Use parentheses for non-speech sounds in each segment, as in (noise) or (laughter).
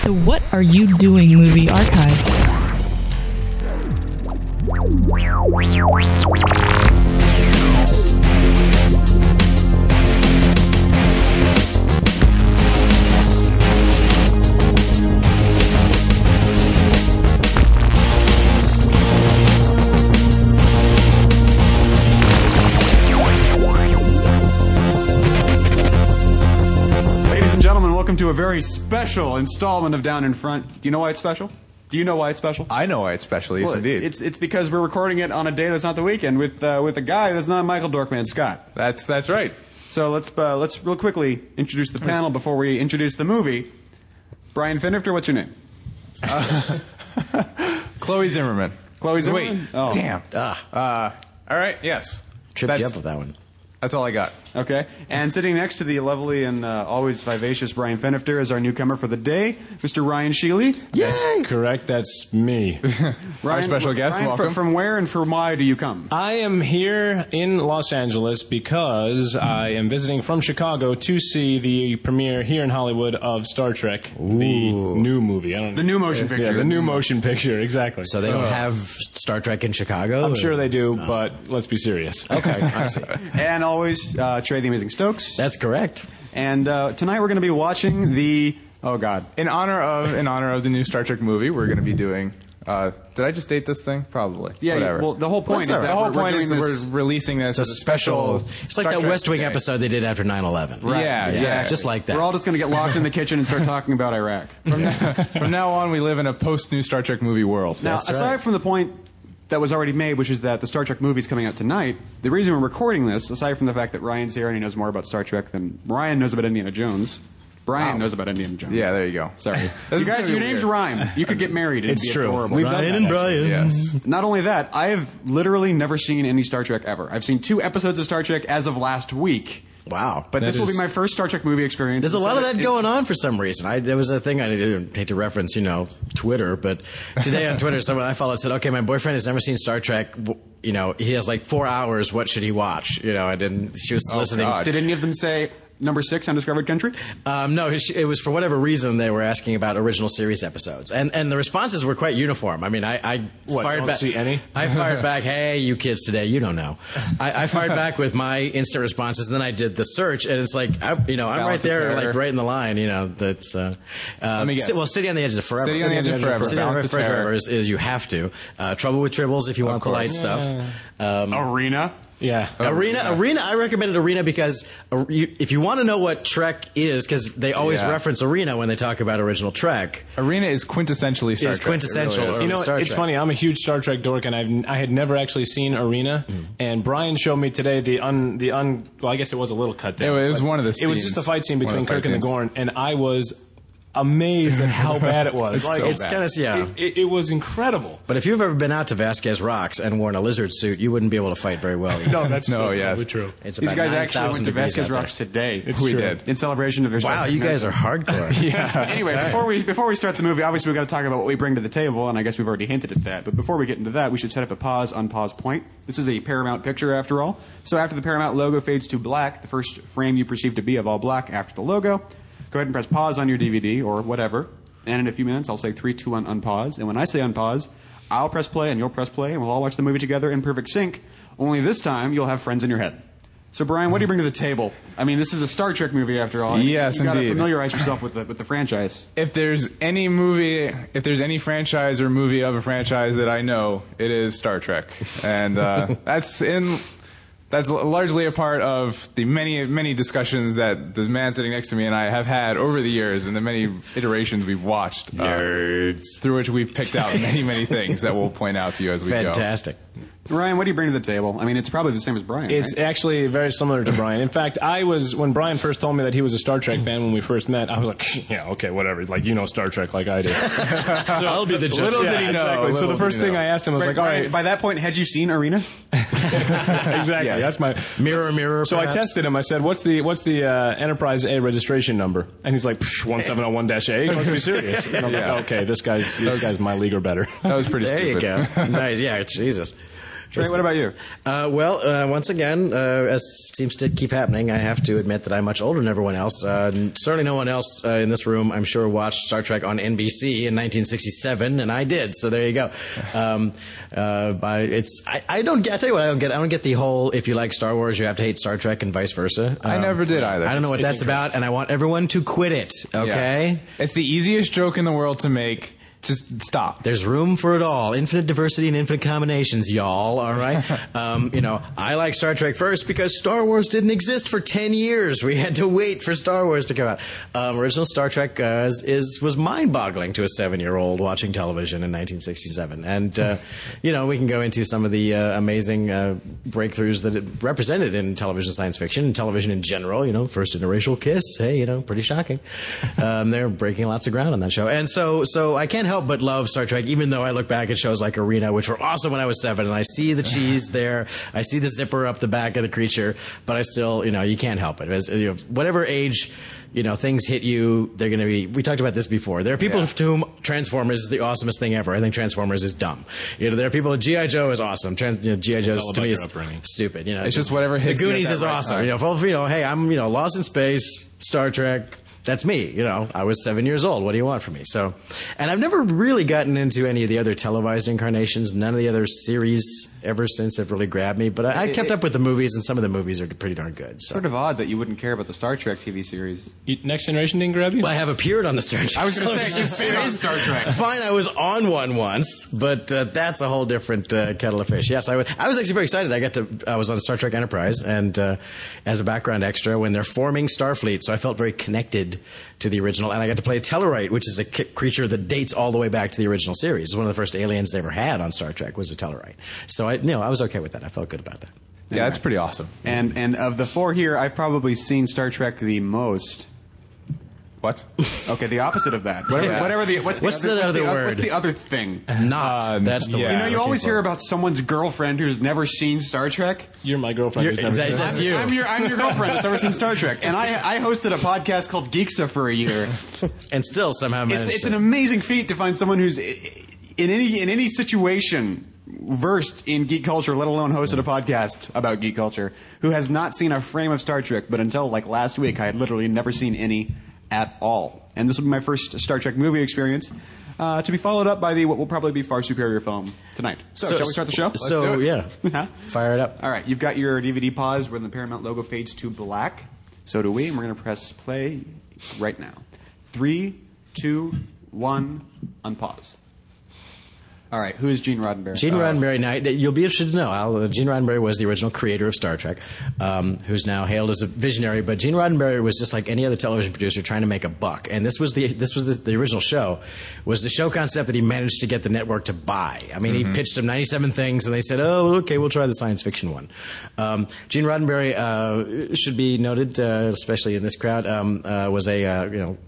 to What Are You Doing Movie Archives. Ladies and gentlemen, welcome to a very special installment of Down in Front. Do you know why it's special? Do you know why it's special? I know why it's special. Yes, Well, indeed. It's it's because we're recording it on a day that's not the weekend with uh, with a guy that's not Michael Dorkman Scott. that's that's right. So let's uh, let's real quickly introduce the panel before we introduce the movie. Brian Finifter, what's your name? Chloe Zimmerman. Chloe Zimmerman? Wait. Oh. Ah. Damn. Uh, all right. Yes. Tripped that's, you up with that one. That's all I got. Okay. And sitting next to the lovely and uh, always vivacious Brian Finifter is our newcomer for the day, Mr. Ryan Sheely. That's correct. That's me. Ryan, special guest, Ryan, fr- welcome. From where and from why do you come? I am here in Los Angeles because I am visiting from Chicago to see the premiere here in Hollywood of Star Trek, the new movie. I don't The new motion Yeah, picture. Yeah, the new motion picture. Exactly. So they don't have Star Trek in Chicago. I'm sure they do, but let's be serious. Okay, I see. and always uh, Trey the Amazing Stokes. That's correct. And uh, tonight we're going to be watching the. Oh God. In honor of in honor of the new Star Trek movie, we're going to be doing. Uh, did I just date this thing? Probably. Yeah, Whatever. well, the whole point That's is that all right. the whole we're- we're point is doing that this- we're releasing this as a special. It's like Star that Trek West Wing day. episode they did after 9-11. Right. Yeah, exactly. Just like that. We're all just going to get locked in the kitchen and (laughs) start talking about Iraq. (laughs) From now on, we live in a post new Star Trek movie world. Now, That's right. aside from the point that was already made, which is that the Star Trek movie's coming out tonight, the reason we're recording this, aside from the fact that Ryan's here and he knows more about Star Trek than Ryan knows about Indiana Jones, Brian Wow. knows about Indiana Jones. Yeah, there you go. (laughs) Sorry. (laughs) This you is guys, gonna your be names weird. rhyme. You could get married. It'd be adorable. Ryan and Brian. yes. Not only that, I have literally never seen any Star Trek ever. I've seen two episodes of Star Trek as of last week. Wow. But But this will be is- my first Star Trek movie experience. there's a So lot of that it- going on for some reason. I, there was a thing I didn't hate to reference, you know, Twitter, but today on Twitter, someone I followed said, okay, my boyfriend has never seen Star Trek. W- You know, he has like four hours. What should he watch? You know, I didn't, she was listening. God. Did any of them say number six, Undiscovered Country? Um, no, it it was for whatever reason they were asking about original series episodes, and and the responses were quite uniform. I mean, I, I What, fired don't back. see any? I (laughs) fired back. Hey, you kids today, you don't know. I, I fired back with my instant responses, and then I did the search, and it's like I, you know I'm Balance right of there, terror. like right in the line. You know, that's uh, uh, me guess. Ci- well, City on the Edge of Forever. City on the Edge of Forever. City on the Edge of Balance of Terror. Forever is, is you have to. Uh, Trouble with Tribbles if you want the light course. stuff. Um, Arena. Oh, Yeah. Arena, Arena. I recommended Arena because uh, you- if you want to know what Trek is, because they always Yeah. reference Arena when they talk about original Trek. Arena is quintessentially Star Trek. It's It quintessential. really is. You know, Star it's Trek. funny. I'm a huge Star Trek dork, and I've, I had never actually seen Arena. Mm-hmm. And Brian showed me today the un the un. Well, I guess it was a little cut down. It was but one of the It was scenes. just the fight scene One of between the fight Kirk and the scenes. Gorn, and I was amazed at (laughs) how bad it was. It's like, so it's bad. kind of yeah. it, it, it was incredible. but if you've ever been out to Vasquez Rocks and worn a lizard suit, you wouldn't be able to fight very well. No, Oh, (laughs) that's No, that's yes. totally true. it's These about guys actually 9,000 went to degrees Vasquez out there. Rocks today. It's we true. did. In celebration of their Wow, you guys are (laughs) hardcore. anyway, before we before we start the movie, obviously we got to talk about what we bring to the table, and I guess we've already hinted at that. But before we get into that, we should set up a pause, unpause point. This is a Paramount picture, after all. So after the Paramount logo fades to black, the first frame you perceive to be of all black after the logo, go ahead and press pause on your DVD or whatever. And in a few minutes, I'll say three, two, one, unpause. And when I say unpause, I'll press play and you'll press play, and we'll all watch the movie together in perfect sync. Only this time, you'll have friends in your head. So Brian, what do you bring to the table? I mean, this is a Star Trek movie after all. and Yes, you Gotta indeed. familiarize yourself with the with the franchise. if there's any movie, if there's any franchise or movie of a franchise that I know, it is Star Trek, and (laughs) uh, that's in that's largely a part of the many many discussions that the man sitting next to me and I have had over the years, and the many iterations we've watched, uh, through which we've picked out many (laughs) many things that we'll point out to you as we go. Fantastic. Ryan, what do you bring to the table? I mean, it's probably the same as Brian. It's right? actually very similar to Brian. In fact, I was when Brian first told me that he was a Star Trek fan when we first met. I was like, (laughs) yeah, okay, whatever. Like you know Star Trek like I do. so, I'll be the judge. Little did Yeah, he know. exactly. So (laughs) Little the first did he thing know. I asked him was Right, like, all Brian, right, By that point, had you seen Arena? exactly. Yes. That's my Mirror, mirror. So I perhaps? tested him. I said, "What's the what's the uh, Enterprise A registration number?" And he's like, "One seven zero one dash (laughs) A." Let's be serious. And I was Yeah. like, "Okay, this guy's this guy's my league or better." That was pretty (laughs) There you stupid. go. nice. Yeah. Jesus. Trey, what about you? Uh, well, uh, once again, uh, as seems to keep happening, I have to admit that I'm much older than everyone else. Uh, n- certainly, no one else uh, in this room, I'm sure, watched Star Trek on NBC in 1967, and I did. So there you go. Um, uh, I, it's I, I don't get. I tell you what, I don't get. I don't get the whole if you like Star Wars, you have to hate Star Trek, and vice versa. (laughs) I Um, never did either. I don't know what that's about, and I want everyone to quit it. Yeah. Okay. It's the easiest joke in the world to make. Just stop. There's room for it all. Infinite diversity and infinite combinations, y'all. All right. um, you know, I like Star Trek first because Star Wars didn't exist for ten years. We had to wait for Star Wars to come out. Um, original Star Trek uh, is, is was mind-boggling to a seven-year-old watching television in 1967, and uh, you know we can go into some of the uh, amazing uh, breakthroughs that it represented in television science fiction and television in general. You know, first interracial kiss. Hey, you know, pretty (laughs) shocking. Um, they're breaking lots of ground on that show, and so so I can't help but love Star Trek. Even though I look back at shows like Arena, which were awesome when I was seven, and I see (laughs) the cheese there, I see the zipper up the back of the creature, but I still, you know, you can't help it. As, you know, whatever age. You know, things hit you. They're going to be. We talked about this before. There are people Yeah. to whom Transformers is the awesomest thing ever. I think Transformers is dumb. You know, there are people. GI Joe is awesome. Trans, you know, GI Joe all to about me your is upbringing. stupid. You know, It's just whatever hits The you at Goonies that is right awesome. time. You know, if, you know, hey, I'm you know Lost in Space, Star Trek. That's me. You know, I was seven years old. What do you want from me? So, and I've never really gotten into any of the other televised incarnations. None of the other series ever since have really grabbed me. But I, I kept up with the movies, and some of the movies are pretty darn good. So. Sort of odd that you wouldn't care about the Star Trek TV (laughs) series. (laughs) You- Next Generation didn't grab you? I have appeared on the Star Trek. I was going to say, television you've been on series. Star Trek. Fine, I was on one once, but uh, that's a whole different uh, kettle of fish. Yes, I would. I was actually very excited. I got to. I was on Star Trek Enterprise, and uh, as a background extra when they're forming Starfleet, so I felt very connected to the original. And I got to play Tellarite, which is a ki- creature that dates all the way back to the original series. It's one of the first aliens they ever had on Star Trek was a Tellarite. So I, no, I was okay with that. I felt good about that. Yeah, that's pretty awesome. And and of the four here, I've probably seen Star Trek the most. (laughs) What? Okay, the opposite of that. Whatever, Yeah. whatever the what's, What's the, the other what's word? What's the other thing? Not Um, that's the yeah. word. You know, I'm you looking always for. hear about someone's girlfriend who's never seen Star Trek. You're my girlfriend. You're- who's never that's- seen that's it. you. I'm your I'm your girlfriend that's never seen Star Trek, and I I hosted a podcast called Geeksa for a year. and still somehow managed. It's, it's to- an amazing feat to find someone who's i- i- in any in any situation versed in geek culture, let alone hosted a podcast about geek culture, who has not seen a frame of Star Trek. But until like last week, I had literally never seen any at all. And this will be my first Star Trek movie experience, uh, to be followed up by the what will probably be far superior film tonight. So, shall we start the show? So do it. (laughs) yeah, Huh? fire it up. All right, you've got your DVD pause when the Paramount logo fades to black. So do we, and we're going to press play right now. Three, two, one, unpause. All right, who is Gene Roddenberry? Gene Uh, Roddenberry. Now that you'll be interested to know. Al, uh, Gene Roddenberry was the original creator of Star Trek, um, who's now hailed as a visionary. But Gene Roddenberry was just like any other television producer trying to make a buck. And this was the this was the, the original show was the show concept that he managed to get the network to buy. I mean, he pitched them 97 things, and they said, "Oh, okay, we'll try the science fiction one." Um, Gene Roddenberry uh, should be noted, uh, especially in this crowd, um, uh, was a uh, you know.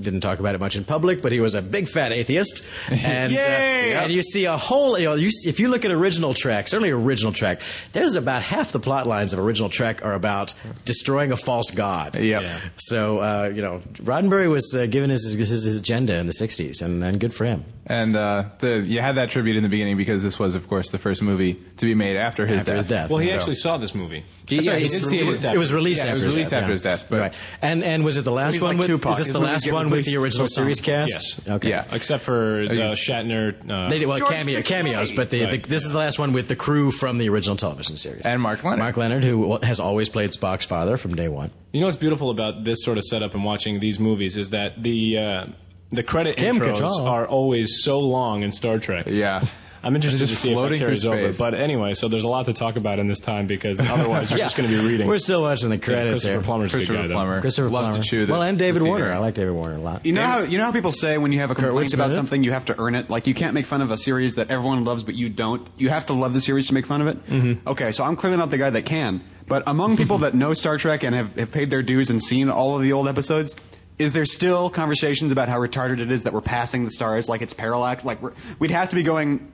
Didn't talk about it much in public, but he was a big fat atheist, and, uh, Yay! and you see a whole you know, you, see- if you look at original track certainly original track there's about half the plot lines of original track are about destroying a false god Yep. Yeah. so uh, you know roddenberry was uh, given his, his his agenda in the 60s and, and good for him And uh, the you had that tribute in the beginning because this was, of course, the first movie to be made after his After death. his death. Well, he So- actually saw this movie. That's That's right, right, he it's- did see it. was- it was released Yeah, after it was his released death, after yeah. his death. But right and and was it the last he's one like with, Tupac. is this His the movies last get one with the released original so series soon. cast Yes. okay Yeah. Except for uh, yes. Shatner. Uh, They did well George cameo, Takei. cameos, but the, Right. the, this is the last one with the crew from the original television series And Mark Leonard. Mark Leonard, who has always played Spock's father from day one. You know what's beautiful about this sort of setup and watching these movies is that the uh, the credit Kim intros Cattrall. are always so long in Star Trek. yeah. I'm interested It's to just see if that floating through carries over. space. But anyway, so there's a lot to talk about in this time because otherwise (laughs) you're just going to be reading. We're still watching the Yeah, credits Christopher here. Plummer's a good Christopher guy, though. Plummer. Christopher Loves Plummer. to chew the well, and David the Warner. scenery. I like David Warner a lot. You know how you know how people say when you have a complaint Winston about Bennett? something, you have to earn it. Like you can't make fun of a series that everyone loves, but you don't. You have to love the series to make fun of it. Mm-hmm. Okay, so I'm clearly not the guy that can. But among people that know Star Trek and have, have paid their dues and seen all of the old episodes, is there still conversations about how retarded it is that we're passing the stars like it's parallax? Like we're, we'd have to be going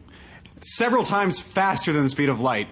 several times faster than the speed of light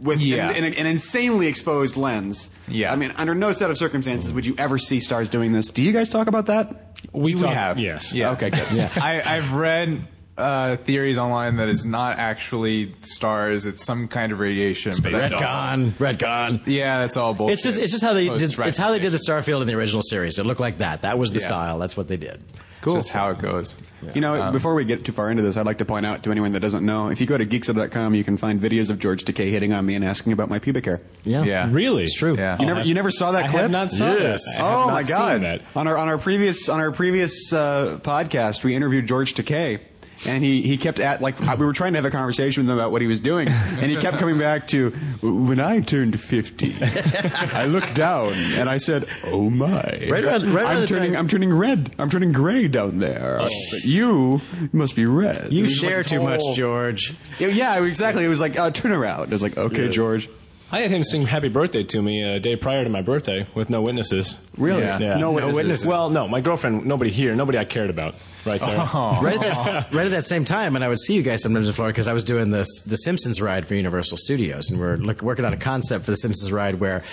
with Yeah. an, an, an insanely exposed lens. Yeah. I mean, under no set of circumstances would you ever see stars doing this. Do you guys talk about that? we, We talk- have. Yes. Yeah. Okay, good. (laughs) I, I've read uh, theories online that it's not actually stars; it's some kind of radiation. but that's- Redcon, Redcon. yeah, that's all bullshit. It's just it's just how they Oh, did it's how they did the radiation. Starfield in the original series. It looked like that. That was the Yeah. style. That's what they did. Cool. Just how it goes. You know, before we get too far into this, I'd like to point out to anyone that doesn't know, if you go to geeksub.com, you can find videos of George Takei hitting on me and asking about my pubic hair. Yeah. Yeah. Really? It's true. Yeah. You never, I- you never saw that I clip? have not saw Yes. that. I have Oh not my seen god! that. On our on our previous on our previous uh, podcast, we interviewed George Takei, and he he kept at like uh, we were trying to have a conversation with him about what he was doing, and he kept coming back to when I turned (laughs) fifty, I looked down and I said, "Oh my!" Right around- right around I'm the turning time- I'm turning red. I'm turning gray down there. Oh. But you must be red. You It was share like, too much, oh. George. Yeah, exactly. It was like uh, turn around. It was like okay, George. I had him sing "Happy Birthday" to me a day prior to my birthday with no witnesses. Really? Yeah. Yeah. No witnesses. Well, no, my girlfriend, nobody here, nobody I cared about. Right there. Oh. Right at, that, right at that same time, and I would see you guys sometimes in Florida because I was doing this the Simpsons ride for Universal Studios, and we're look, working on a concept for the Simpsons ride where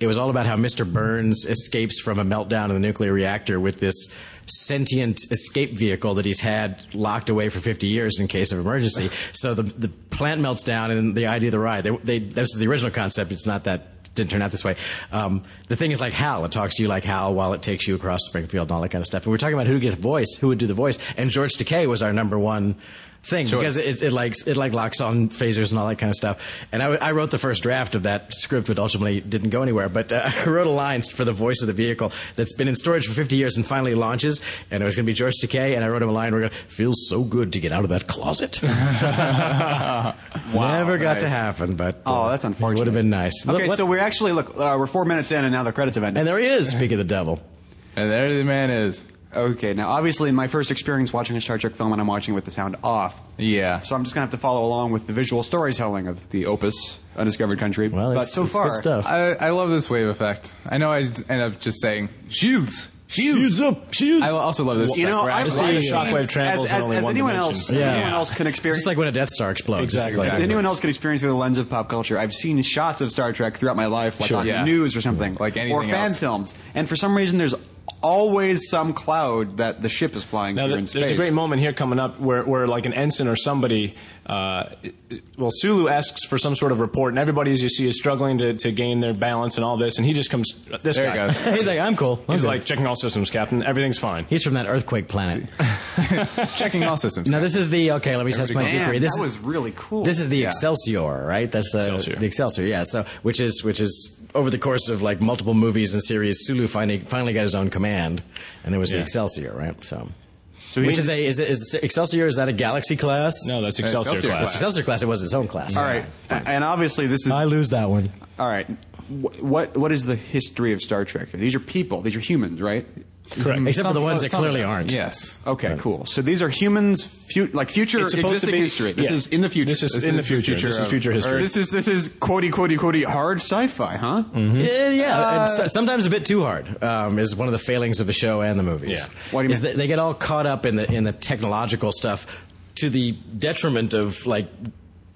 it was all about how Mr. Burns escapes from a meltdown in the nuclear reactor with this sentient escape vehicle that he's had locked away for 50 years in case of emergency. So the the plant melts down, and the idea of the ride. They, they this is the original concept. It's not that didn't turn out this way. Um, the thing is like Hal. It talks to you like Hal while it takes you across Springfield and all that kind of stuff. And we're talking about who gets voice, who would do the voice, and George Takei was our number one thing because it, it like it like locks on phasers and all that kind of stuff. And I, w- I wrote the first draft of that script, which ultimately didn't go anywhere. But uh, (laughs) I wrote a line for the voice of the vehicle that's been in storage for 50 years and finally launches, and it was going to be George Takei. And I wrote him a line. We're going feels so good to get out of (laughs) that closet. (laughs) Never got to nice. happen, but Oh, uh, that's it unfortunate. Would have been nice. Okay, Let- let- so we're actually look. Uh, we're four minutes in, and now the credits have ended. And there he is, speak of the devil. And there the man is. Okay, now obviously my first experience watching a Star Trek film and I'm watching it with the sound off. Yeah. So I'm just gonna have to follow along with the visual storytelling of the opus, Undiscovered Country. Well, but it's, so it's far, good stuff. I, I love this wave effect. I know I d- end up just saying shields, shields. up, shoes. I also love this. you effect know, where I I'm just I've leave I've it the seen- shockwave alone. travels as, in as, only as one anyone dimension. else, as Yeah. anyone else can experience. Just like when a Death Star explodes. Exactly. Like- as anyone else can experience through the lens of pop culture. I've seen shots of Star Trek throughout my life, like Sure. on Yeah. the news or something, Like or anything fan else. films. And for some reason, there's always some cloud that the ship is flying Now, through there- in there's space. a great moment here coming up where, where like an ensign or somebody, uh, it- it- well, Sulu asks for some sort of report, and everybody, as you see, is struggling to, to gain their balance and all this, and he just comes. This There it guy. goes. He's like, I'm cool. I'm He's good. like checking all systems, Captain. Everything's fine. he's from that earthquake (laughs) planet. Checking all systems. now this is the okay. Let me test my Damn, theory. This that was really cool. This is the Excelsior, right? That's uh, Excelsior. the Excelsior. Yeah. So which is which is over the course of like multiple movies and series, Sulu finally finally got his own command, and there was the Yeah. Excelsior, right? So. he- Which is a is, is Excelsior? Is that a galaxy class? No, that's Excelsior, Excelsior class. class. Excelsior class. It was its own class. all right, and obviously this is I lose that one. All right. Wh- What what is the history of Star Trek? These are people. These are humans, right? Correct. Except for the ones that Some- clearly aren't. Yes. Okay, cool. So these are humans, fu- like future It's supposed to existing be- history. This yeah. is in the future. This is in the future. This is of- future history. or This is this is quotey quotey quotey hard sci-fi, huh? Mm-hmm. Yeah, Uh, yeah. and Uh, so- sometimes a bit too hard um, is one of the failings of the show and the movies. Yeah. What do you is mean? that they get all caught up in the in the technological stuff to the detriment of like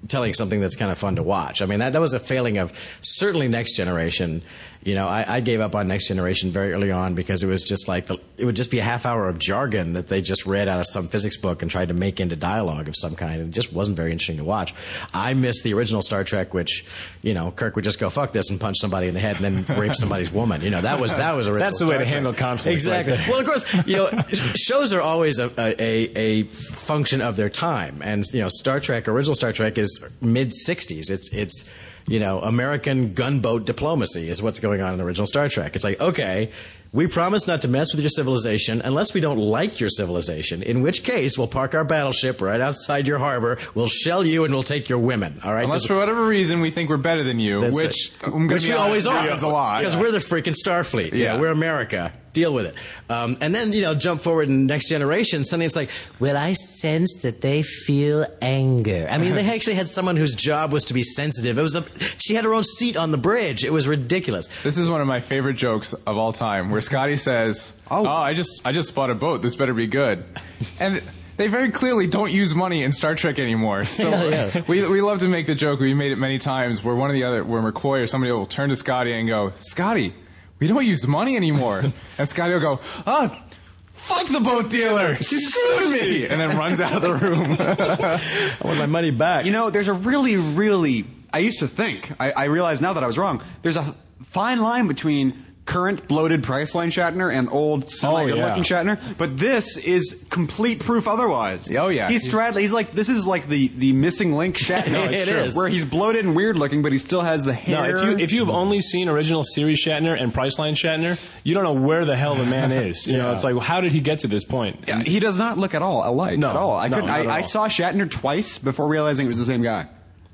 telling something that's kind of fun to watch. I mean, that that was a failing of certainly Next Generation. You know, I, I gave up on Next Generation very early on because it was just like the, it would just be a half hour of jargon that they just read out of some physics book and tried to make into dialogue of some kind, and it just wasn't very interesting to watch. I missed the original Star Trek, which you know Kirk would just go fuck this and punch somebody in the head and then rape somebody's woman. You know, that was that was original. That's the way Star to Trek. handle conflict right Exactly. there. well, of course, you know, shows are always a, a, a a function of their time, and you know, Star Trek, original Star Trek, is mid '60s. It's it's you know, American gunboat diplomacy is what's going on in original Star Trek. It's like, okay, we promise not to mess with your civilization unless we don't like your civilization, in which case we'll park our battleship right outside your harbor, we'll shell you, and we'll take your women. All right, Unless This- for whatever reason we think we're better than you, that's which right. I'm gonna which be we honest, always are. happens a lot. because we're the freaking Starfleet. Yeah, Yeah. we're America. Deal with it. Um, and then you know, jump forward in Next Generation. Suddenly, it's like, well, I sense that they feel anger. I (laughs) mean, they actually had someone whose job was to be sensitive. It was a she had her own seat on the bridge. It was ridiculous. This is one of my favorite jokes of all time, where Scotty says, Oh. "Oh, I just I just bought a boat. This better be good," and. They very clearly don't use money in Star Trek anymore. So we we love to make the joke. We made it many times where one of the other where McCoy or somebody will turn to Scotty and go, "Scotty, we don't use money anymore," and Scotty will go, "Ah, fuck the boat dealer. She screwed me, and then runs out of the room. I want my money back. You know, there's a really, really. I used to think. I, I realize now that I was wrong. There's a fine line between current bloated Priceline Shatner and old semi-good-looking yeah. Shatner, but this is complete proof otherwise. Oh, yeah. he's straddling. He's like this is like the the missing link Shatner. No, it's It true. is. Where he's bloated and weird-looking, but he still has the No, hair. if you if you've only seen original series Shatner and Priceline Shatner, you don't know where the hell (laughs) the man is. You know, it's like how did he get to this point? Yeah, he does not look at all alike No, at all. I no, couldn't. not I, at I all. saw Shatner twice before realizing it was the same guy.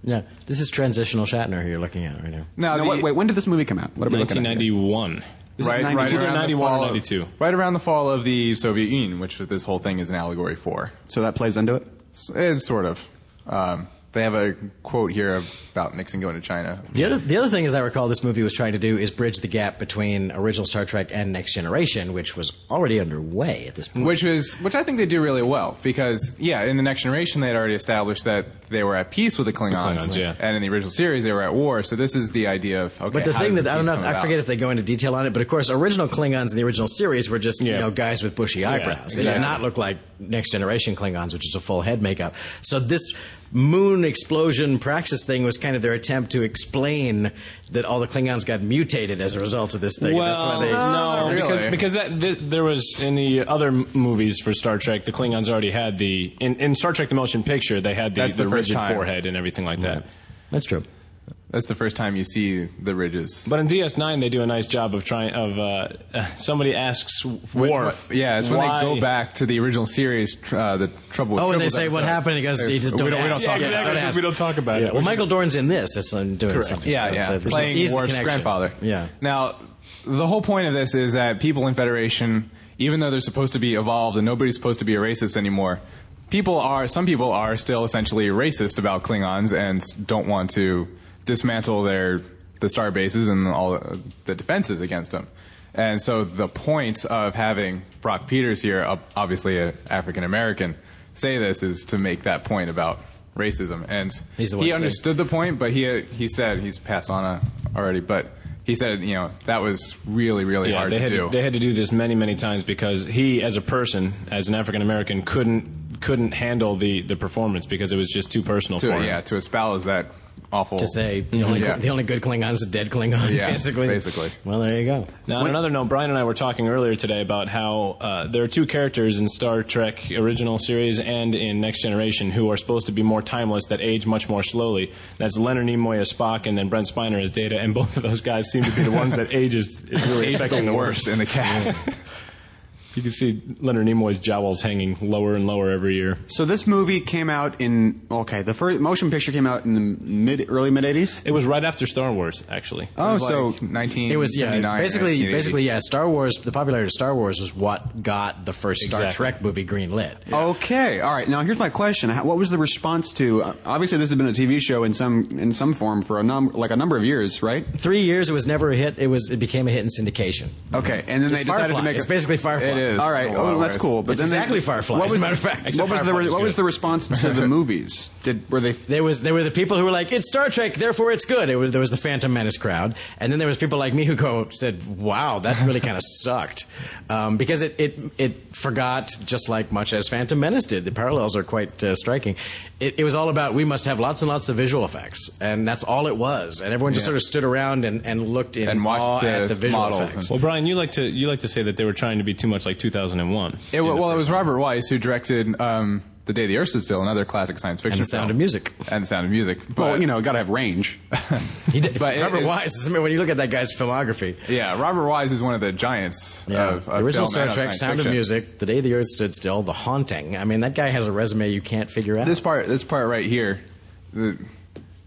Yeah, this is transitional Shatner you're looking at right now. Now, Now, the- wait, wait, when did this movie come out? What are we looking at? here? 1991. This right, is right 92. around the 91 or fall of- 92. right around the fall of the Soviet Union, which this whole thing is an allegory for. So that plays into it. So, eh, sort of. Um, they have a quote here about Nixon going to China. The other, the other thing, as I recall, this movie was trying to do is bridge the gap between original Star Trek and Next Generation, which was already underway at this point. Which was, which I think they do really well because, yeah, in the Next Generation they had already established that they were at peace with the Klingons, Klingons, yeah. and in the original series they were at war. So this is the idea of okay. But the how thing does that I don't peace know, come I about? forget if they go into detail on it, but of course, original Klingons in the original series were just you Yeah. know guys with bushy eyebrows. They exactly. did not look like next generation Klingons, which is a full head makeup. So this moon explosion praxis thing was kind of their attempt to explain that all the Klingons got mutated as a result of this thing. Well, That's why they no, Really? because because that th- there was in the other m- movies for Star Trek, the Klingons already had the in, in Star Trek: The Motion Picture, they had the, That's the first rigid time. forehead and everything like that. that's true. That's the first time you see the ridges. But in DS9, they do a nice job of trying. Of uh, (laughs) somebody asks Worf, Wh- yeah, it's when why- they go back to the original series, tr- uh, the trouble. With Oh, and they Tribbles say what episode. happened. He goes, Or- "You just we don't don't, we don't ask." talk Yeah, about exactly. it. ask. we don't talk about Yeah, it. well, Michael Dorn's in this. That's I'm doing something. Yeah, so it's yeah. a- Playing he's the Worf's connection. grandfather. Yeah. Now, the whole point of this is that people in Federation, even though they're supposed to be evolved and nobody's supposed to be a racist anymore, people are. Some people are still essentially racist about Klingons and s- don't want to dismantle their the star bases and all the- the defenses against them. And so the point of having Brock Peters here, ob- obviously an African American, say this is to make that point about racism. And He's the one he saying- understood understood the point, but he he said he's passed on uh, already. But he said you know that was really really Yeah, hard they to had do. they had to do this many many times because he, as a person, as an African American, couldn't couldn't handle the the performance because it was just too personal to, for him. yeah, to espouse that awful To say the only, Yeah. the only good Klingon's a dead Klingon, Yeah, basically. basically. Well, there you go. Now, on another note, Brian and I were talking earlier today about how uh, there are two characters in Star Trek original series and in Next Generation who are supposed to be more timeless that age much more slowly. That's Leonard Nimoy as Spock and then Brent Spiner as Data, and (laughs) both of those guys seem to be the ones (laughs) that ages is really affecting the the worst worst. in (laughs) the cast. You can see Leonard Nimoy's jowls hanging lower and lower every year. So this movie came out in okay. The first motion picture came out in the mid early mid eighties. It was right after Star Wars, actually. It Oh, was so like 19. It was yeah, basically, basically yeah. Star Wars, the popularity of Star Wars was what got the first Star Exactly. Trek movie greenlit. okay, all right. Now here's my question: How- What was the response to? uh, Obviously, this has been a TV show in some in some form for a num like a number of years, right? Three years, it was never a hit. It was it became a hit in syndication. Okay, and then It's they decided Firefly. to make it's a, basically Firefly. It is. All right, Oh, oh, wow, that's right. cool. But It's then they- exactly Firefly, What as was a matter of fact. What was the Firefly re- was what was good. the response to (laughs) the movies? Did were they? There was there were the people who were like, "It's Star Trek, therefore it's good." It was there was the Phantom Menace crowd, and then there was people like me who go said, "Wow, that really (laughs) kind of sucked," um, because it, it it forgot just like much as Phantom Menace did. The parallels are quite uh, striking. It, it was all about we must have lots and lots of visual effects, and that's all it was. And everyone just Yeah. sort of stood around and, and looked in And watched awe the at the visual models effects. Well, Brian, you like to you like to say that they were trying to be too much like 2001. It, wa- well, it was Robert Weiss who directed um, The Day the Earth Stood Still, another classic science fiction. The Sound film. of Music. And The Sound of Music. But, Well, you know, got to have range. he did, but it- Robert it- Wise. I mean, when you look at that guy's filmography, (laughs) yeah, Robert Wise is one of the giants Yeah. of, the of original film Star and of Trek, science Sound of fiction. Music, The Day the Earth Stood Still, The Haunting. I mean, that guy has a resume you can't figure out. this part this part right here the,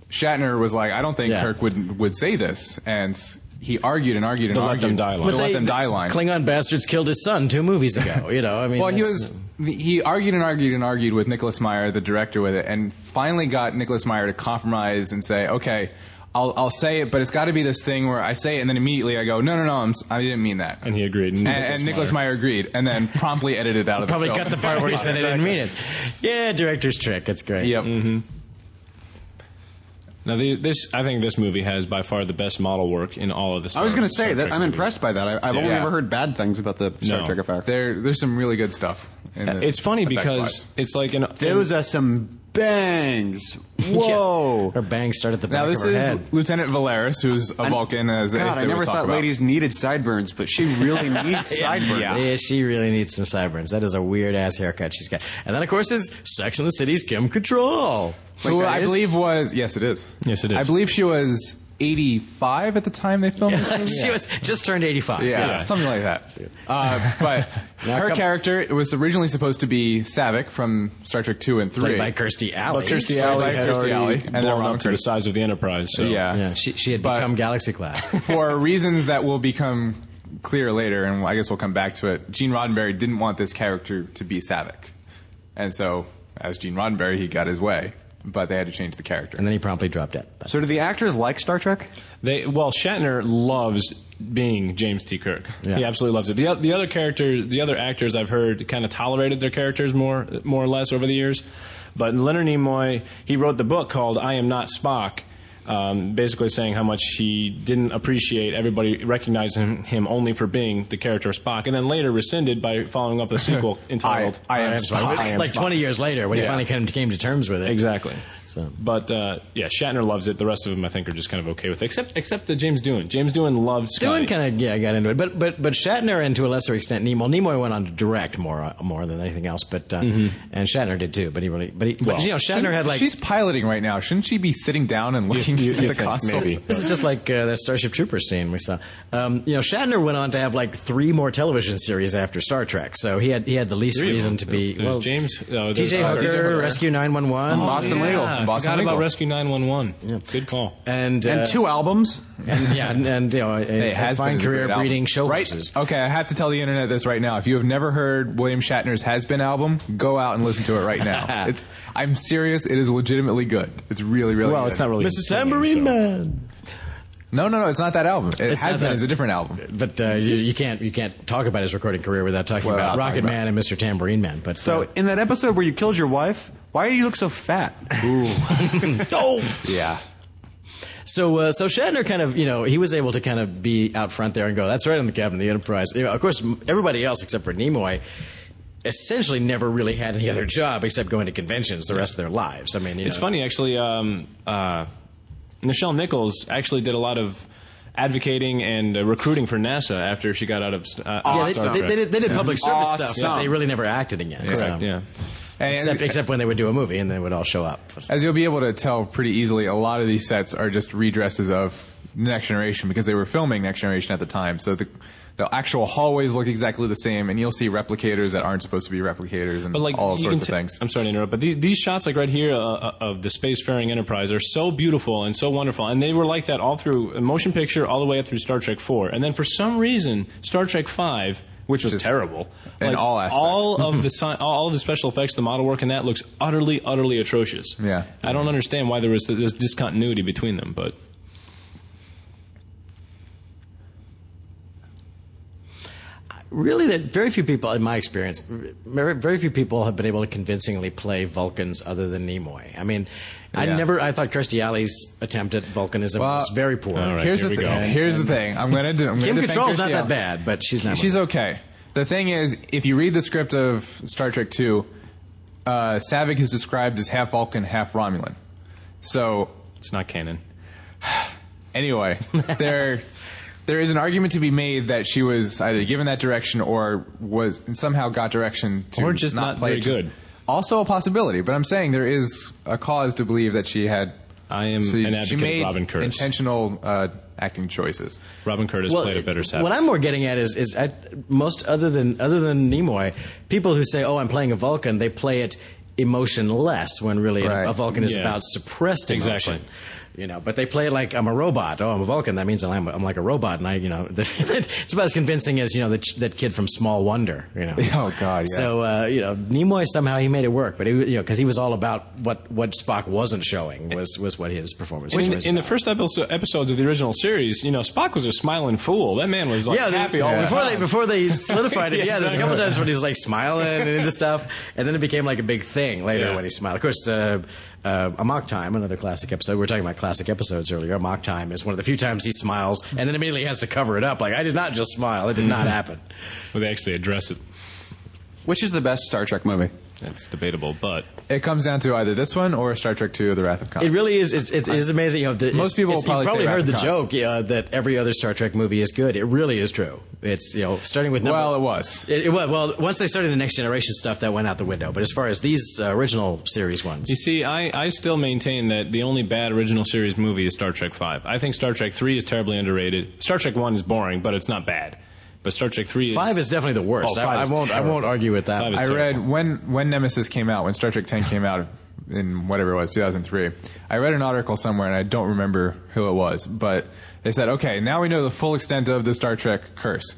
Shatner was like I don't think Yeah. Kirk would would say this and he argued and argued and The let argued them die line. The But let They- them die line Klingon bastards killed his son two (laughs) movies ago. You know, I mean, well he that's- was he argued and argued and argued with Nicholas Meyer the director with it and finally got Nicholas Meyer to compromise and say okay I'll, I'll say it, but it's got to be this thing where I say it and then immediately I go, no, no, no, I'm, s- I didn't mean that. And he agreed. And, and Nicholas Meyer agreed, and then promptly edited it out of probably the film. cut (laughs) the part where he (laughs) said I didn't mean it. Yeah, director's trick. It's great. Yep. Now, the, this I think this movie has by far the best model work in all of the. Star, I was going to Star say that Trek I'm movies. impressed by that. I, I've only Yeah. ever heard bad things about the Star No. Trek effects. There, there's some really good stuff. in the It's funny effects because wise. it's like an. Those are some bangs. Whoa. Her bangs start at the back now this of her is head. Lieutenant Valeris, who's a Vulcan. As, as God, they I never would talk thought about. ladies needed sideburns, but she (laughs) really needs sideburns. Yeah. she really needs some sideburns. That is a weird ass haircut she's got. And then of course is Sex and the City's Kim Control. Who Like, that I is- believe was yes, it is. Yes, it is. I believe she was 85 at the time they filmed (laughs) this movie. she was just turned eighty five. Yeah, something like that. Uh, but Now her come- character was originally supposed to be Savik from Star Trek Two and Three. Played by Kirstie Alley. But Kirstie Alley Alley had Kirstie already Alley, and then blown Ron up to the Kurtz. size of the Enterprise. So. yeah, Yeah, she, she had But- become Galaxy class. for (laughs) reasons that will become clear later, and I guess we'll come back to it. Gene Roddenberry didn't want this character to be Savik, and so as Gene Roddenberry, he got his way. But they had to change the character. and then he promptly dropped out. But So do the actors like Star Trek? They well, Shatner loves being James T. Kirk. Yeah. He absolutely loves it. The, o- the other characters, the other actors I've heard kind of tolerated their characters more more or less over the years. But Leonard Nimoy, he wrote the book called "I Am Not Spock." Um, basically saying how much he didn't appreciate everybody recognizing him only for being the character of Spock, and then later rescinded by following up the sequel entitled I am I'm sorry, Spock. I am like Spock. twenty years later, when he Yeah. finally came, came to terms with it. Exactly. So- But uh, yeah, Shatner loves it. The rest of them, I think, are just kind of okay with it, except except the James Doohan. James Doohan loved Scotty. Doing kind of yeah, I got into it, but but but Shatner and to a lesser extent Nimoy. Nimoy went on to direct more uh, more than anything else, but uh, and Shatner did too. But he really, but, he, but Well, you know, oh, Shatner had like she's piloting right now. Shouldn't she be sitting down and looking you- at you the think, console? (laughs) maybe. This is just like uh, that Starship Troopers scene we saw. Um, you know, Shatner went on to have like three more television series after Star Trek, so he had he had the least of reason to them. be There's James- oh, there's- T.J. uh, Hooker, T.J. Hooker. Rescue Nine One One, Boston Legal. Yeah, I Boston forgot Legal. about Rescue 911. Good call. and uh, And two albums. and, (laughs) yeah, and, and you know, a, Hey, a Has Been fine is a career great album. breeding show right? Oh, horses. Okay, I have to tell the internet this right now. If you have never heard William Shatner's Has Been album, go out and listen to it right (laughs) now. it's I'm serious. It is legitimately good. It's really, really Well, good. it's not really. Mr. singing, Tambourine so- Man. No, no, no. It's not that album. It It's Has not Been that- is a different album. But uh, you, you can't you can't talk about his recording career without talking Well, about I'll talk Rocket about Man it. and Mr. Tambourine Man. But So in that episode where you killed your wife, why do you look so fat? (laughs) Ooh. (laughs) oh, Yeah. So, uh, so Shatner kind of, you know, he was able to kind of be out front there and go, "That's right, on the captain of the Enterprise." You know, of course, m- everybody else except for Nimoy essentially never really had any other job except going to conventions the rest of their lives. I mean, you It's know. funny actually. Um, uh, Nichelle Nichols actually did a lot of advocating and uh, recruiting for NASA after she got out of. Uh, out Yeah, of they, Star they- Trek. they did, they did public service stuff, but Awesome. they really never acted again. Correct. so- Yeah. And (laughs) Except, except when they would do a movie and they would all show up. as you'll be able to tell pretty easily, a lot of these sets are just redresses of Next Generation because they were filming Next Generation at the time. So the the actual hallways look exactly the same, and you'll see replicators that aren't supposed to be replicators and But like all you sorts can of t- things. I'm sorry to interrupt, but the, these shots, like right here, uh, uh, of the spacefaring Enterprise, are so beautiful and so wonderful, and they were like that all through uh, motion picture, all the way up through Star Trek Four, and then for some reason, Star Trek Five, which was Just- terrible, in like, all aspects. (laughs) all of the sci- all of the special effects, the model work, and that looks utterly, utterly atrocious. Yeah. I don't understand why there was this discontinuity between them, but really that very few people in my experience very, very few people have been able to convincingly play vulcans other than nimoy i mean i Yeah. never i thought kirstie alley's attempt at vulcanism Well, was very poor all right, here's here the we thing. go. Here's the thing. I'm gonna do. I'm kim gonna defend control's not Christie that Alley. bad but she's not She's okay. The thing is, if you read the script of Star Trek Two, uh, Savik is described as half Vulcan, half Romulan. So it's not canon. anyway, (laughs) there there is an argument to be made that she was either given that direction or was and somehow got direction to Or just not, not play very it. Just- good. Also a possibility, but I'm saying there is a cause to believe that she had. I am she, an advocate she of made Robin Curtis. intentional uh, acting choices. Robin Curtis played a better Savik. What I'm more getting at is, is I, most other than other than Nimoy, people who say, "Oh, I'm playing a Vulcan," they play it emotionless when really a- Right. a Vulcan is Yeah. about suppressed emotion. Exactly. You know, but they play it like I'm a robot. Oh, I'm a Vulcan. That means that I'm, I'm like a robot, and I, you know, (laughs) it's about as convincing as you know that that kid from Small Wonder. You know. (laughs) Oh, God, yeah. So uh, you know, Nimoy somehow he made it work, but he, was- you know, because he was all about what what Spock wasn't showing was was what his performance in, was. in the first episode, episodes of the original series, you know, Spock was a smiling fool. That man was like yeah, they- happy all the before time. they before they solidified it. Yeah, yeah, there's a couple exactly. times when he's like smiling and into stuff, and then it became like a big thing later Yeah. when he smiled. Of course, uh, uh, a mock time, another classic episode. We were talking about classic episodes earlier. Mock time is one of the few times he smiles and then immediately has to cover it up. Like I did not just smile; it did not happen. Well, they actually address it. Which is the best Star Trek movie? That's debatable, but It comes down to either this one or Star Trek II: The Wrath of Khan. It really is. It's, it's, it's amazing. You know, the, Most it's- people it's- will probably you've probably say heard the Rathacon. joke you know, that every other Star Trek movie is good. It really is true. It's you know starting with number, well, it was. It, it was well once they started the next generation stuff that went out the window. But as far as these uh, original series ones, You see, I, I still maintain that the only bad original series movie is Star Trek Five. I think Star Trek Three is terribly underrated. Star Trek One is boring, but it's not bad. But Star Trek Three is five is definitely the worst. Oh, I- five I, is won't. I won't terrible. argue with that. Five is I- I terrible. read when when Nemesis came out, when Star Trek Ten came out in whatever it was, 2003. I read an article somewhere, and I don't remember who it was, but they said, okay, now we know the full extent of the Star Trek curse.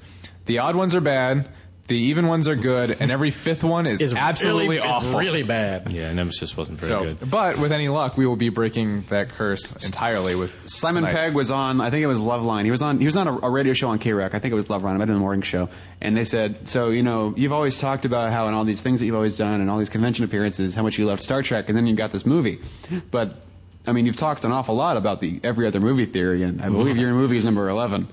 The odd ones are bad, the even ones are good, and every fifth one is, is absolutely really, is awful. really bad. yeah, Nemesis wasn't very so, good. but with any luck, we will be breaking that curse entirely with Simon tonight's. Pegg was on. I think it was Loveline. He was on. He was on a, a radio show on K Rock. I think it was Loveline. I might have been the morning show. And they said, so you know, you've always talked about how and all these things that you've always done and all these convention appearances, how much you loved Star Trek, and then you got this movie. But I mean, you've talked an awful lot about the every other movie theory, and I believe your movie is number eleven.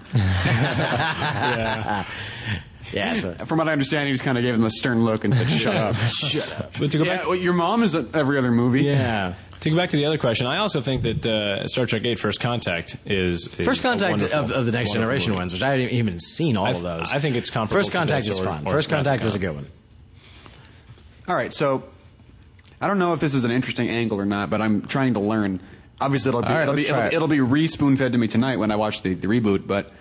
Yeah. So. From what I understand, he just kind of gave him a stern look and said, "Shut up, shut up." But to go back Yeah, well, your mom is in every other movie. Yeah. To go back to the other question, I also think that uh, Star Trek Eight: First Contact is, is First a Contact uh, wonderful- of, of the Next wonderful Generation movie. ones, which I haven't even seen all I of th- those. I think it's comparable First to Contact this is or- fun. or First Contact Rathacon. is a good one. All right, so I don't know if this is an interesting angle or not, but I'm trying to learn. Obviously, it'll be All right, it'll, let's be, it'll, try it. it'll be re-spoon fed to me tonight when I watch the, the reboot. But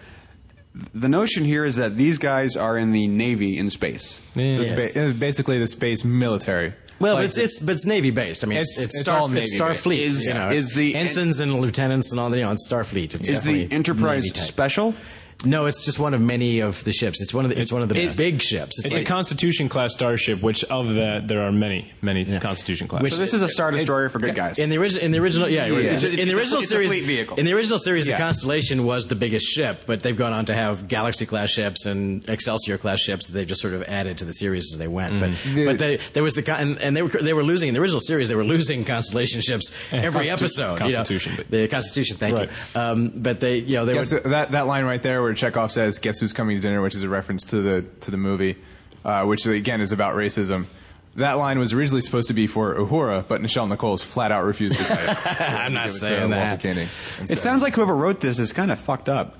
the notion here is that these guys are in the Navy in space. Yeah. The spa- it was basically the space military. Well, Like, but it's, it's but it's navy based. I mean, it's, It's- it's, it's Star, all it's Navy-based. Starfleet. Is- you know, is it's the- ensigns and lieutenants and all the you know, it's Starfleet? Is It's the definitely Enterprise Navy type. special? No, it's just one of many of the ships. It's one of the, it's one of the it- big ships. It's a like- Constitution class starship, which of that there are many, many Constitution class. So this is a Star Destroyer for good guys. in the original, in the original, yeah, It's a- in it's the a- original it's a series, fleet vehicle. in the original series, Yeah. the Constellation was the biggest ship, but they've gone on to have Galaxy class ships and Excelsior class ships that they've just sort of added to the series as they went. Mm. But but they, there was the con- and, and they were they were losing in the original series. They were losing Constellation ships (laughs) every Constitu- episode. Constitution, you but- know, the Constitution. Thank Right. you. Um, but they, you know, they Guess would, that that line right there where Chekhov says, "Guess who's coming to dinner," which is a reference to the to the movie, uh, which again is about racism. That line was originally supposed to be for Uhura, but Nichelle Nichols flat out refused to say it. I'm not Give it to saying Walter that. Koenig instead. it sounds like whoever wrote this is kind of fucked up.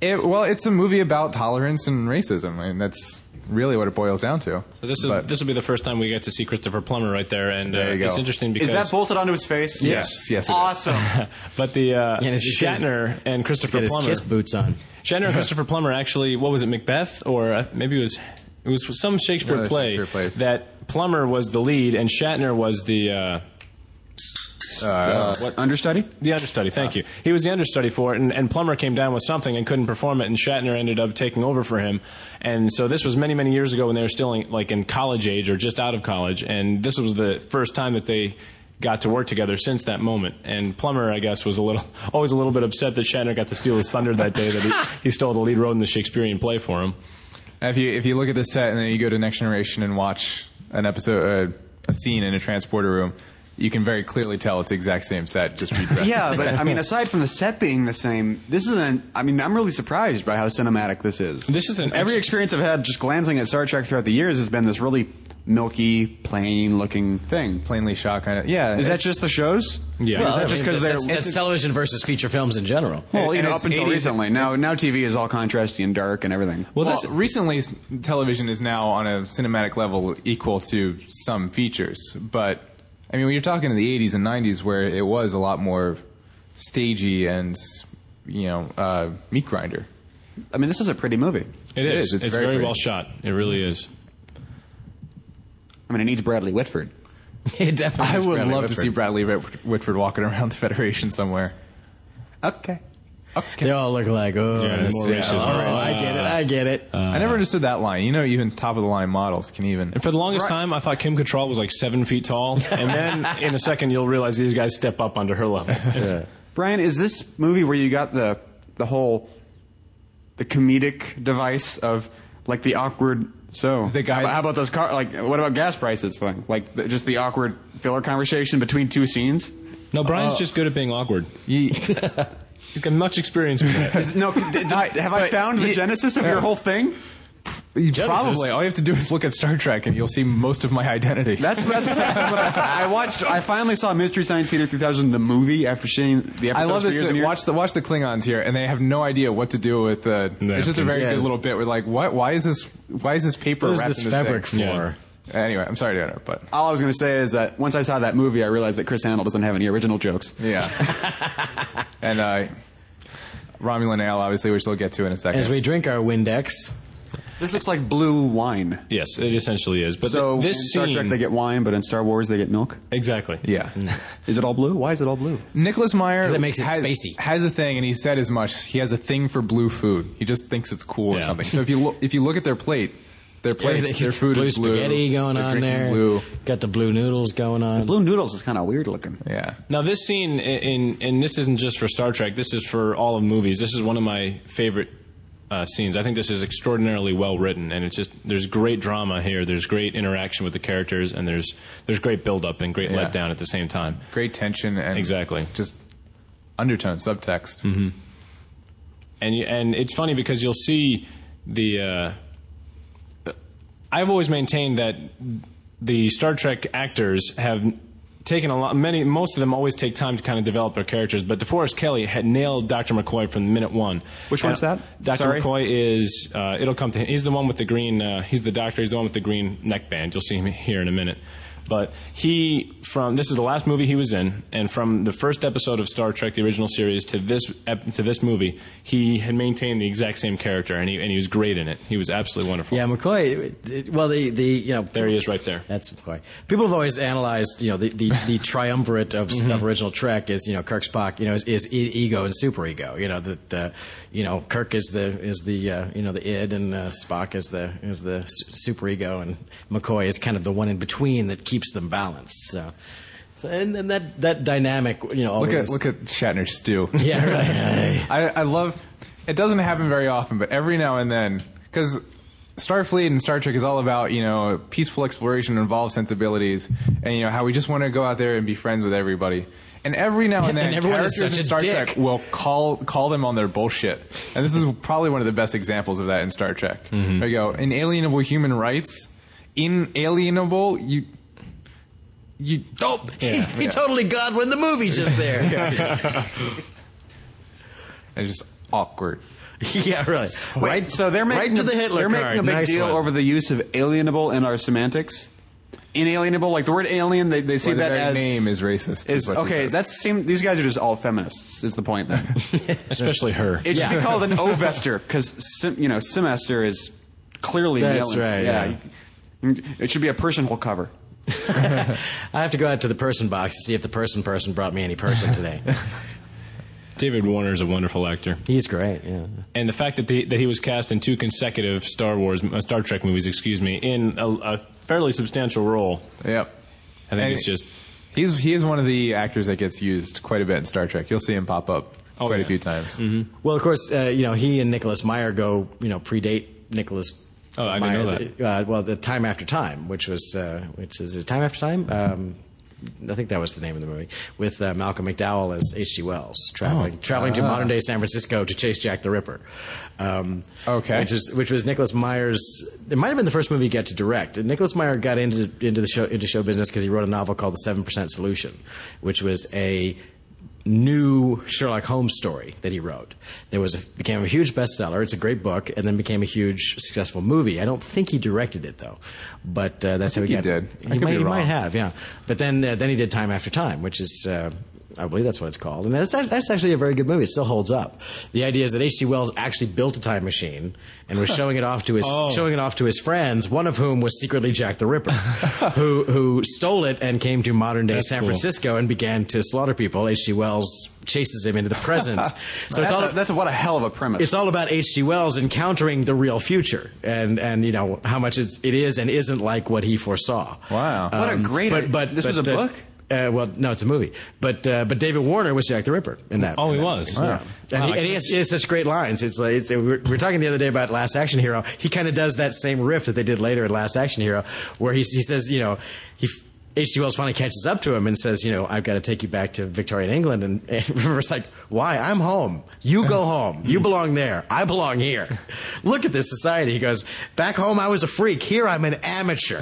It- well, it's a movie about tolerance and racism, and that's really what it boils down to. So this is But- this will be the first time we get to see Christopher Plummer right there, and uh, There you go. it's interesting because Is that bolted onto his face? Yes, yes, it is. Awesome. but the uh, Yeah, and it's- Shatner and get Christopher his Plummer, kiss boots on. Shatner and Christopher Plummer actually, what was it, Macbeth, or uh, maybe it was it was some Shakespeare One of the play Uh, Shakespeare plays. that Plummer was the lead and Shatner was the. Uh, Uh, What understudy? The understudy, thank you. He was the understudy for it, and, and Plummer came down with something and couldn't perform it, and Shatner ended up taking over for him. And so this was many, many years ago when they were still in, like in college age or just out of college, and this was the first time that they got to work together since that moment. And Plummer, I guess, was a little (laughs) always a little bit upset that Shatner got to steal his thunder that day that he, he stole the lead role in the Shakespearean play for him. If you if you look at this set and then you go to Next Generation and watch an episode, uh, a scene in a transporter room, you can very clearly tell it's the exact same set, just redressed. Yeah, but I mean, aside from the set being the same, this is an. I mean, I'm really surprised by how cinematic this is. This is an every ex- experience I've had just glancing at Star Trek throughout the years has been this really milky, plain-looking thing. plainly shot kind of. Yeah, Is it- that just the shows? Yeah. Is Well, that just because they're that's, that's television versus feature films in general. (laughs) well, you and know, it's up until 80s recently. Now, now TV is all contrasty and dark and everything. Well, that's- recently s- television is now on a cinematic level equal to some features, but I mean, when you're talking in the 80s and 90s, where it was a lot more stagey and you know uh, meat grinder. I mean, this is a pretty movie. it It is. is. It's It's very very, pretty. well shot. It really is. I mean, it needs Bradley Whitford. It definitely I is would Bradley love to Whitford. see Bradley Whit- Whitford walking (laughs) around the Federation somewhere. Okay. They all look like oh, Yeah, this- more racism. oh, I get it. I get it. I never understood that line. You know, even top of the line models can even. For the longest time, I thought Kim Cattrall was like seven feet tall, and then in a second, you'll realize these guys step up onto her level. Brian, is this movie where you got the the whole the comedic device of like the awkward So The guy- how, about, how about those car? Like, what about gas prices thing? Like, the, just the awkward filler conversation between two scenes. No, Brian's Oh. just good at being awkward. (laughs) He's got much experience with that. (laughs) No, did, did- have I But found the you- genesis of yeah. your whole thing? Probably. All you have to do is look at Star Trek, and you'll see most of my identity. That's that's, that's what I, I watched. I finally saw Mystery Science Theater 3000, the movie, after seeing the episodes I love for this. uh, years and years. Watch the watch the Klingons here, and they have no idea what to do with the. The it's just a very napkins. Yeah. good little bit. We're like, what? Why is this? Why is this paper What is wrapped this in fabric thing? Yeah. for? Anyway, I'm sorry to interrupt, but All I was going to say is that once I saw that movie, I realized that Chris Handel doesn't have any original jokes. yeah. (laughs) and uh, Romulan ale, obviously, which we'll get to in a second. As we drink our Windex, This looks like blue wine. yes, it essentially is. But So th- in this Star scene, Trek they get wine, but in Star Wars they get milk. exactly. (laughs) yeah. Is it all blue? Why is it all blue? Nicholas Meyer 'Cause it makes it has, spacey. has a thing, and he said as much. He has a thing for blue food. He just thinks it's cool or Yeah. something. So if you look, if you look at their plate, their plate, everything's their food blue is blue. spaghetti going They're on drinking there. Blue. Got the blue noodles going on. Blue noodles is kind of weird looking. Yeah. Now this scene, in, in and this isn't just for Star Trek. This is for all of movies. This is one of my favorite uh, scenes. I think this is extraordinarily well written, and it's just there's great drama here. There's great interaction with the characters, and there's there's great build up and great Yeah. letdown at the same time. Great tension and Exactly. just undertone, subtext. Mm-hmm. and you, and it's funny because you'll see the. Uh, I've always maintained that the Star Trek actors have taken a lot. Many, most of them always take time to kind of develop their characters. But DeForest Kelly had nailed Dr. McCoy from minute one. Which And one's that? Dr. Sorry. McCoy is. Uh, it'll come to him. He's the one with the green. Uh, he's the doctor. He's the one with the green neckband. You'll see him here in a minute. But he from this is the last movie he was in, and from the first episode of Star Trek: The Original Series to this ep- to this movie, he had maintained the exact same character, and he and he was great in it. He was absolutely wonderful. Yeah, McCoy. it- Well, the the you know There he is, right there. That's McCoy. People have always analyzed, you know, the, the, the triumvirate of, Mm-hmm. of original Trek is, you know, Kirk Spock, you know, is, is e- ego and superego. You know that, uh, you know, Kirk is the is the uh, you know the id and uh, Spock is the is the su- superego and McCoy is kind of the one in between that keeps them balanced. So, so and, and that that dynamic, you know, Look at always, look at Shatner stew. (laughs) yeah, (laughs) right. I, I love. It doesn't happen very often, but every now and then, because Starfleet and Star Trek is all about you know peaceful exploration, involved sensibilities, and you know how we just want to go out there and be friends with everybody. And every now and then, And everyone is characters in Star such a Trek dick. will call call them on their bullshit. And this is probably one of the best examples of that in Star Trek. There you go. Inalienable human rights. Inalienable. You. You. Oh, Yeah. we Yeah. totally got when the movie (laughs) just there. It's just awkward. (laughs) yeah, really. Right. So they're making right to the Hitler They're making card. a big Nice deal one. over the use of alienable in our semantics. Inalienable, like the word alien, they, they see Or the that very as name is racist. is is what he okay. says. That's seem these guys are just all feminists. Is the point then? Especially her. it should be called an ovester because you know semester is clearly That's male. right, It should be a personhole cover. I have to go out to the person box to see if the person person brought me (laughs) any person today. David Warner is a wonderful actor. He's great. Yeah. and the fact that the, that he was cast in two consecutive Star Wars, uh, Star Trek movies, excuse me, in a, a fairly substantial role, Yep. I And think it's just He's he is one of the actors that gets used quite a bit in Star Trek. You'll see him pop up Oh, quite yeah. a few times. Well, of course, uh, you know he and Nicholas Meyer go, you know, predate Nicholas. Oh, I didn't Meyer, know Uh, well, the time after time, which was uh, which is is time after time. Um, I think that was the name of the movie with uh, Malcolm McDowell as H.G. Wells traveling Oh. traveling Ah. to modern day San Francisco to chase Jack the Ripper. Um, Okay. which is which was Nicholas Meyer's. It might have been the first movie he got to direct. And Nicholas Meyer got into into the show into show business because he wrote a novel called The Seven Percent Solution, which was a new Sherlock Holmes story that he wrote. There was a, became a huge bestseller. It's a great book, and then became a huge successful movie. I don't think he directed it though, but uh, that's how he he got. did. I He, could might, be he wrong. might have, yeah. But then uh, then he did Time After Time, which is. Uh, I believe that's what it's called, and that's that's that's actually a very good movie. It still holds up. The idea is that H.G. Wells actually built a time machine and was showing it off to his Oh. showing it off to his friends, one of whom was secretly Jack the Ripper, who who stole it and came to modern day That's San cool. Francisco and began to slaughter people. H.G. Wells chases him into the present. so it's That's, all a, that's what a hell of a premise. it's all about H.G. Wells encountering the real future and and you know how much it's, it is and isn't like what he foresaw. Um, Wow. What a great- But but this but, was a book? Uh, well, no, it's a movie, but uh, but David Warner was Jack the Ripper in that. in Oh, he that was. movie. Wow. and, Wow, he, I and he, has, he has such great lines. It's like it's, we were we were talking the other day about Last Action Hero. He kind of does that same riff that they did later in Last Action Hero, where he he says, you know, he. H.G. Wells finally catches up to him and says, "You know, I've got to take you back to Victorian England." And, (laughs) and River's like, "Why? I'm home. You go home. You belong there. I belong here. (laughs) Look at this society." He goes, "Back home, I was a freak. Here, I'm an amateur."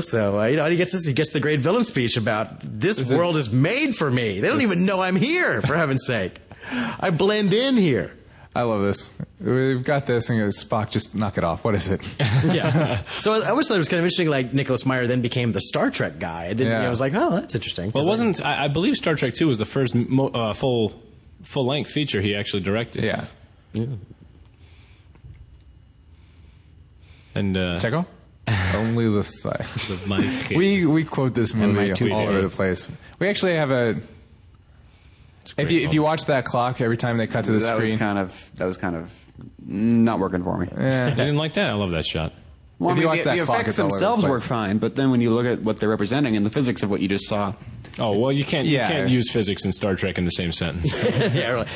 So uh, you know, and he gets this, he gets the great villain speech about this world is made for me. They don't even know I'm here. For heaven's sake, I blend in here. I love this. We've got this, and it goes, Spock, just knock it off. What is (laughs) it? Yeah. (laughs) so I always thought it was kind of interesting. Like Nicholas Meyer then became the Star Trek guy. I didn't. Yeah. I was like, oh, that's interesting. Well, it wasn't I, I believe Star Trek Two was the first mo- uh, full full length feature he actually directed. yeah. and uh, Checo? (laughs) Only the side. (laughs) the mic. We we quote this movie my two all day. over the place. We actually have a. If you if you watch that clock every time they cut to the that was screen, kind of that was kind of not working for me. I didn't like that. I love that shot. Well, I If you mean, watch the, that the clock, effects it's all over the themselves place. work fine, but then when you look at what they're representing and the physics of what you just saw, Oh well, you can't Yeah. you can't use physics and Star Trek in the same sentence. (laughs) yeah, really.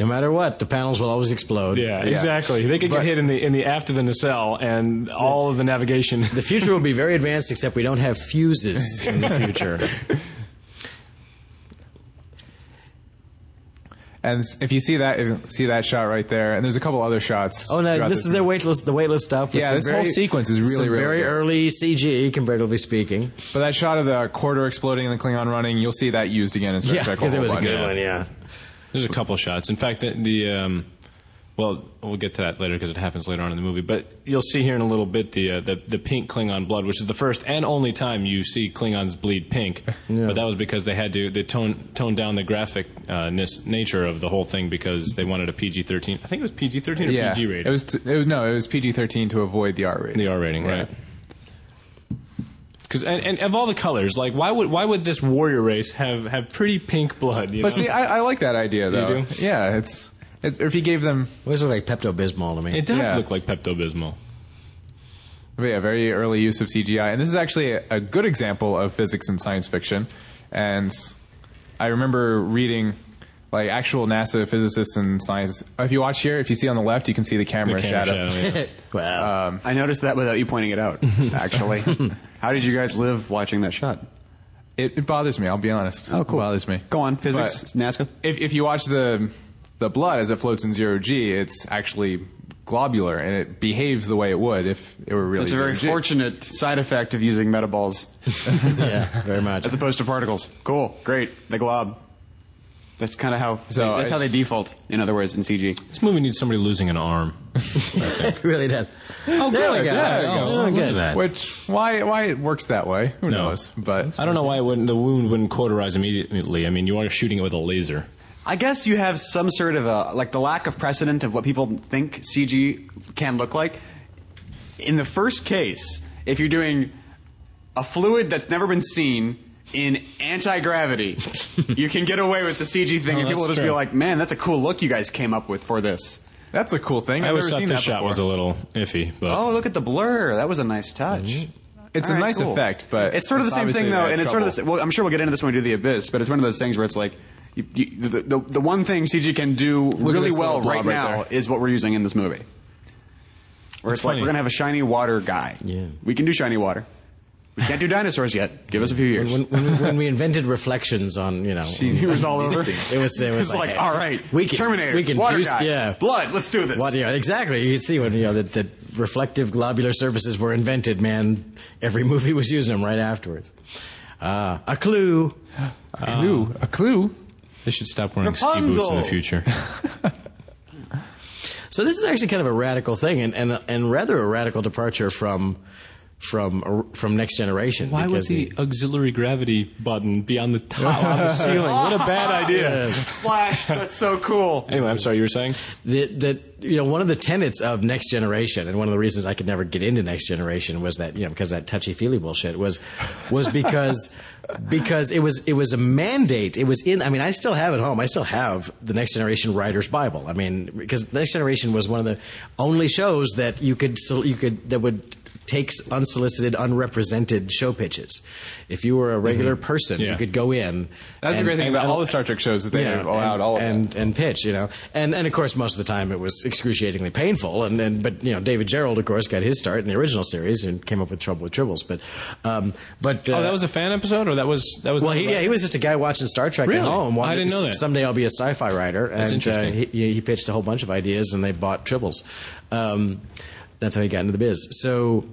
No matter what, the panels will always explode. (laughs) yeah, exactly. They could get hit in the in the after the nacelle and all of the navigation. (laughs) The future will be very advanced, except we don't have fuses in the future. and s- if you see that if you see that shot right there, and there's a couple other shots. Oh no! throughout This is their movie. weightless, the weightless stuff. with Yeah, some this whole sequence is really, some really very good. early CG, comparatively speaking. But that shot of the quarter exploding and the Klingon running, you'll see that used again in Star Yeah, Trek. because it whole was a bunch. good one. Yeah. There's a couple shots. In fact, the, the um, well, we'll get to that later because it happens later on in the movie. But you'll see here in a little bit the, uh, the the pink Klingon blood, which is the first and only time you see Klingons bleed (laughs) pink. But that was because they had to they tone tone down the graphic uh, ness- nature of the whole thing because they wanted a PG-13. I think it was PG-13 or Yeah, PG rating. it was. T- it was no, it was PG-13 to avoid the R rating. the R rating, Yeah. right? Because and, and of all the colors, like why would why would this warrior race have have pretty pink blood? You But know? see, I, I like that idea though. do? Yeah, it's, it's if you gave them Always look like Pepto Bismol to me. it does yeah. look like Pepto Bismol. But yeah, very early use of CGI, and this is actually a, a good example of physics in science fiction. And I remember reading like actual NASA physicists and science. If you watch here, if you see on the left, you can see the camera, shadow. (laughs) wow. I noticed that without you pointing it (laughs) out. Actually, how did you guys live watching that shot? It, it bothers me. I'll be honest. Oh, cool. It bothers me. Go on, physics, But NASCA. If if you watch the the blood as it floats in zero g, it's actually globular and it behaves the way it would if it were really. It's a very 0G. fortunate side effect of using metaballs yeah, very (laughs) much. as opposed to particles. Cool, great, the glob. That's kind of how. So that's how they it's- default. In other words, in CG. This movie needs somebody losing an arm. (laughs) it really does. Oh, There we go. There we Oh, go. look Look at at that. Which why why it works that way? Who No. knows? But (laughs) I don't know why it wouldn't, the wound wouldn't cauterize immediately. I mean, you are shooting it with a laser. I guess you have some sort of a like the lack of precedent of what people think CG can look like. In the first case, if you're doing a fluid that's never been seen in (laughs) anti-gravity, you can get away with the CG thing, and No, that's people will just be true. like, "Man, that's a cool look you guys came up with for this." That's a cool thing. I I've always never thought seen the that shot before. was a little iffy, but Oh, look at the blur! That was a nice touch. Mm-hmm. It's All a right, nice cool. effect, but it's sort of the same thing, though, obviously they had and it's sort of the trouble. same. Well, I'm sure we'll get into this when we do the abyss, but it's one of those things where it's like. You, you, the, the, the one thing CG can do really this well little blob right right now there. is what we're using in this movie. Where it's, like funny. we're gonna have a shiny water guy. Yeah. We can do shiny water. We can't do dinosaurs yet. Give us a few years. (laughs) When, when, we, when we invented reflections on, you know, it was all over. it (laughs) was it was like, like, all right, we can, Terminator, we can water fuse- guy, yeah, blood. Let's do this. Well, yeah, exactly. You see when you know that, that reflective globular surfaces were invented, man. Every movie was using them right afterwards. Uh, a clue. a clue. A clue. they should stop wearing ski boots in Rapunzel! the future. So this is actually kind of a radical thing, and and, and rather a radical departure from from from Next Generation. (laughs) Why was because the auxiliary gravity button be on the top on (laughs) the ceiling? What a bad idea. (laughs) Splash. That's so (laughs) cool. Anyway, I'm sorry, you were saying? that that you know one of the tenets of next generation and one of the reasons I could never get into next generation was that you know because that touchy feely bullshit was was because (laughs) because it was it was a mandate it was in I mean I still have at home I still have the next generation writer's bible I mean because next generation was one of the only shows that you could so you could that would takes unsolicited, unrepresented show pitches. If you were a regular person, Yeah. you could go in. That's the and- great thing and- about all the Star Trek shows that they yeah, allowed and, all of and and pitch, you know, and and of course most of the time it was excruciatingly painful, and and but you know David Gerald of course got his start in the original series and came up with Trouble with Tribbles, but um but uh, Oh, that was a fan episode, or that was that was. well, he, yeah, he was just a guy watching Star Trek at Really? home. I didn't know that. Someday I'll be a sci-fi writer. and, interesting. Uh, he, he pitched a whole bunch of ideas, and they bought tribbles. Um, that's how he got into the biz. So,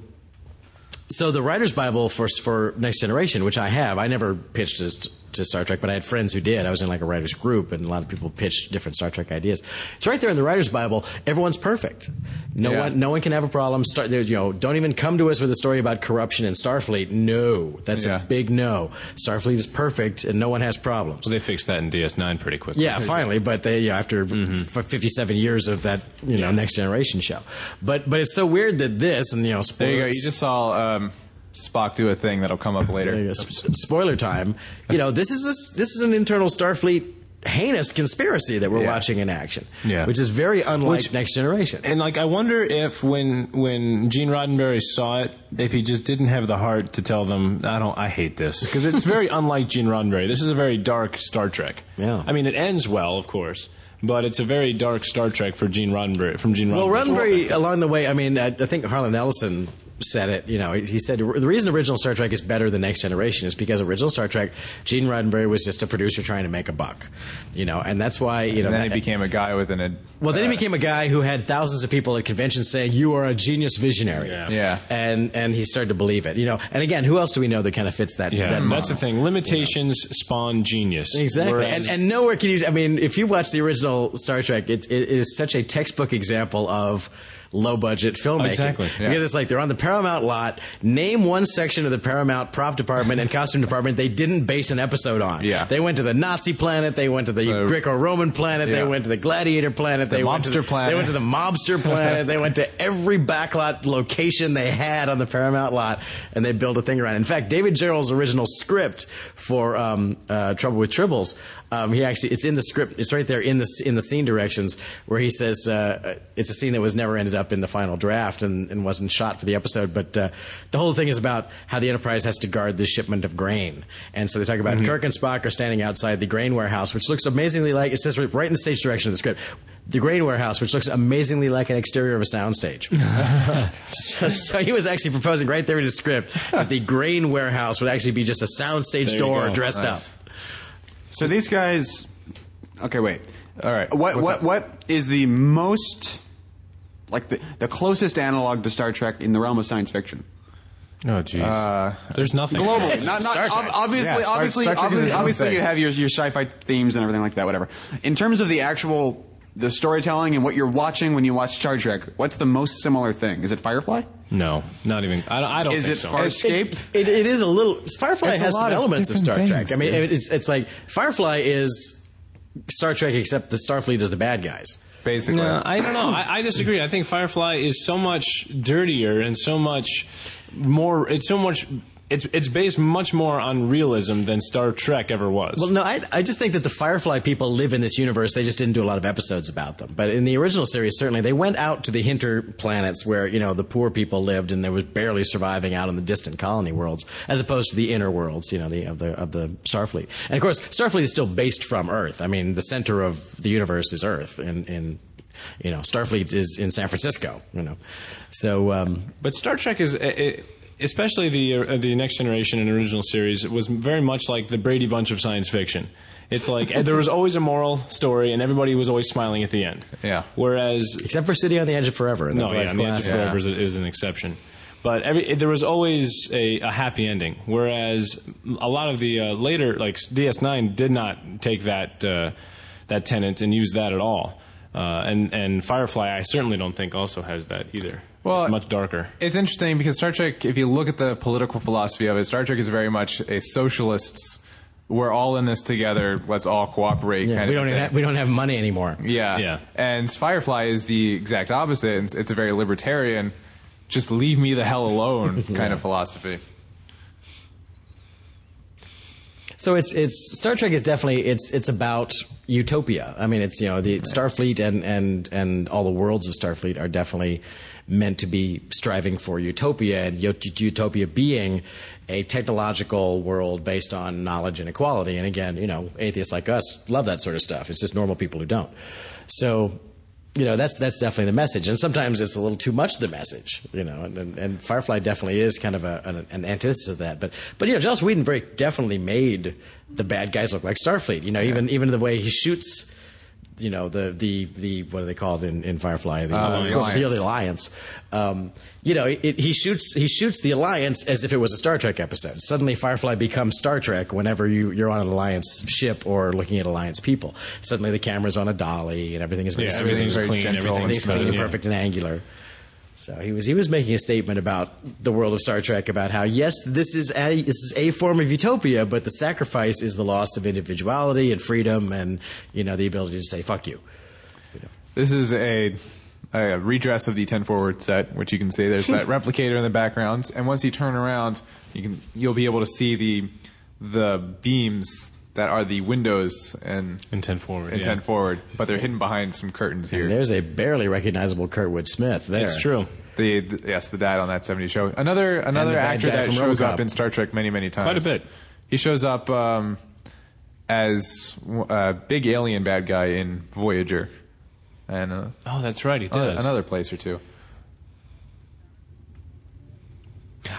so the writer's bible for for Next Generation, which I have, I never pitched as to Star Trek, but I had friends who did. I was in like a writer's group, and a lot of people pitched different Star Trek ideas. It's right there in the writer's bible. Everyone's perfect. No Yeah. one, no one can have a problem. Start, you know, don't even come to us with a story about corruption in Starfleet. No, that's Yeah. a big no. Starfleet is perfect, and no one has problems. They fixed that in DS9 pretty quickly. (laughs) Yeah, finally. But they you know, after Mm-hmm. for 57 years of that you know next generation show. But but it's so weird that this and you know There spoilers, you go. You just saw um, Spock do a thing that'll come up there you later. go, s- spoiler time. You know this is a, this is an internal Starfleet heinous conspiracy that we're Yeah. watching in action. Yeah. which is very unlike Which- next generation. And like, I wonder if when when Gene Roddenberry saw it, if he just didn't have the heart to tell them, I don't, I hate this because it's very (laughs) unlike Gene Roddenberry. This is a very dark Star Trek. Yeah. I mean, it ends well, of course, but it's a very dark Star Trek for Gene Roddenberry. From Gene Well, Um, Roddenberry. Roddenberry, along the way, I mean, I, I think Harlan Ellison said it. You know, he, he said the reason original Star Trek is better than Next Generation is because original Star Trek, Gene Roddenberry was just a producer trying to make a buck. You know, and that's why you know And then he that- became a guy with an. Ad- Well, then he uh, became a guy who had thousands of people at conventions saying, "You are a genius visionary." Yeah. Yeah. and and he started to believe it. You know, and again, who else do we know that kind of fits that? Yeah, that Mm-hmm. that's the model? thing. Limitations spawn genius. Exactly, Whereas- and, and nowhere can you. I mean, if you watch the original Star Trek, it, it is such a textbook example of low budget filmmaking. Exactly, yeah. because it's like they're on the Paramount lot. Name one section of the Paramount prop department and costume department they didn't base an episode on. Yeah. they went to the Nazi planet. They went to the The- Greco-Roman planet. Yeah. They went to the gladiator planet. they went to mobster planet. They went to (laughs) the mobster planet. they went to every backlot location they had on the Paramount lot, and they built a thing around. it. In fact, David Gerald's original script for um, uh, Trouble with Tribbles, um, he actually it's in the script. It's right there in the in the scene directions where he says uh, it's a scene that was never ended up in the final draft and, and wasn't shot for the episode. But uh, (laughs) the whole thing is about how the Enterprise has to guard the shipment of grain, and so they talk Mm-hmm. about Kirk and Spock are standing outside the grain warehouse, which looks amazingly like it says right right in the stage direction of the script the grain warehouse, which looks amazingly like an exterior of a (laughs) soundstage. so, so he was actually proposing right there in his script that the grain warehouse would actually be just a soundstage you door go. dressed Nice. up. So these guys. Okay, wait. All right, What what's what up? what is the most like the the closest analog to Star Trek in the realm of science fiction? oh, jeez, Uh, there's nothing (laughs) Globally, not, not Star Trek. ob- obviously, Yeah, Star- obviously, Star Trek is obviously, its own obviously thing. you have your your sci-fi themes and everything like that. Whatever. In terms of the actual the storytelling and what you're watching when you watch Star Trek, what's the most similar thing? Is it Firefly? No, not even. I don't. I don't Is think it so. far- Escape? It, it is a little. Firefly It's a has lot some of elements of Star different Trek. I things, mean, dude. it's it's like Firefly is Star Trek, except the Starfleet is the bad guys. basically. No, I don't know. I, I disagree. I think Firefly is so much dirtier and so much more. It's so much. It's it's based much more on realism than Star Trek ever was. Well, no, I, I just think that the Firefly people live in this universe. They just didn't do a lot of episodes about them. But in the original series, certainly, they went out to the hinter planets where, you know, the poor people lived and they were barely surviving out in the distant colony worlds, as opposed to the inner worlds, you know, the, of, the, of the Starfleet. And of course, Starfleet is still based from Earth. I mean, the center of the universe is Earth. And, and you know, Starfleet is in San Francisco, you know. So, um, But Star Trek is, it, especially the uh, the Next Generation and original series, was very much like the Brady Bunch of science fiction. It's like there was always a moral story, and everybody was always smiling at the end. Yeah. Whereas except for City on the Edge of Forever. And that's no, why Oh, yeah, it's I mean, Edge of classic. Forever is, is an exception. But every, there was always a, a happy ending, whereas a lot of the uh, later, like DS9, did not take that uh, that tenant and use that at all. Uh, and and Firefly, I certainly don't think also has that either. Well, it's much darker. It's interesting because Star Trek, if you look at the political philosophy of it, Star Trek is very much a socialists. We're all in this together. Let's all cooperate. Yeah, kind we of don't thing. even have, we don't have money anymore. Yeah. Yeah. And Firefly is the exact opposite. It's, it's a very libertarian, just leave (laughs) me the hell alone kind of philosophy. So it's it's Star Trek is definitely it's it's about utopia. I mean, it's you know the Starfleet and and and all the worlds of Starfleet are definitely meant to be striving for utopia and ut- utopia being a technological world based on knowledge and equality. And again, you know, atheists like us love that sort of stuff. It's just normal people who don't. So you know that's that's definitely the message and sometimes it's a little too much the message you know and, and, and firefly definitely is kind of a, an, an antithesis of that but but you know joss whedon very definitely made the bad guys look like starfleet you know even even the way he shoots you know the the the what are they called in, in Firefly? The, Uh, the Alliance. the Alliance. Um, you know, it, he shoots he shoots the Alliance as if it was a Star Trek episode. Suddenly, Firefly becomes Star Trek whenever you you're on an Alliance ship or looking at Alliance people. Suddenly, the camera's on a dolly and everything is very Yeah, smooth. everything's very clean. gentle and Everything's everything's clean. clean, yeah. perfect, and angular. So he was he was making a statement about the world of Star Trek about how yes this is a, this is a form of utopia but the sacrifice is the loss of individuality and freedom and you know the ability to say fuck you. This is a, a redress of the 10 forward set, which you can see there's (laughs) that replicator in the background. And once you turn around, you can you'll be able to see the the beams that are the windows and In 10 forward, in yeah. 10 forward, but they're hidden behind some curtains here. There's a barely recognizable Kurtwood Smith there. It's true. The, the- yes, the dad on that 70s show. Another another the bad actor guy that from shows RoboCop. up in Star Trek many many times. Quite a bit. He shows up um, as a big alien bad guy in Voyager, and uh, Oh, that's right. He does. another place or two.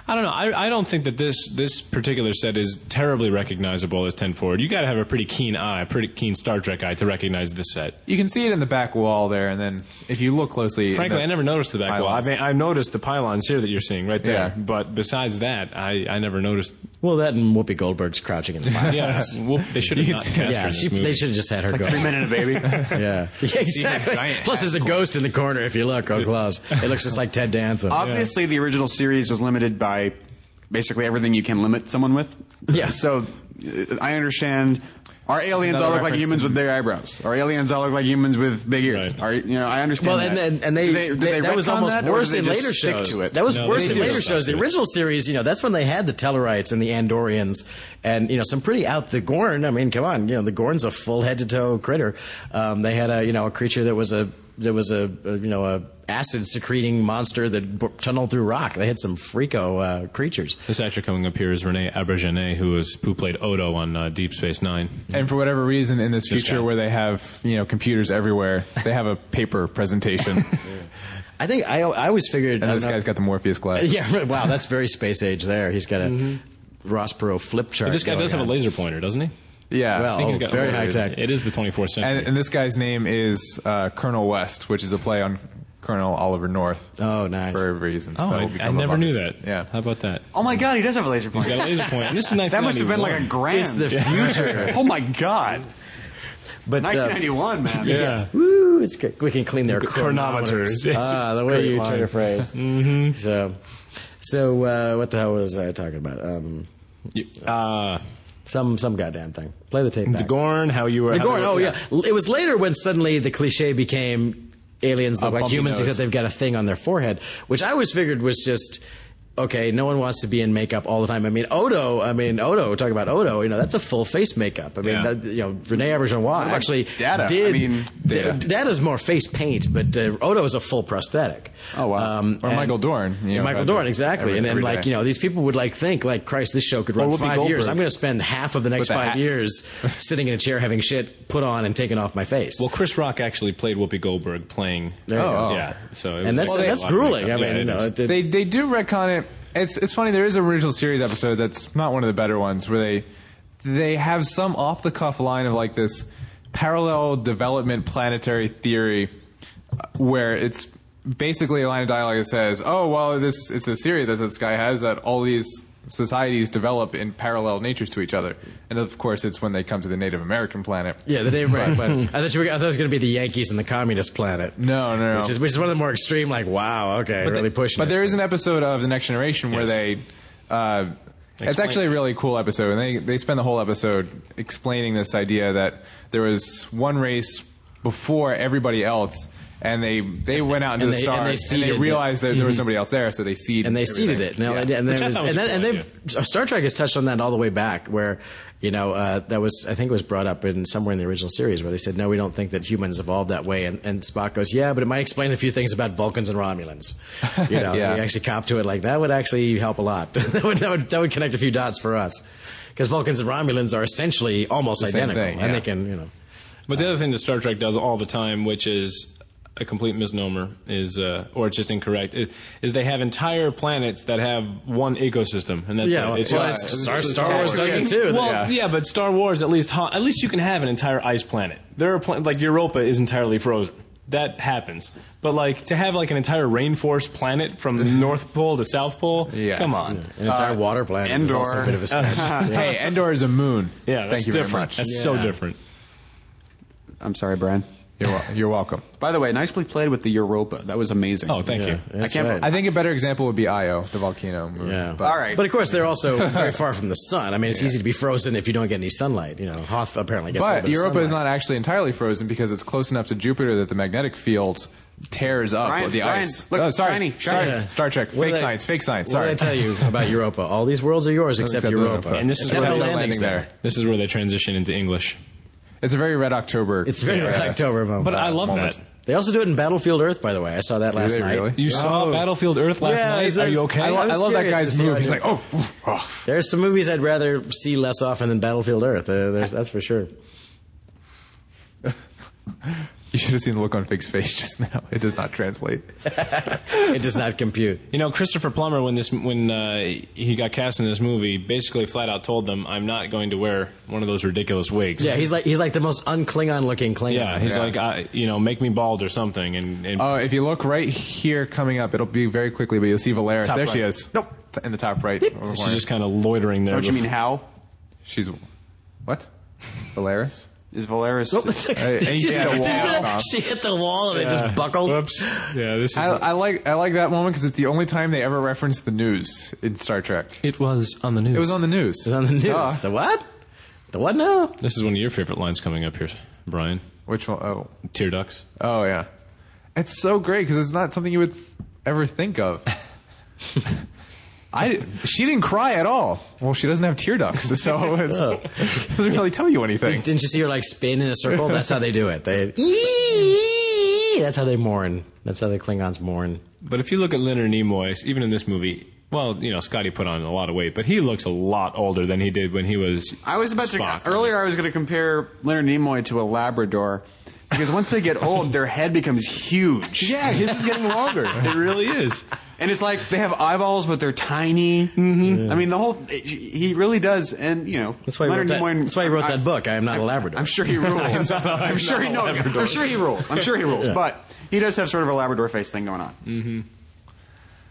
I don't know. I, I don't think that this this particular set is terribly recognizable as 10 forward. You got to have a pretty keen eye, pretty keen Star Trek eye to recognize this set. You can see it in the back wall there, and then if you look closely, Frankly, the- I never noticed the back wall. I Pylons. mean, I noticed the pylons here that you're seeing right there. Yeah. But besides that, I, I never noticed. Well, that and Whoopi Goldberg's crouching (laughs) in the fire. (laughs) Yeah, it's- well, they should have You not can- cast her in yeah, this she, movie. they should have just had her go. Three men and a (laughs) baby. yeah. (laughs) yeah, exactly. giant Plus, there's a ghost in the corner if you look real close. It looks just like Ted Danson. Obviously, the original series was limited by basically everything you can limit someone with. Yeah. So uh, I understand. Our aliens all another look like reference humans to- with big eyebrows. Our aliens all look like humans with big ears. Right. Our- you know, I understand. well, that. and, and, and they, Do they- do they that was retcon almost that, or worse do they in just later stick shows. To it? That was No, worse they in do later stuff shows. The to it. original series, you know, that's when they had the Tellarites and the Andorians, and you know, some pretty out the Gorn. I mean, come on, you know, the Gorn's a full head to toe critter. Um, they had a you know a creature that was a that was a, a you know a acid secreting monster that b- tunneled through rock. They had some freako uh, creatures. This actor coming up here is Renee Abergenet, who was who played Odo on uh, Deep Space Nine. And for whatever reason, in this future guy. where they have you know computers (laughs) everywhere, they have a paper presentation, I think I I always figured and this I don't know- guy's got the Morpheus glass. (laughs) Yeah, right. wow, that's very space age there. He's got a Mm-hmm. Ross Perot flip chart. This guy going does have on. a laser pointer, doesn't he? Yeah. Well, I think Oh, very a high laser- tech. It is the 24th century. and, and this guy's name is uh, Colonel West, which is a play on Colonel Oliver North. Oh, nice. For reasons. that oh, will I, I become never knew obvious. that. Yeah. How about that? Oh my god, he does have a laser (laughs) He's pointer. got a laser pointer. And This is 1991. That must have been like a grand. It's the future. (laughs) Oh my god. But uh, 1991, man. Yeah. woo, it's good. We can clean their chronometers. chronometers. It's (laughs) Ah, a the way great you line. turn a phrase. mm-hmm. So, so uh, what the hell was I talking about? Um, Uh, some some goddamn thing. Play the tape back. the Gorn, how you were. The how they Gorn. were- Oh yeah. L- It was later when suddenly the cliche became aliens look like bumpy humans nose. because they've got a thing on their forehead, which I always figured was just. Okay, no one wants to be in makeup all the time. I mean, Odo. I mean, Odo. Talk about Odo. You know, that's a full face makeup. I mean, Yeah. that, you know, Rene Auberjonois about actually Data? I did. mean, D- Data. Data's more face paint, but uh, Odo is a full prosthetic. Um, Oh, wow. Or and- Michael Dorn, you know, Michael had Dorn, that exactly. every- and then, every like day. you know, these people would like think like, Christ, this show could run Or Whoopi five years. Goldberg. I'm going to spend half of the next With a five hat. years (laughs) sitting in a chair having shit put on and taken off my face. Well, Chris Rock actually played Whoopi Goldberg playing. There you Oh, go. oh. Yeah. So and it was that's a lot that's of grueling. I makeup. mean, Yeah, you it know, is. it, it- They they do retcon it. It's it's funny. There is a original series episode that's not one of the better ones where they they have some off the cuff line of like this parallel development planetary theory uh, where it's basically a line of dialogue that says, "Oh well, this it's a theory that this guy has that all these." Societies develop in parallel natures to each other, and of course, it's when they come to the Native American planet. yeah, the name right. (laughs) But I thought you were, I thought it was going to be the Yankees and the Communist Planet. No, no, no. Which is which is one of the more extreme. Like, wow, okay, really the- pushing. But it. there is an episode of The Next Generation where Yes. they. Uh, it's Explain actually a it. really cool episode, and they they spend the whole episode explaining this idea that there was one race before everybody else, and they they went out into and the they- and they stars and they, seeded it. Mm-hmm. realized that there was nobody else there, so they seeded and they everything. seeded it. Now, Yeah. and, and, there Which I was, thought was and, a that, and cool they've Star Trek has touched on that all the way back, where you know uh, that was I think it was brought up in somewhere in the original series where they said no, we don't think that humans evolved that way, and, and Spock goes, yeah, but it might explain a few things about Vulcans and Romulans. You know, Yeah. we actually cop to it like that would actually help a lot. (laughs) that, would, that would that would connect a few dots for us because Vulcans and Romulans are essentially almost same identical, thing, and yeah. they can you know. But the other thing that Star Trek does all the time, which is a complete misnomer, is uh, or it's just incorrect, i- is they have entire planets that have one ecosystem, and that's Yeah, it. It's well, just- that's it's- Star, it's- Star Wars does it too. Well, Yeah. yeah. but Star Wars at least ha- at least you can have an entire ice planet. There are pla- like Europa is entirely frozen. That happens. But like to have like an entire rainforest (laughs) planet from the North Pole to South Pole, Yeah. come on. An entire water planet is also Endor. a bit of a stretch. Hey, (laughs) Endor is a moon. Yeah, that's thank you different. very much. That's so different. I'm sorry, Brian. You're, wel- you're welcome. By the way, nicely played with the Europa. That was amazing. Oh, thank you. That's can't- right. I think a better example would be Io, the volcano moon. Yeah. But- All right. But of course, (laughs) they're also very far from the sun. I mean, it's easy to be frozen if you don't get any sunlight. You know, Hoth apparently gets. a little But bit of Europa is sunlight. not actually entirely frozen because it's close enough to Jupiter that the magnetic field tears up Brian, the Brian, ice. look, oh, sorry, shiny, sorry, shiny. (laughs) Star Trek, What fake did I- science, fake science. What Sorry. did I tell (laughs) you about Europa? All these worlds are yours except, Except Europa. Europa. And this is Except where the they're landings landing there. This is where they transition into English. It's a very red October. It's very uh, red October moment. But I love moment. that. They also do it in Battlefield Earth, by the way. I saw that last they night. really? You saw Oh. Battlefield Earth last Yeah, night. it's- Are it's- you okay? I, lo- I I was love that curious guy's to see move. how He's they- like, oh, oof, oh. There's some movies I'd rather see less often than Battlefield Earth. Uh, there's, that's for sure. You should have seen the look on Fig's face (laughs) just now. It does not translate. It does not (laughs) compute. You know, Christopher Plummer, when this when uh, he got cast in this movie, basically flat out told them, "I'm not going to wear one of those ridiculous wigs." Yeah, he's like he's like the most un-Klingon looking Klingon. yeah. He's Yeah. like, I, you know, make me bald or something. And, and Oh, Uh, if you look right here coming up, it'll be very quickly, but you'll see Valeris. Top there she right. is. Nope. In the top right. over she's corner. just kind of loitering there. Don't you mean before- how? She's what? Valeris? Is Valeris? (laughs) and he She hit the said- wall. she hit the wall and it just buckled. Whoops. (laughs) Yeah, this is. I, I like I like that moment because it's the only time they ever reference the news in Star Trek. it was on the news. It was on the news. Ah, It's on the news. Duh. the what? The what now? This is one of your favorite lines coming up here, Brian. Which one? Oh, Tear ducts. oh yeah. It's so great because it's not something you would ever think (laughs) of. I di- she didn't cry at all. Well, she doesn't have tear (laughs) ducts, so it's, Oh. it doesn't really tell you (laughs) anything. Didn't you see her like spin in a circle? That's how they do it. They. (laughs) That's how they mourn. That's how the Klingons mourn. But if you look at Leonard Nimoy, even in this movie, well, you know, Scotty put on a lot of weight, but he looks a lot older than he did when he was. I was about Spock. to earlier. I was going to compare Leonard Nimoy to a Labrador because once they get old, their head becomes huge. Yeah, his is getting (laughs) longer. it really is. And it's like they have eyeballs, but they're tiny. Mm-hmm. I mean, the whole he really does, and you know That's why he wrote Leonard that. Nimoy- That's why he wrote I- that book. I am not a Labrador. I'm sure he (laughs) rules. I'm, sure he a no, Labrador. I'm sure he rules. I'm sure he rules. But he does have sort of a Labrador face thing going on.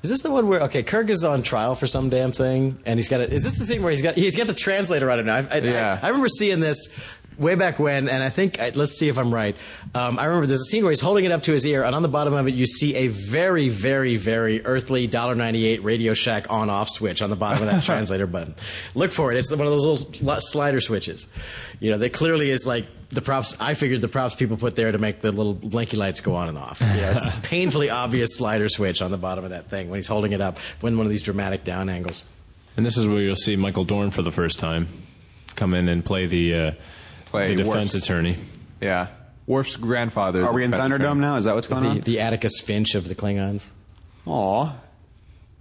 Is this the one where okay, Kirk is on trial for some damn thing, and he's got a, Is this the scene where he's got he's got the translator on him now? I, I, Yeah. I, remember seeing this way back when, and I think I, let's see if I'm right. Um, I remember there's a scene where he's holding it up to his ear, and on the bottom of it, you see a very, very, very earthly dollar ninety eight Radio Shack on off switch on the bottom (laughs) of that translator button. Look for it. It's one of those little lo- slider switches. You know, that clearly is like the props. I figured the props people put there to make the little blinky lights go on and off. You know, (laughs) it's, it's a painfully obvious slider switch on the bottom of that thing when he's holding it up when one of these dramatic down angles. And this is where you'll see Michael Dorn for the first time come in and play the uh, Play the defense Worf's. attorney. Yeah, Worf's grandfather. Are we in Thunderdome Patrick Graham. now? Is that what's going The, on? the Atticus Finch of the Klingons. (laughs) Aw,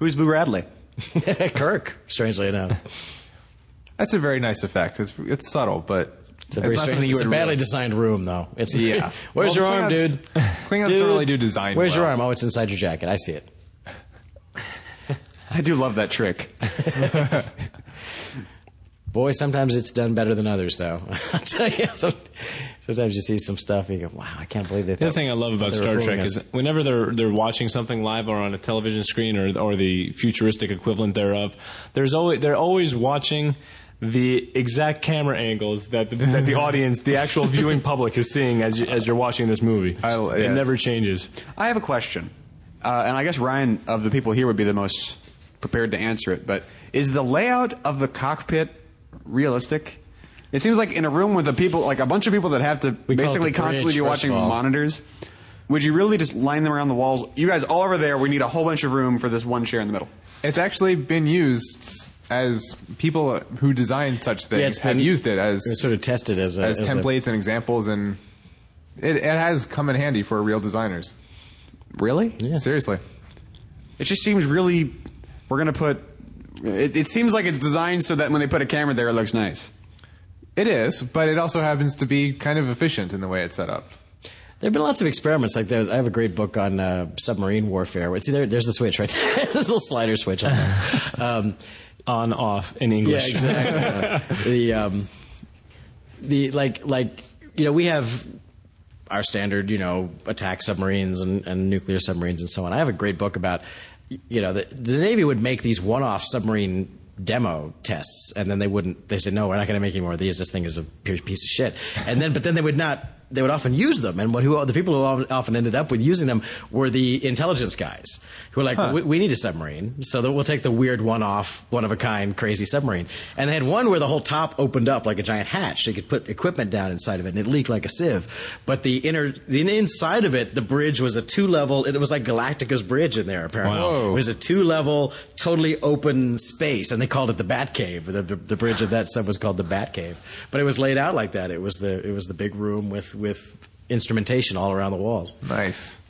who's Boo Radley? Kirk, strangely enough. That's a very nice effect. It's it's subtle, but It's a, very not strange, something you it's a would badly really- designed room, though. It's (laughs) Yeah. Well, Where's your the arm, Klingons- (laughs) dude? Klingons don't Dude, really do design Where's your well. arm? Oh, it's inside your jacket. I see it. I do love that trick. Boy, sometimes it's done better than others, though. (laughs) I'll tell you, some, sometimes you see some stuff and you go, "Wow, I can't believe they." The other thing I love about Star Trek is whenever they're they're watching something live or on a television screen or or the futuristic equivalent thereof, there's always they're always watching the exact camera angles that the, that (laughs) the audience, the actual viewing public, is seeing as you, as you're watching this movie. I- It yes. never changes. I have a question, uh, and I guess Ryan of the people here would be the most prepared to answer it. But is the layout of the cockpit realistic? It seems like in a room with a people, like a bunch of people that have to call it basically the constantly bridge, be first watching of all. monitors. Would you really just line them around the walls? You guys all over there. We need a whole bunch of room for this one chair in the middle. It's actually been used as people who design such things Yeah, it's have been- used it as It's sort of tested as a as, a- templates and examples, and it, it has come in handy for real designers. Really? Seriously, It just seems really. We're gonna put. It, it seems like it's designed so that when they put a camera there, it looks nice. it is, but it also happens to be kind of efficient in the way it's set up. There have been lots of experiments like those. I have a great book on uh, submarine warfare. Wait, See, there, there's the switch right there. (laughs) there's a little slider switch on (laughs) there. Um, on off in English. Yeah, exactly. the um, the like like you know we have our standard you know attack submarines and, and nuclear submarines and so on. I have a great book about y- you know the, the Navy would make these one-off submarine demo tests and then they wouldn't they said no we're not going to make any more of these this thing is a pi- piece of shit and then but then they would not they would often use them and what who the people who al- often ended up with using them were the intelligence guys who were like we, we need a submarine so that we'll take the weird one off one of a kind crazy submarine and they had one where the whole top opened up like a giant hatch so you could put equipment down inside of it and it leaked like a sieve but the inner the inside of it the bridge was a two level it was like galactica's bridge in there apparently Wow. it was a two level, totally open space, and they called it the Bat Cave. The, the, the bridge of that sub was called the Bat Cave, but it was laid out like that. It was the it was the big room with with instrumentation all around the walls. Nice. (laughs)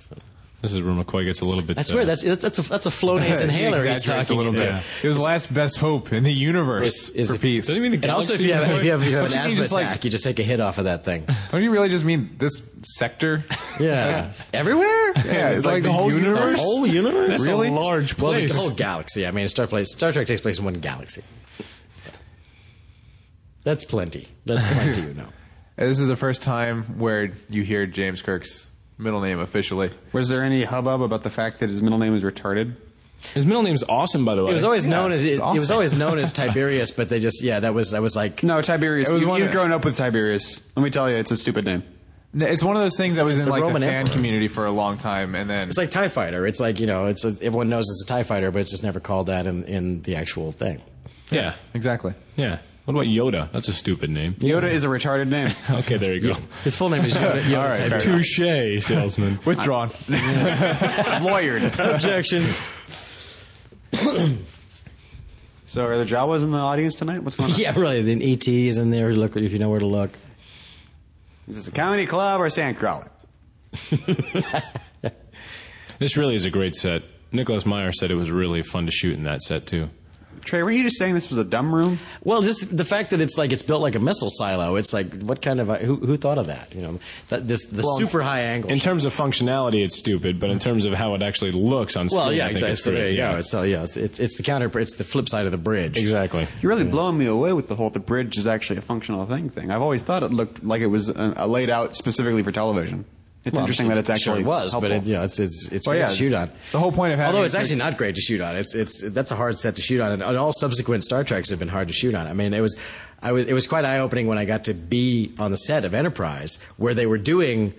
This is where McCoy gets a little bit. I swear that's that's that's a, that's (laughs) a Flonase inhaler he's Exaggerates talking a little into. bit. It was the last best hope in the universe Is- is- for peace. Doesn't he mean the And also, if galaxy, you have McCoy? if you have, if you have But an you asthma can just, like- attack, you just take a hit off of that thing. Don't you really just mean this (laughs) sector? Yeah, everywhere. Yeah, like, the, whole universe. The whole universe. That's a Really? large Well, the place. whole galaxy. I mean, Star, place, Star Trek takes place in one galaxy. That's plenty. That's plenty, (laughs) you know. And This is the first time where you hear James Kirk's middle name officially. Was there any hubbub about the fact that his middle name is retarded? His middle name's awesome, by the way. It was always known as it, it's it was awesome. always (laughs) known as Tiberius, but they just yeah, that was that was like No, Tiberius. It was You, one have of- grown up with Tiberius. Let me tell you, it's a stupid name. No, It's one of those things that was in a like Roman the fan emperor. community for a long time, and then it's like Tie Fighter. It's like you know, it's a, everyone knows it's a Tie Fighter, but it's just never called that in, in the (laughs) actual thing. yeah, exactly. yeah. What about Yoda? That's a (laughs) stupid name. Yoda is a retarded name. Okay, there you go. His (laughs) full name is Yoda. Yoda right, fair Tiberius. enough. Touche, (laughs) salesman. Withdrawn. Lawyered. Objection. (coughs) So are the Jawas in the audience tonight? What's going on? (laughs) Yeah, really. Then ET is in there. Look if you know where to look. Is this a comedy club or a sandcrawler? This really is a great set. Nicholas Meyer said it was really fun to shoot in that set too. Trey, were you just saying this was a dumb room? Well, just the fact that it's like it's built like a missile silo. It's like what kind of uh, who, who thought of that? You know, that, this the super high angle. In terms of functionality, it's stupid, but in terms of how it actually looks on screen, well, I yeah, think exactly. It's So there great. you go. yeah, It's- So yeah, it's, it's it's the counter. It's the flip side of the bridge. exactly. You're really blowing me away with the whole the bridge is actually a functional thing thing. I've always thought it looked like it was uh, uh, laid out specifically for television. It's interesting that it's Sure actually it was, helpful. but it, you know, it's it's it's Well, great yeah, to shoot on. the whole point of having although it's a- actually not great to shoot on. It's it's that's a hard set to shoot on, and, and all subsequent Star Treks have been hard to shoot on. I mean, it was. I was it was quite eye opening when I got to be on the set of Enterprise where they were doing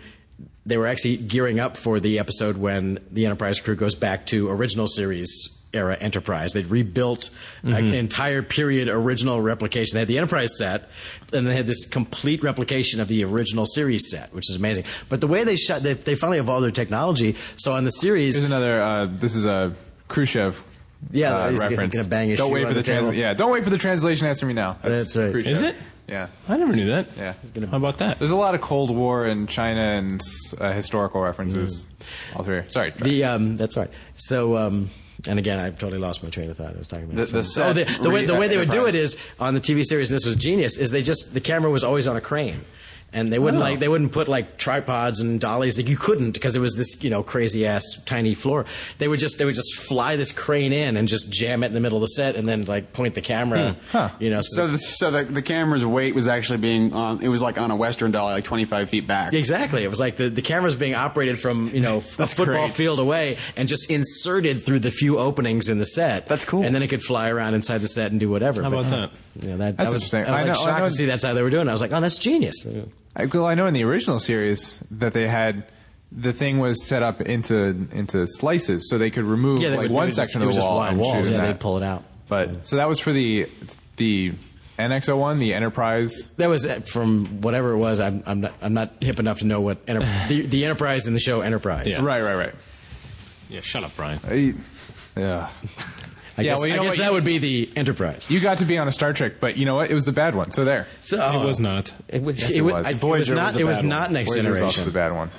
they were actually gearing up for the episode when the Enterprise crew goes back to original series era Enterprise. They'd rebuilt like, an entire period original replication. They had the Enterprise set, and they had this complete replication of the original series set, which is amazing. But the way they shot, they, they finally evolved their technology. So on the series, Here's another. Uh, this is a Khrushchev. Yeah, uh, he's gonna- reference. gonna bang his don't shoe wait on for the the, trans- table. Yeah, don't wait for the translation. Answer me now. That's right. Khrushchev. Is it? Yeah. I never knew that. Yeah. How about that? There's a lot of Cold War and China and uh, historical references. All through here. Sorry. Mm. The um, that's right. So um, and again, I totally lost my train of thought. I was talking about The- the something. oh, the, set the way the re- way they would do it Enterprise. is on the TV series, and this was genius. Is they just the camera was always on a crane. And they Oh. wouldn't like they wouldn't put like tripods and dollies like you couldn't because it was this you know crazy ass tiny floor. They would just they would just fly this crane in and just jam it in the middle of the set and then like point the camera you Hmm. know So, the, so the, the camera's weight was actually being on. It was like on a Western dolly, like 25 feet back. Exactly. It was like the, the camera's being operated from, you (laughs) know, a football great. field away and just inserted through the few openings in the set. That's cool. And then it could fly around inside the set and do whatever. How But, about that? You know, that, That's I was, interesting. I was I like know- I shocked know- to see that's how they were doing. it. I was like, oh, that's genius. I, well, I know in the original series that they had the thing was set up into into slices, so they could remove Yeah, they like would- they one would just- section it of was the just wall wide and walls. shoot Yeah, that. they'd pull it out. But so that was for the the NX01, the Enterprise. That was uh, from whatever it was. I'm, I'm not I'm not hip enough to know what Enter- the, the Enterprise in the show Enterprise. Yeah. Right, right, right. Yeah, shut up, Brian. Uh, (laughs) I- yeah. I Yeah, guess, well, you I know guess what, that you- would be the Enterprise. You got to be on a Star Trek, but you know what? It was the bad one. So there. so, it was not. It was. Yes, it it was- was. I- it was Voyager was not. the it was bad not one. Next Voyager was also Generation. the bad one.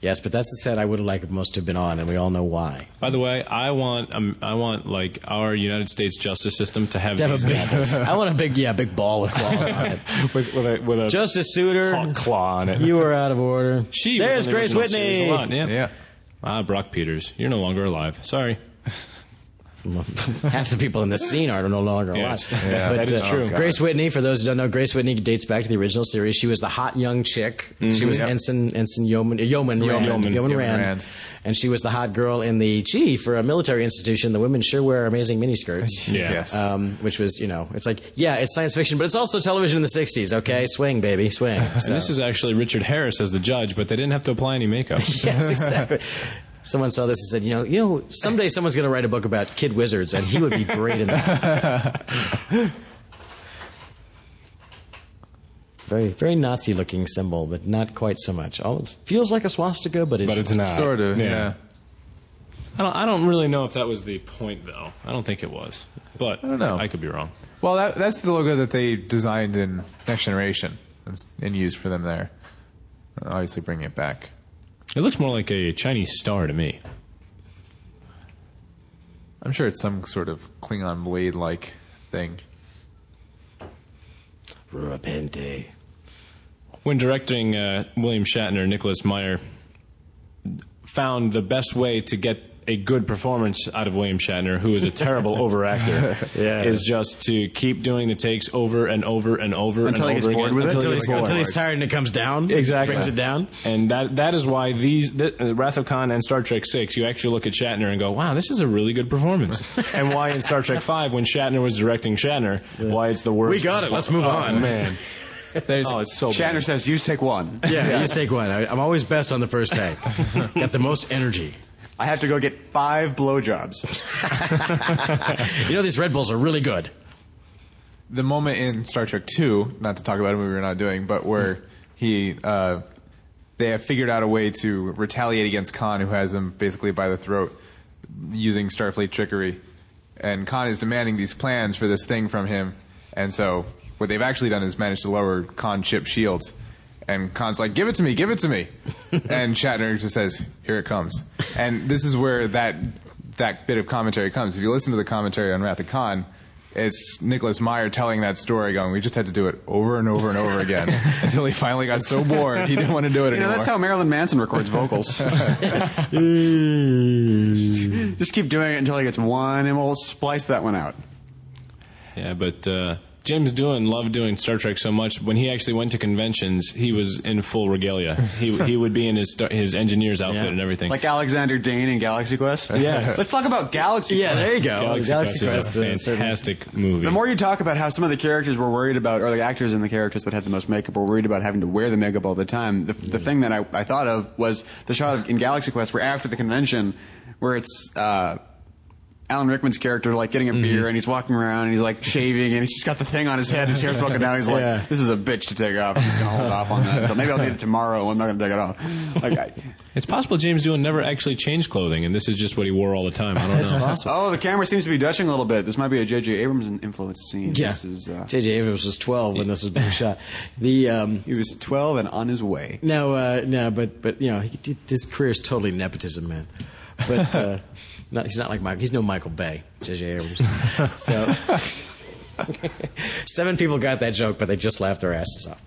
Yes, but that's the set I would have liked most to have been on, and we all know why. By the way, I want um, I want like our United States justice system to have To have these a big- (laughs) apples. I want a big, yeah, big ball with claws on it. (laughs) with, with a with a Justice Souter, hawk claw on it. you were out of order. she There's was in the Grace original series Whitney. A lot, yeah. Yeah. Ah, Brock Peters, you're no longer alive. Sorry. (laughs) Half the people in this scene are no longer Yes. alive. Yeah, that is true. Grace Whitney, for those who don't know, Grace Whitney dates back to the original series. She was the hot young chick. Mm-hmm. She was Yep. ensign ensign yeoman uh, yeoman Yeoman. Rand, Yeoman. yeoman, Yeoman Rand. Rand. and she was the hot girl in the gee for a military institution. The women sure wear amazing miniskirts. Yeah. Yes. Um, which was, you know, it's like, yeah, it's science fiction, but it's also television in the '60s. Okay, swing, baby, (laughs) swing. So- And this is actually Richard Harris as the judge, but they didn't have to apply any makeup. yes, exactly. Someone saw this and said, you know, you know, someday someone's going to write a book about kid wizards, and he would be great in that. (laughs) very, very Nazi-looking symbol, but not quite so much. Oh, it feels like a swastika, but it's, (laughs) But it's not. Sort of. Yeah. I don't, I don't really know if that was the point, though. I don't think it was. But I don't know. I could be wrong. Well, that, that's the logo that they designed in Next Generation and, and used for them there. Obviously, bringing it back. It looks more like a Chinese star to me. I'm sure it's some sort of Klingon blade-like thing. Repente. when directing uh, William Shatner, Nicholas Meyer found the best way to get a good performance out of William Shatner, who is a terrible overactor, Yeah. is just to keep doing the takes over and over and over Until he and gets over bored again with it? until Until he gets he's, bored. until he's tired and it comes down. Exactly. Brings it down. And that that is why these th- uh, Wrath of Khan and Star Trek 6 you actually look at Shatner and go, "Wow, this is a really good performance." (laughs) and why in Star Trek 5 when Shatner was directing Shatner, why it's the worst. We got it. Let's move Oh, on. (laughs) man. There's, oh, it's so bad. Shatner says, "Use take one." Yeah, you just take one. I, I'm always best on the (laughs) first tank. Got the most energy. I have to go get five blowjobs. You know these Red Bulls are really good. the moment in Star Trek Two, not to talk about a movie we're not doing, but where he uh, they have figured out a way to retaliate against Khan, who has him basically by the throat using Starfleet trickery, and Khan is demanding these plans for this thing from him, and so what they've actually done is managed to lower Khan ship shields. And Khan's like, "Give it to me, give it to me," and Shatner just says, "Here it comes." And this is where that that bit of commentary comes. If you listen to the commentary on Wrath of Khan, it's Nicholas Meyer telling that story, going, "We just had to do it over and over and over again until he finally got so bored he didn't want to do it You know, anymore." that's how Marilyn Manson records (laughs) vocals. Mm. Just keep doing it until he gets one, and we'll splice that one out. Yeah, but uh, James Doohan loved doing Star Trek so much. When he actually went to conventions, he was in full regalia. (laughs) He he would be in his star- his engineer's outfit and everything. Like Alexander Dane in Galaxy (laughs) Quest. Yes. Let's talk about Galaxy Yeah, Quest. there you go. Galaxy, Quest and is a uh, certain- fantastic movie. The more you talk about how some of the characters were worried about, or the actors and the characters that had the most makeup were worried about having to wear the makeup all the time, the, the thing that I, I thought of was the shot of, in Galaxy Quest where after the convention, where it's uh, Alan Rickman's character like getting a beer and he's walking around and he's like shaving and he's just got the thing on his head, his hair's broken down. He's like, Yeah. "This is a bitch to take off. I'm just gonna hold off on that. Until maybe I'll do it tomorrow. I'm not gonna take it off." Like, I, it's possible James Doohan never actually changed clothing, and this is just what he wore all the time. I don't know. oh, the camera seems to be dutching a little bit. This might be a J.J. Abrams influenced scene. Yeah. This is. Uh, J.J. Abrams was 12 when this was being shot. The um, he was 12 and on his way. no, uh, no, but but you know, he, did- his career is totally nepotism, man. (laughs) But uh, not, he's not like Michael. He's no Michael Bay. J.J. Abrams. so (laughs) seven people got that joke, but they just laughed their asses off.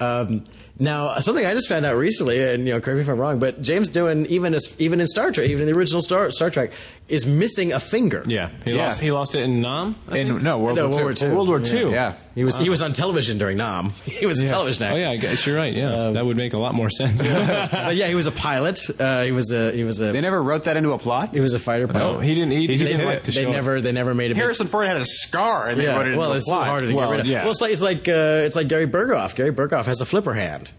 Um, now, something I just found out recently, and you know, correct me if I'm wrong, but James Doohan, even as, even in Star Trek, even in the original Star Star Trek, is missing a finger. Yeah, he Yes. lost he lost it in Nam. I In- think? no, World, No, War, World II. War II. World War II. Yeah. He was he was on television during Nam. (laughs) He was a television actor. Oh yeah, I guess you're right. Um, Yeah, that would make a lot (laughs) more (laughs) sense. but yeah, he was a pilot. Uh, he was a he was a They never wrote that into a plot. he was a fighter pilot. no, he didn't. He, He just didn't hit like it. to they show- never they never made a big- Harrison Ford had a scar, and they Yeah, wrote it in well, the it's plot. harder to Well, get rid of. yeah. Well, it's like it's like, uh, it's like Gary Berghoff. Gary Berghoff has a flipper hand,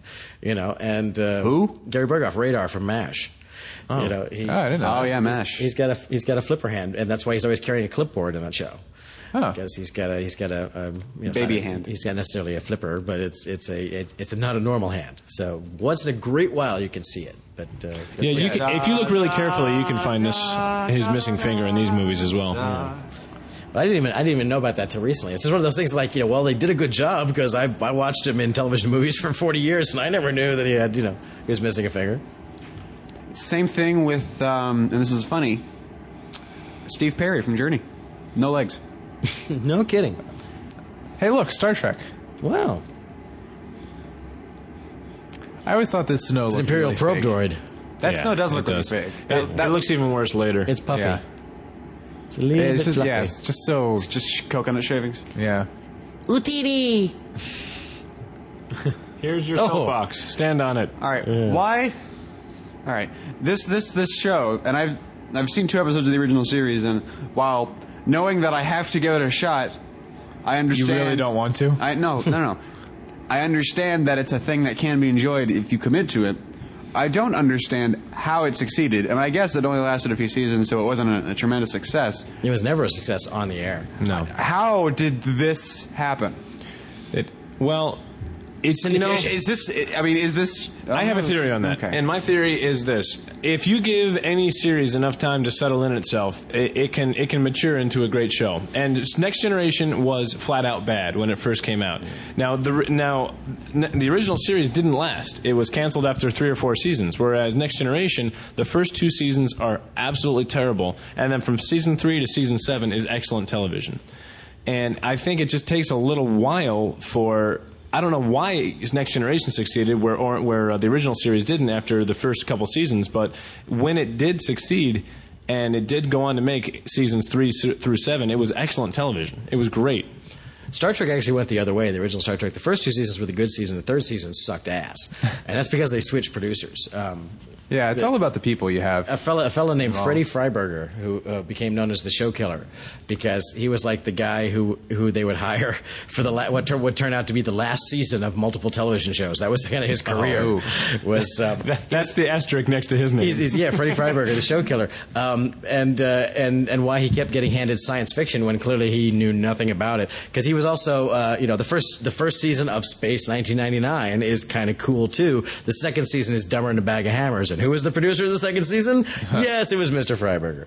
you know. And uh, Who? Gary Berghoff, Radar from Mash. You know, he, Oh, I didn't know. Oh yeah, Mash. he's got a he's got a flipper hand, and that's why he's always carrying a clipboard in that show. Huh. because he's got a he's got a, um you know, it's Baby not- hand. He's not necessarily a flipper, but it's it's a it, it's not a normal hand. So once in a great while you can see it. But uh, that's Yeah, pretty- you can, if you look really carefully, you can find this his missing finger in these movies as well. But I didn't even I didn't even know about that till recently. It's just one of those things like you know, well, they did a good job because I I watched him in television movies for forty years and I never knew that he had you know he was missing a finger. Same thing with, um, and this is funny, Steve Perry from Journey. No legs. no kidding. Hey, look, Star Trek. Wow, I always thought this snow. it's an Imperial probe droid. That snow does it look does. really big. It- That, that it looks looks even worse later. It's puffy. Yeah. It's a little It's bit just fluffy. yeah, it's just so just coconut shavings. yeah. Utini. Here's your Oh. soapbox. Stand on it. All right. Why? All right. This this this show, and I've I've seen two episodes of the original series, and while knowing that I have to give it a shot, I understand. don't want to? I no no (laughs) no. I understand that it's a thing that can be enjoyed if you commit to it. I don't understand how it succeeded, and I guess it only lasted a few seasons, so it wasn't a, a tremendous success. It was never a success on the air. No. How did this happen? It, well, it's you know. is, is this? I mean, is this? I have a theory on that, Oh, Okay. and my theory is this: if you give any series enough time to settle in itself, it, it can it can mature into a great show. And s- Next Generation was flat out bad when it first came out. Now the ri- now n- the original series didn't last; it was canceled after three or four seasons. Whereas Next Generation, the first two seasons are absolutely terrible, and then from season three to season seven is excellent television. And I think it just takes a little while for I don't know why Next Generation succeeded where or, where uh, the original series didn't after the first couple seasons, but when it did succeed and it did go on to make seasons 3 s- through 7, it was excellent television. It was great. Star Trek actually went the other way. The original Star Trek, the first two seasons were the good season. The third season sucked ass, and that's because they switched producers. Um, Yeah, it's all about the people you have. a fella, a fella named Freddie Freiberger, who uh, became known as the show killer, because he was like the guy who, who they would hire (laughs) for the la- what tur- would turn out to be the last season of multiple television shows. That was kind of his career. Oh. Was um, That's the asterisk next to his name. He's, he's- yeah, Freddy Freiberger, the show killer, um, and uh, and and why he kept getting handed science fiction when clearly he knew nothing about it. Because he was also, uh, you know, the first the first season of Space 1999 is kind of cool too. The second season is dumber than a bag of hammers. And who was the producer of the second season? yes, it was Mr. Freiberger.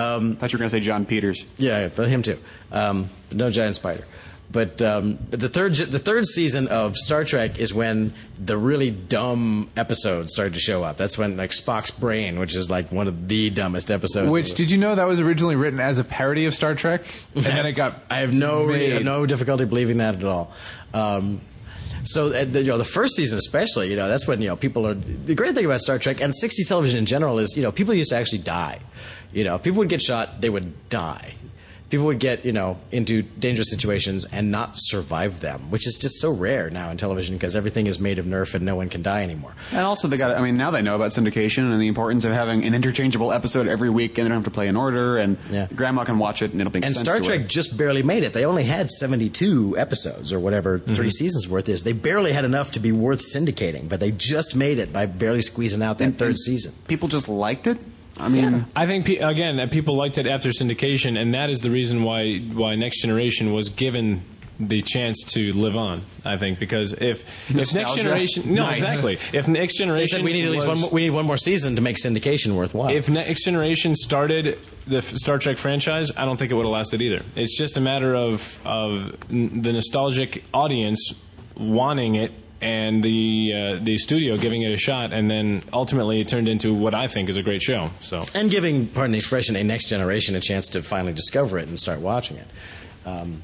Um, I thought you were going to say John Peters. yeah, yeah, but him too. Um, but no giant spider. But, um, but the third the third season of Star Trek is when the really dumb episodes started to show up. That's when like Spock's brain, which is like one of the dumbest episodes. Which did you know that was originally written as a parody of Star Trek, and then it got. I have no made. no difficulty believing that at all. Um, so uh, the, you know the first season especially you know that's when you know people are the great thing about Star Trek and 60s television in general is you know people used to actually die you know people would get shot they would die people would get you know into dangerous situations and not survive them which is just so rare now in television because everything is made of nerf and no one can die anymore And also, they got. I mean, now they know about syndication and the importance of having an interchangeable episode every week, and they don't have to play in order. And Yeah. Grandma can watch it, and it'll make and sense. Star to Trek her. just barely made it. They only had 72 episodes or whatever three seasons worth is. They barely had enough to be worth syndicating, but they just made it by barely squeezing out that third season. people just liked it. I mean, I think pe- again that people liked it after syndication, and that is the reason why why Next Generation was given the chance to live on. I think because if if Next Nostalgia? Generation, no, Nice. exactly. If Next They Generation, said we need at least was- one more, we need one more season to make syndication worthwhile. If Next Generation started the f- Star Trek franchise, I don't think it would have lasted either. It's just a matter of of n- the nostalgic audience wanting it and the uh, the studio giving it a shot, and then ultimately it turned into what I think is a great show. So and giving, pardon the expression, a next generation a chance to finally discover it and start watching it. Um,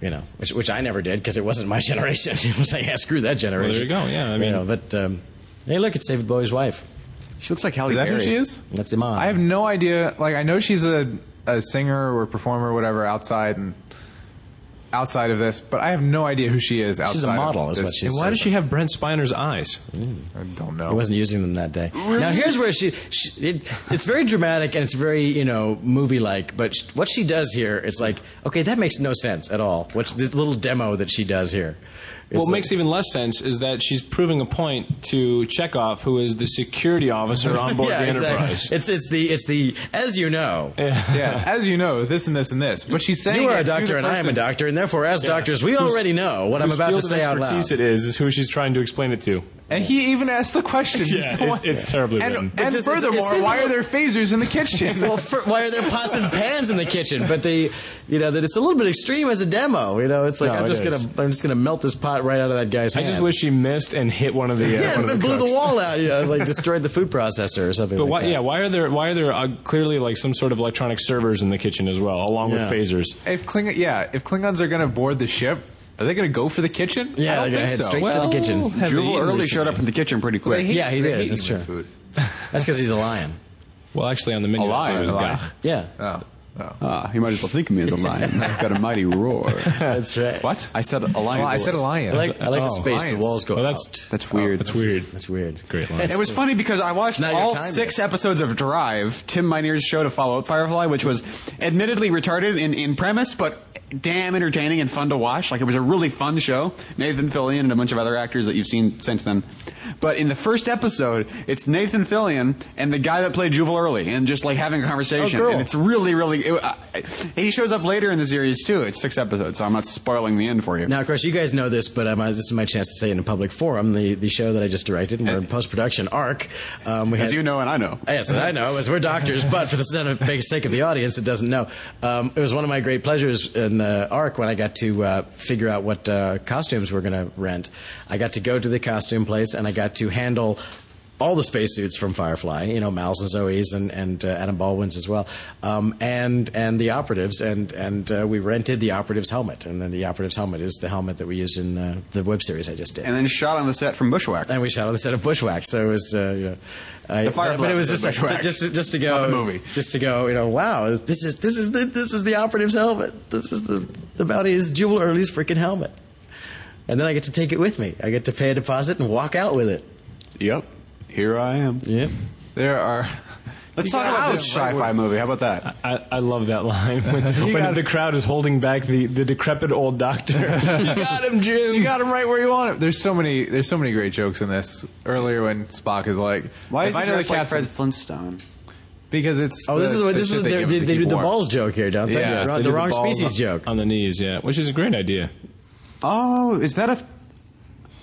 you know, which, which I never did because it wasn't my (laughs) generation. It was like, yeah, screw that generation. you go, yeah, I You mean- know, but um, hey, look, it's David Bowie's wife. she looks like Halle Oh, Is that who Berry. she is? That's Iman. I have no idea. Like I know she's a a singer or performer or whatever outside, and outside of this, but I have no idea who she is outside. She's a model, Of is this. what she's. Why does she have Brent Spiner's eyes? I don't know. I wasn't using them that day. Now here's where she, she it, it's very dramatic and it's very you know movie like. But sh what she does here, it's like okay, that makes no sense at all. What this little demo that she does here. It's What like- makes even less sense is that she's proving a point to Chekhov, who is the security officer on (laughs) board yeah, the exactly. Enterprise. It's it's the it's the as you know. yeah, as you know, this and this and this. But she's saying You are it a to the doctor and I am a person- doctor, and therefore, as doctors, we already know what I'm Whose about to field of say out loud. expertise It is is who she's trying to explain it to. And he even asked the question. He's (laughs) Yeah, the it's- one- it's terribly And, written. But and does- it's- it furthermore, seems why like- are there phasers in the kitchen? (laughs) well, for, why are there pots and pans in the kitchen? But the, you know, that it's a little bit extreme as a demo. You know, it's like No, I'm it just is. gonna I'm just gonna melt this pot right out of that guy's I hand. just wish she missed and hit one of the. Uh, yeah, one and of the blew cooks. the wall out. You know, like destroyed the food processor or something. But like why, that. yeah, why are there why are there uh, clearly like some sort of electronic servers in the kitchen as well, along Yeah. with phasers? if Klingon, yeah, if Klingons are going to board the ship, are they going to go for the kitchen? Yeah, I don't they're gonna think head so. straight to the kitchen. have they Jewel eaten early this showed yet? up in the kitchen pretty They quick. hate- Yeah, he they did, hate that's human true. Food. That's because he's a lion. Well, actually, on the menu, Alive, it was alive. Gach. Yeah, Oh, oh. Ah, you might as well think of me as a (laughs) lion. I've got a mighty roar. that's right. What? I said a lion. Well, I said a I lion. like I like the Oh, space. The lions. walls go Well, that's, that's- out. That's weird. That's weird. That's weird. Great line. It was funny because I watched Not your all time six yet. episodes of Drive, Tim Minear's show to follow up Firefly, which was admittedly retarded in, in premise, but damn entertaining and fun to watch. Like it was a really fun show. Nathan Fillion and a bunch of other actors that you've seen since then. But in the first episode, it's Nathan Fillion and the guy that played Juval Early, and just like having a conversation. Oh, cool. and it's really, really. It, uh, he shows up later in the series too. It's six episodes, so I'm not spoiling the end for you. Now, of course, you guys know this, but um, I- this is my chance to say it in a public forum. The the show that I just directed, and we're in post production. Arc. Um, we As had- you know, and I know. Yes, and I know, as we're doctors, but for the son of- for the sake of the audience that doesn't know, um, it was one of my great pleasures in the arc when I got to uh, figure out what uh, costumes we're going to rent. I got to go to the costume place and I got to handle all the spacesuits from Firefly, you know, Mal's and Zoe's and, and uh, Adam Baldwin's as well, um, and and the operatives, and and uh, we rented the operative's helmet, and then the operative's helmet is the helmet that we used in uh, the web series I just did And then shot on the set from Bushwhack. and we shot on the set of Bushwhack. So it was, uh, you know, I, The Firefly but it was was just in like, Bushwhack, just to- just to go not the movie. just to go, you know, wow, this is this is the this is the operative's helmet. This is the the bounty is Jewel Early's freaking helmet. And then I get to take it with me. I get to pay a deposit and walk out with it. Yep. Here I am. Yep. There are. Let's You talk got about this it. sci-fi movie. How about that? I, I love (laughs) that line when, when the crowd is holding back the, the decrepit (laughs) old doctor. you got him, Jim. You got him right where you want him. There's so many. There's so many great jokes in this. Earlier when Spock is like, Why if is I it know the dressed like captain?" Fred Flintstone? Because it's. Oh, this the- is what the this shit is. They, give him they, to they do keep the warm. balls joke here, don't they? Yeah, The they wrong- They the do wrong balls species on- joke. on the knees, yeah, which is a great idea. Oh, is that a?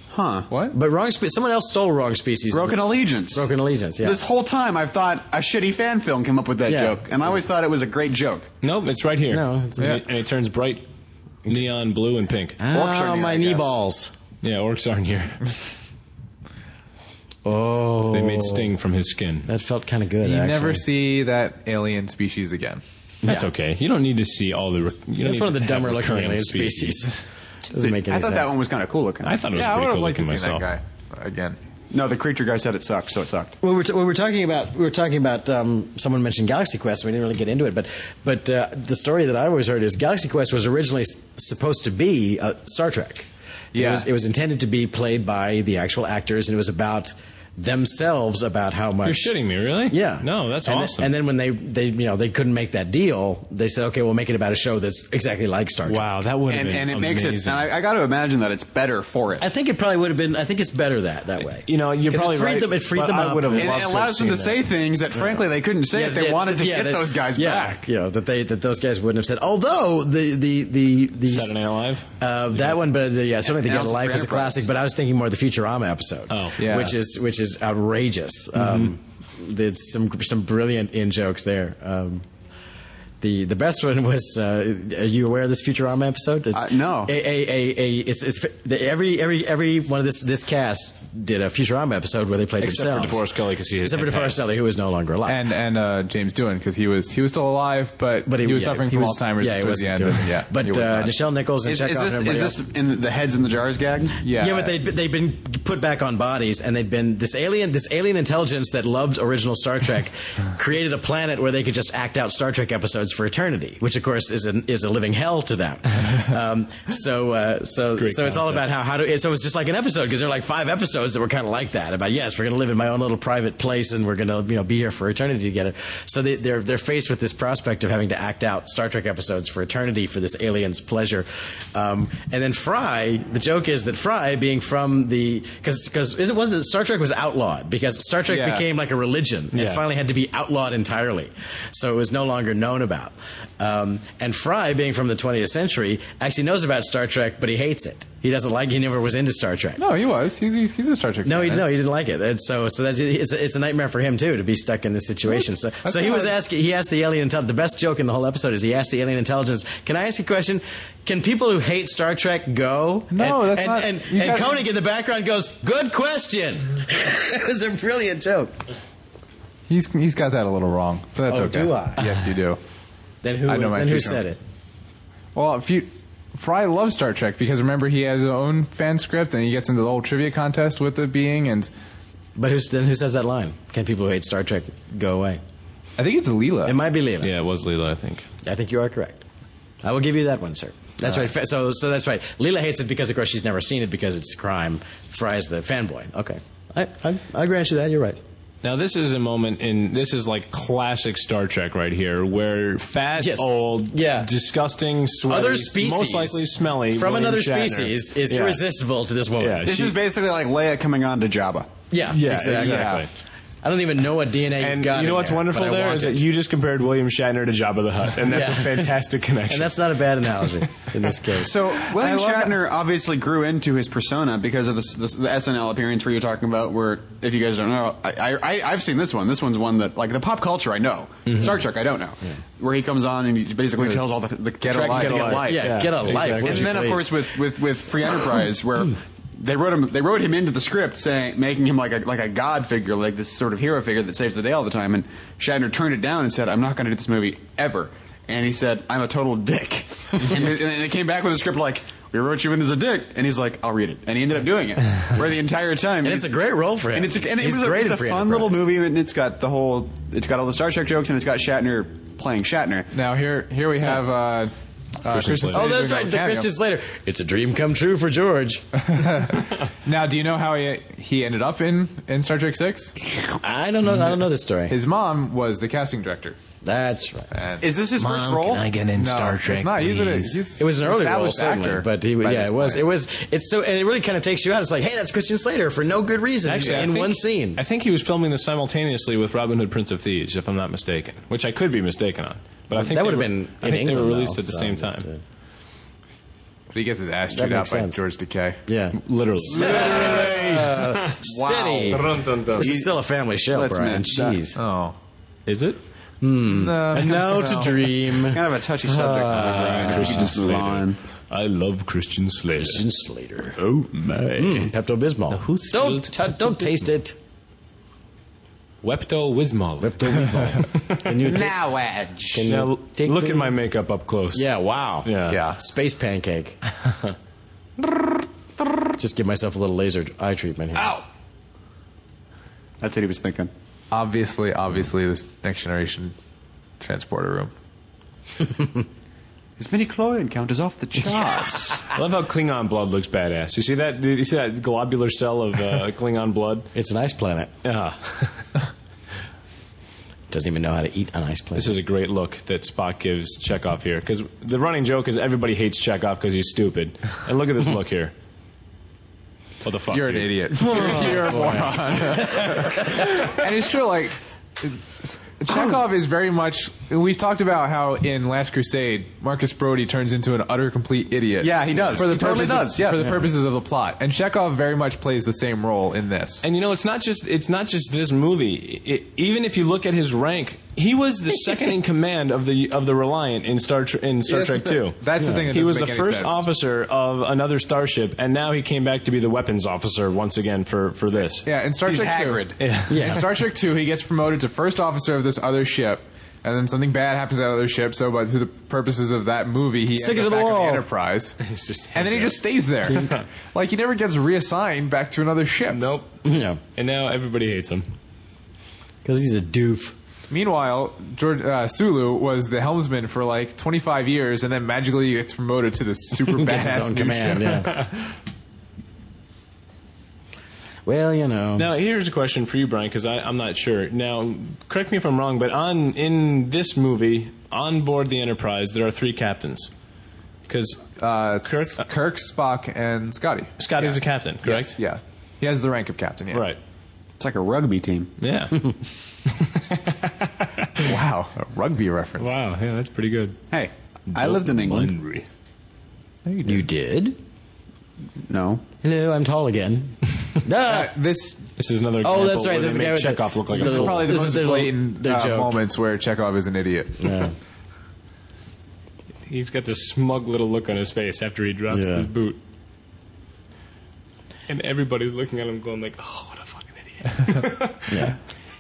Huh. What? But wrong species. Someone else stole wrong species. Broken Allegiance. Broken allegiance. Yeah. This whole time, I've thought a shitty fan film came up with that Yeah. joke, and I always thought it was a great joke. Nope, it's right here. No, it's- and, it, and it turns bright neon blue and pink. Orcs are oh, near, my I knee guess. balls. Yeah, orcs aren't here. (laughs) Oh. They made Sting from his skin. That felt kind of good. You actually. never see that alien species again. That's okay. You don't need to see all the. Re- you don't That's need one of the to have dumber looking recurring alien species. Doesn't make any I thought sense. that one was kind of cool looking. I thought it was yeah, I would pretty have cool liked to looking see myself. that guy again. no, the creature guy said it sucked, so it sucked. we were, we were talking about we were talking about um, someone mentioned Galaxy Quest. and We didn't really get into it, but but uh, the story that I always heard is Galaxy Quest was originally s- supposed to be uh, Star Trek. Yeah. it was, it was intended to be played by the actual actors, and it was about themselves about how much You're shitting me, really? Yeah. No, that's and awesome. and then when they, they you know they couldn't make that deal, they said, okay, we'll make it about a show that's exactly like Star Trek. wow, that would have And, been and it makes it. amazing. And I, I got to imagine that it's better for it. I think it probably would have been. I think it's better that that way. You know, you're 'Cause probably it freed right, Them, it freed but them I up. would have and- It, loved it to allows them have to say seen things that, frankly, they couldn't say if they yeah, wanted to yeah, get that- those guys yeah, back. That, you know that they that those guys wouldn't have said. Although the the the, the Saturday Night Live? uh, that one, but the, yeah, certainly the And Get a also Life for is a Enterprise. classic. But I was thinking more of the Futurama episode, Oh. Yeah. which is which is outrageous. Um, Mm-hmm. there's some some brilliant in jokes there. Um, the, the best one was uh, are you aware of this Futurama episode? It's Uh, no. A, a, a, a, it's, it's, the, every every every one of this this cast did a Futurama episode where they played Except for themselves. DeForest Kelly, because he Except for had DeForest passed. Kelly, who is no longer alive. and and uh, James Doohan because he was he was still alive, but, but he, was yeah, suffering he from was- Alzheimer's Yeah, he towards the wasn't end. doing it. yeah, But he was uh, not. Nichelle Nichols and Is, Chekhov is and this, everybody is else. this in the- the heads in the jars gag? yeah, Yeah, but they they've been put back on bodies, and they've been this alien this alien intelligence that loved original Star Trek created a planet where they could just act out Star Trek episodes for eternity, which of course is an, is a living hell to them. Um, so uh, so so it's all about how how do so it's just like an episode because there are like five episodes that were kind of like that about yes we're gonna live in my own little private place and we're gonna you know be here for eternity together. So they, they're they're faced with this prospect of having to act out Star Trek episodes for eternity for this alien's pleasure. Um, and then Fry, the joke is that Fry, being from the because because it wasn't Star Trek was outlawed because Star Trek Yeah. became like a religion and Yeah. finally had to be outlawed entirely, so it was no longer known about. Um, and Fry, being from the 20th century, actually knows about Star Trek, but he hates it. He doesn't like. He never was into Star Trek. no, he was. He's he's, he's a Star Trek. No, fan, he right? no, he didn't like it, and so so that's it's, it's a nightmare for him too to be stuck in this situation. So so he was not- asking. He asked the alien intelligence. The best joke in the whole episode is he asked the alien intelligence, "Can I ask you a question? Can people who hate Star Trek go?" No, and, that's and, not- And, you and gotta- Koenig in the background goes, "Good question." (laughs) it was a brilliant joke. He's he's got that a little wrong, but that's Oh, okay. do I? Yes, you (laughs) do. Then who? I know was- my then who future. said it? Well, if you, Fry loves Star Trek because remember he has his own fan script and he gets into the whole trivia contest with the being and But who's, then who says that line? Can people who hate Star Trek go away? I think it's Leela. It might be Leela. Yeah, it was Leela, I think. I think you are correct. I will give you that one, sir. That's right. Fa- So, so that's right. Leela hates it because, of course, she's never seen it because it's a crime. Fry's the fanboy. Okay, I, I, I grant you that. You're right. Now this is a moment in this is like classic Star Trek right here, where fat, Yes. old, Yeah. disgusting, sweaty, Other species, most likely smelly from William another Shatner. species, is Yeah. irresistible to this woman. Yeah, This she- is basically like Leia coming on to Jabba. yeah, Yeah, exactly. exactly. I don't even know what DNA And you've got. you know in what's there, wonderful but I there want is it. that you just compared William Shatner to Jabba the Hutt, and that's Yeah. a fantastic (laughs) connection. and that's not a bad analogy in (laughs) this case. So William love Shatner obviously grew into his persona because of this, this, the SNL appearance where you're talking about. Where if you guys don't know, I, I, I I've seen this one. This one's one that like the pop culture I know, Star Trek I don't know. Where he comes on and he basically tells all the, the Get a Trekkies life. to Get a get life. life. yeah, yeah, get a life. exactly. would and you then of please? course with with with Free Enterprise where. They wrote him. They wrote him into the script, saying, making him like a like a god figure, like this sort of hero figure that saves the day all the time. And Shatner turned it down and said, "I'm not going to do this movie ever." And he said, "I'm a total dick." (laughs) and, it, and it came back with a script like, "We wrote you in as a dick," and he's like, "I'll read it," and he ended up doing (laughs) it. Where the entire time, And it's a great role for him. And it's a, and it He's was a, great it's at a Free fun little Enterprise. movie, and it's got the whole, it's got all the Star Trek jokes, and it's got Shatner playing Shatner. now here here we have uh, uh, Christian. Slater. Oh, Slater that's doing a right. The cameo. Christian Slater. It's a dream come true for (laughs) George. Now, do you know how he he ended up in in Star Trek Six? I don't know. I don't know the story. His mom was the casting director. That's right. Is this his first role? get in No, it's not. He's, an, he's It was an early role, established certainly, actor but he, by yeah, this it was. point. It was. It's so, and it really kind of takes you out. It's like, hey, that's Christian Slater for no good reason Actually, I in think- one scene. I think he was filming this simultaneously with Robin Hood, Prince of Thieves, if I'm not mistaken, which I could be mistaken on. But I think That they would have were- been. I in think they were England, released though, at the so- same time. But he gets his ass That chewed out makes by sense. George Takei. Yeah. Literally. Steady. This is still a family show, Let's Brian. match Uh, that. Jeez. Oh. Is it? No, No Mm. (laughs) to dream. Kind of a touchy subject. Brian. We should just move on. I love Christian Slater. Christian Slater. Oh my. Pepto Bismol. who's- Don't t- don't taste it. Wepto Wismol. Pepto (laughs) Bismol. Can you? ta- Now Edge. can you Now take look the- at my makeup up (laughs) close. Yeah. Wow. Yeah. Yeah. Space (laughs) pancake. Just give myself a little laser eye treatment here. Ow. Oh! That's what he was thinking. Obviously, obviously, this next generation transporter room. His mini chlorine count is off the charts. I love how Klingon blood looks badass. You see that? You see that globular cell of uh, Klingon blood? It's an ice planet. Yeah. Doesn't even know how to eat an ice planet. This is a great look that Spock gives Chekhov here, because the running joke is everybody hates Chekhov because he's stupid. And look at this look here. What the fuck? You're an dude? idiot. (laughs) You're a moron. (laughs) and it's true, like, it's- Chekhov is very much. We've talked about how in Last Crusade, Marcus Brody turns into an utter complete idiot. Yeah, he does. For the He totally purposes- does, yes. For the purposes of the plot, and Chekhov very much plays the same role in this. And you know, it's not just it's not just this movie. It, even if you look at his rank He was the second in command of the of the Reliant in Star Tre- in Star That's Trek the- Two. That's the thing. That he doesn't was the make any first sense. officer of another starship, and now he came back to be the weapons officer once again for for this. Yeah, in Star He's Trek Hagrid. Two, Yeah. in Star Trek Two, he gets promoted to first officer of this other ship, and then something bad happens to that other ship. So, by through the purposes of that movie, he Stick ends it up to the back on wall. the Enterprise, (laughs) He's just and then he Hagrid. just stays there. (laughs) like he never gets reassigned back to another ship. Nope. (laughs) Yeah, And now everybody hates him. because he's a doof. Meanwhile, George uh, Sulu was the helmsman for like 25 years, and then magically gets promoted to (laughs) this super Gets his badass own new command. ship. Yeah. (laughs) well, you know. Now here's a question for you, Brian, because I'm not sure. Now, correct me if I'm wrong, but on in this movie, on board the Enterprise, there are three captains. Because Uh, Kirk, Kirk, Spock, and Scotty. Scott is a captain, correct? Yes, yeah, he has the rank of captain. Yeah. Right. It's like a rugby team. Yeah. Wow, a rugby reference. wow. Yeah, that's pretty good. Hey, I lived in England. Henry. you did. No. Hello, I'm tall (laughs) again. Uh, this This is another. Oh, example that's right, where this is the guy they make with the- Chekhov look like a this is the little- fool. probably the This is most their little- blatant their uh, joke. moments where Chekhov is an idiot. Yeah. He's got this smug little look on his face after he drops Yeah. his boot, and everybody's looking at him, going like, "Oh, what a fucking idiot." yeah.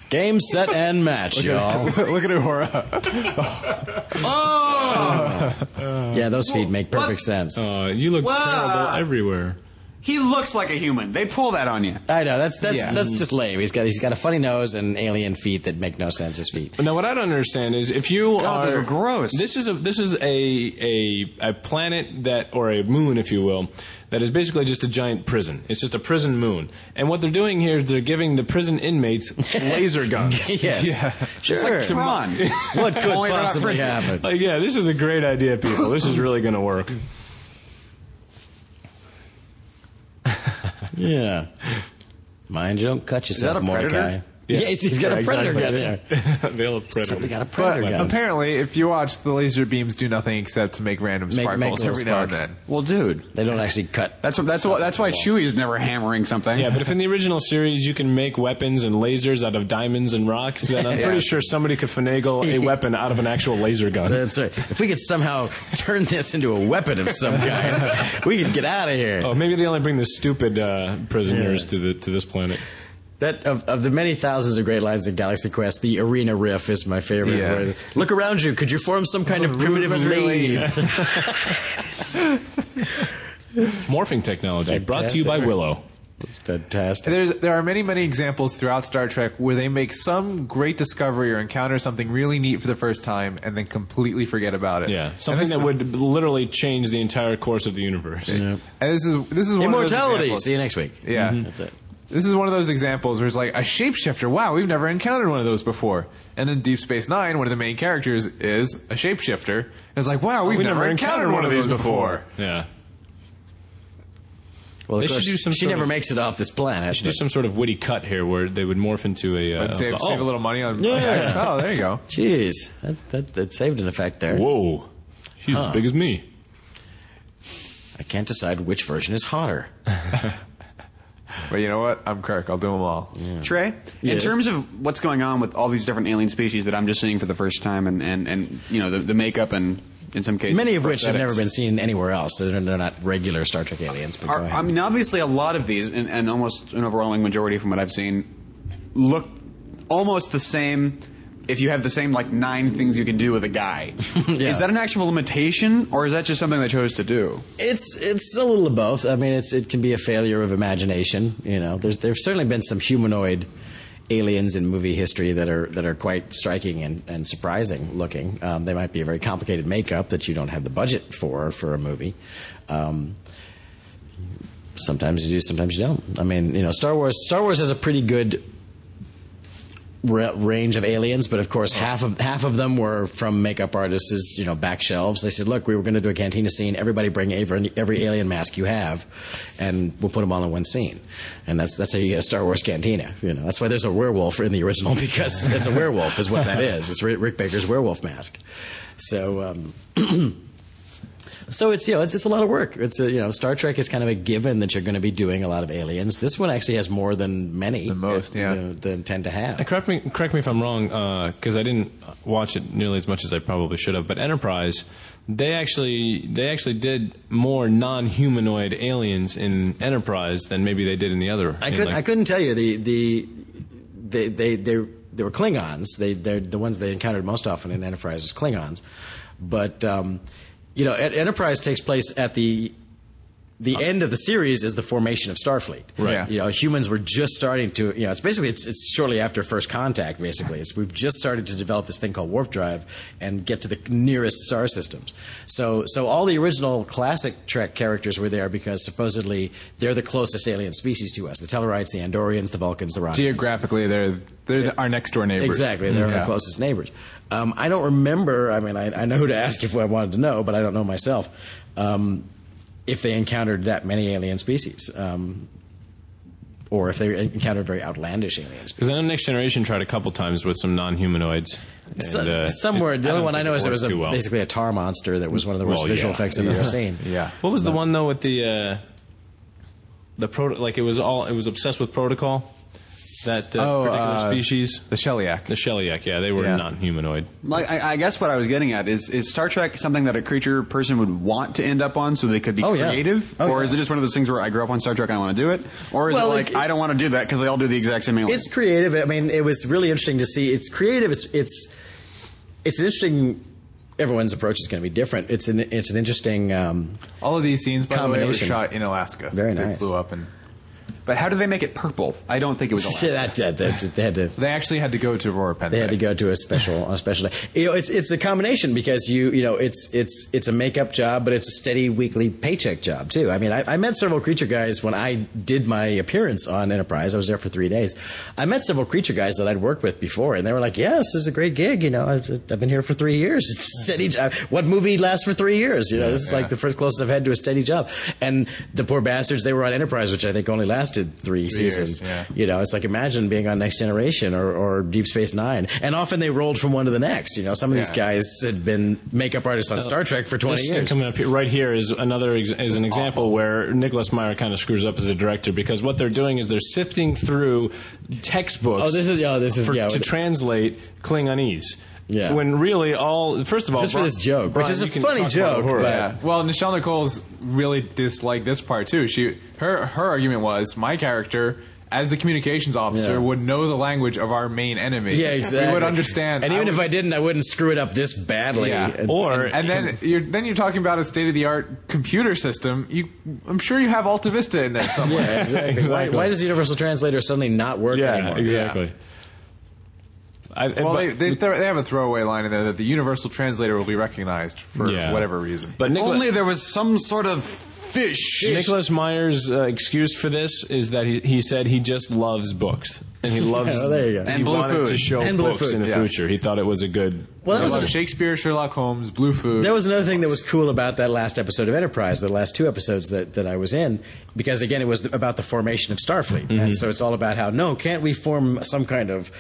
Game, set, and match, (laughs) (laughs) y'all. Look at Uhura. Oh! Yeah, those feet make perfect sense. (laughs) Uh, you look Wow. terrible everywhere. He looks like a human. They pull that on you. I know that's that's Yeah. that's just lame. He's got he's got a funny nose and alien feet that make no sense. His feet. (laughs) Now, what I don't understand is if you God, are those are gross. This is a this is a, a a planet that or a moon, if you will, that is basically just a giant prison. It's just a prison moon, and what they're doing here is they're giving the prison (laughs) inmates laser guns. Yes. Sure. Tron. (laughs) what could Only they're not possibly prisoners. happen? Like, yeah, this is a great idea, people. This is really going to work. (laughs) Yeah. Mind you, don't cut yourself, that a Mordecai. predator? Yeah, he's- he's got a predator gun there. they love Totally got predator. a But predator gun. apparently, if you watch, the laser beams do nothing except to make random Make- sparkles make little every now sparks. and then. Well, dude. they don't actually cut. That's what, that's what, that's why Chewie's never hammering something. Yeah, but if in the original series you can make weapons and lasers out of diamonds and rocks, (laughs) then I'm pretty sure somebody could finagle a weapon out of an actual laser gun. That's right. If we could somehow turn this into a weapon of some kind, we could get out of here. Oh, maybe they only bring the stupid uh, prisoners to the to this planet. That of, of the many thousands of great lines in Galaxy Quest, the arena riff is my favorite. Yeah. Where, Look around you. Could you form some kind of primitive lathe? Morphing technology brought to you by Fantastic. Willow. It's fantastic. There's, there are many, many examples throughout Star Trek where they make some great discovery or encounter something really neat for the first time and then completely forget about it. Yeah, And something this- that would literally change the entire course of the universe. And this is this is one Of Immortality. those See Mm-hmm. you examples. next week. yeah, That's it. This is one of those examples where it's like a shapeshifter. Wow, we've never encountered one of those before. And in Deep Space Nine, one of the main characters is a shapeshifter. And It's like, wow, we've We never, encountered, one of these before. Yeah, Well, They of should course, do some she sort never of- makes it off this planet. do but some sort of witty cut here where they would morph into a. Uh, And save, a- save a little money on. Oh. Yeah. Oh, there you go. Jeez, that, that that saved an effect there. Oh, Whoa, she's as big as me. I can't decide which version (laughs) is hotter. But you know what? I'm Kirk. I'll do them all. Trey, in Yes. terms of what's going on with all these different alien species that I'm just seeing for the first time, and and, and you know the, the makeup and in some cases Many of which have prosthetics. never been seen anywhere else. They're, they're not regular Star Trek aliens. But Are, go ahead. I mean, obviously, a lot of these, and, and almost an overwhelming majority from what I've seen, look almost the same. If you have the same like nine things you can do with a guy, (laughs) Yeah. is that an actual limitation, or is that just something they chose to do? It's it's a little of both. I mean, it's it can be a failure of imagination. You know, there's there's certainly been some humanoid aliens in movie history that are that are quite striking and, and surprising looking. Um, they might be a very complicated makeup that you don't have the budget for for a movie. Um, sometimes you do, sometimes you don't. I mean, you know, Star Wars Star Wars has a pretty good ra- range of aliens, but of course half of half of them were from makeup artists' you know back shelves. They said, "Look, we were going to do a cantina scene. Everybody bring every, every alien mask you have, and we'll put them all in one scene." And that's that's how you get a Star Wars cantina. You know, that's why there's a werewolf in the original (laughs) because it's a werewolf is what that is. It's Rick Rick Baker's werewolf mask. So. Um, (clears throat) So it's you know it's, it's a lot of work. It's a, you know Star Trek is kind of a given that you're going to be doing a lot of aliens. This one actually has more than many, the most, yeah. than, than tend to have. And correct me, correct me if I'm wrong, because I didn't watch it nearly as much as I probably should have. But Enterprise, they actually they actually did more non-humanoid aliens in Enterprise than maybe they did in the other. I mean, couldn't. like- I couldn't tell you the the they they they, they were Klingons. They they're the ones they encountered most often in Enterprise is Klingons, but um, you know, En- Enterprise takes place at the the end of the series is the formation of Starfleet. Right. Yeah. You know, humans were just starting to. You know, it's basically it's it's shortly after first contact. Basically, it's we've just started to develop this thing called warp drive and get to the nearest star systems. So so all the original classic Trek characters were there because supposedly they're the closest alien species to us: the Tellarites, the Andorians, the Vulcans, the Romulans. Geographically, they're they're our next door neighbors. Exactly, Mm, they're Yeah. our closest neighbors. Um, I don't remember. I mean, I, I know who to ask if I wanted to know, but I don't know myself um, if they encountered that many alien species, um, or if they encountered very outlandish alien species. Because I know Next Generation tried a couple times with some non-humanoids. And, So- uh, somewhere, it- the don't only one I think know it is there was worked a, too well. basically a tar monster that was one of the worst Well, visual yeah. effects I've ever seen. Yeah. What was the one though with the uh, the proto? Like it was all it was obsessed with protocol. That uh, Oh, particular uh, species, The Shellyak. the Shellyak. Yeah, they were Yeah. non-humanoid. Like, I, I guess what I was getting at is is Star Trek something that a creature person would want to end up on so they could be Oh, yeah. creative? Oh, or yeah. is it just one of those things where I grew up on Star Trek and I want to do it? Or is Well, it like, it- I don't want to do that because they all do the exact same alien? It's creative. I mean, it was really interesting to see. It's creative. It's it's it's an interesting. Everyone's approach is going to be different. It's an it's an interesting. Um, All of these scenes, by the way, were Combination. shot in Alaska. Very They nice. flew up and but how do they make it purple? I don't think it was Alaska. (laughs) that, that, that- they had to they actually had to go to Aurora Penn. they had to go to a special a special day. You know, it's it's a combination because you you know it's it's it's a makeup job, but it's a steady weekly paycheck job too. I mean, I, I met several creature guys when I did my appearance on Enterprise. I was there for three days. I met several creature guys that I'd worked with before, and they were like, "Yeah, this is a great gig. You know, I've, I've been here for three years. It's a steady job. What movie lasts for three years? You know, this is like the first closest I've had to a steady job." And the poor bastards, they were on Enterprise, which I think only lasted three, years, seasons. yeah. You know, it's like imagine being on Next Generation or, or Deep Space Nine, and often they rolled from one to the next. You know, some of these Yeah. guys had been makeup artists on Star Trek for twenty This- years. Coming up here, right here is another ex- is an example where Nicholas Meyer kind of screws up as a director because what they're doing is they're sifting through textbooks. Oh, this is oh, this is for- yeah. to translate Klingonese. Yeah. When really all first of all, Just for Bri- this joke, which Brian, is a you can funny talk about joke, horror. but- Yeah. Well, Nichelle Nichols really disliked this part too. She her her argument was my character as the communications officer Yeah. would know the language of our main enemy. yeah, exactly. We would understand. And even would- if I didn't, I wouldn't screw it up this badly. Yeah. And- Or and (laughs) then you're then you're talking about a state of the art computer system. You, I'm sure you have Alta Vista in there somewhere. yeah, exactly. Why, Exactly. why does the Universal Translator suddenly not work yeah, anymore? exactly. I, Well, but- they, they, throw- they have a throwaway line in there that the universal translator will be recognized for Yeah. whatever reason. but Nicholas, Only there was some sort of fish. Nicholas Meyer's uh, excuse for this is that he, he said he just loves books (laughs) and he loves well, Oh, there you go. he And blue wanted to food. show And blue books food, in the yes. future. He thought it was a good. Well, that I was love Shakespeare, Sherlock Holmes, Blue Food. That was another thing that was cool about that last episode of Enterprise, the last two episodes that, that I was in, because again, it was about the formation of Starfleet. And so it's all about how, no, can't we form some kind of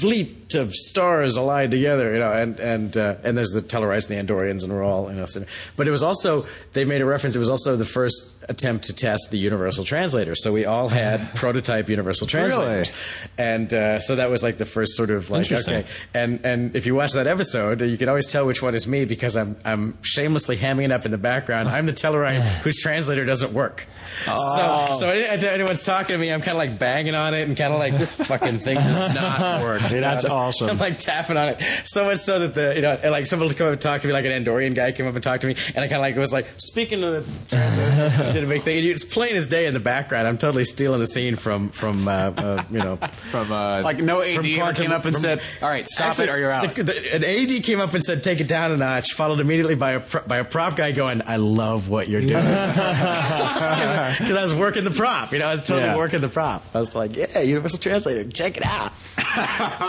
fleet of stars allied together, you know, and, and, uh, and there's the Tellarites and the Andorians and we're all, you know, so- but it was also, they made a reference, it was also the first attempt to test the universal translator. So we all had prototype universal translators. And, uh, so that was like the first sort of like, Interesting. okay, and and if you watch that episode, you can always tell which one is me because I'm I'm shamelessly hamming it up in the background. I'm the (sighs) Tellarite whose translator doesn't work. Oh. So so any- anytime anyone's talking to me, I'm kind of like banging on it and kind of like this fucking thing (laughs) does not work. you know? That's awesome. I'm like tapping on it so much so that the you know and, like someone would come up and talk to me like an Andorian guy came up and talked to me and I kind of like was like speaking to the (laughs) translator. I did a big thing. And It's plain as day in the background. I'm totally stealing the scene from from uh, uh, you know from uh, Like, no AD from ever Quantum- came up and from- said, all right, stop Actually, it or you're out. the- the- an AD came up and said, "Take it down a notch," followed immediately by a pro- by a prop guy going, "I love what you're doing," (laughs) because I was working the prop. You know, I was totally (laughs) Yeah. working the prop. I was like, "Yeah, Universal Translator, check it out."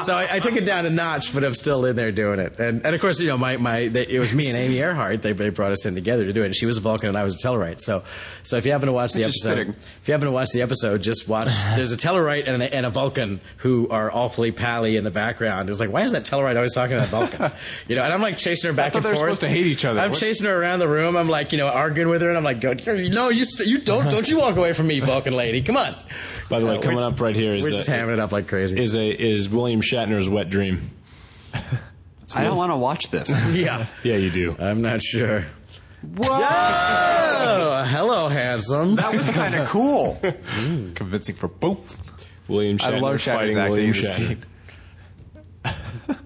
so I, I took it down a notch, but I'm still in there doing it. And and of course, you know, my my they, it was me and Amy Earhart. They they brought us in together to do it. And she was a Vulcan and I was a Tellarite. So so if you happen to watch the That's just episode, fitting. if you happen to watch the episode, (laughs) just watch. There's a Tellarite and a, and a Vulcan who are awfully pally in the background. It's like why is that Tellarite always talking (laughs) about Vulcan? You know, and I'm like chasing her back thought and they were forth. supposed to hate each other. I'm What- chasing her around the room. I'm like you know arguing with her, and I'm like, go, no, you st- you don't don't you walk away from me, Vulcan lady. Come on. By the way, No, coming we're- up right here is We're just a, hamming it up like crazy. is a is William Shatner's wet dream. I don't want to watch (laughs) this. yeah. Yeah, you do. I'm not sure. Whoa! Oh, hello, handsome. That was kind of cool. Convincing for both. William I Shatner love Shatner's fighting acting William in this Shatner. scene.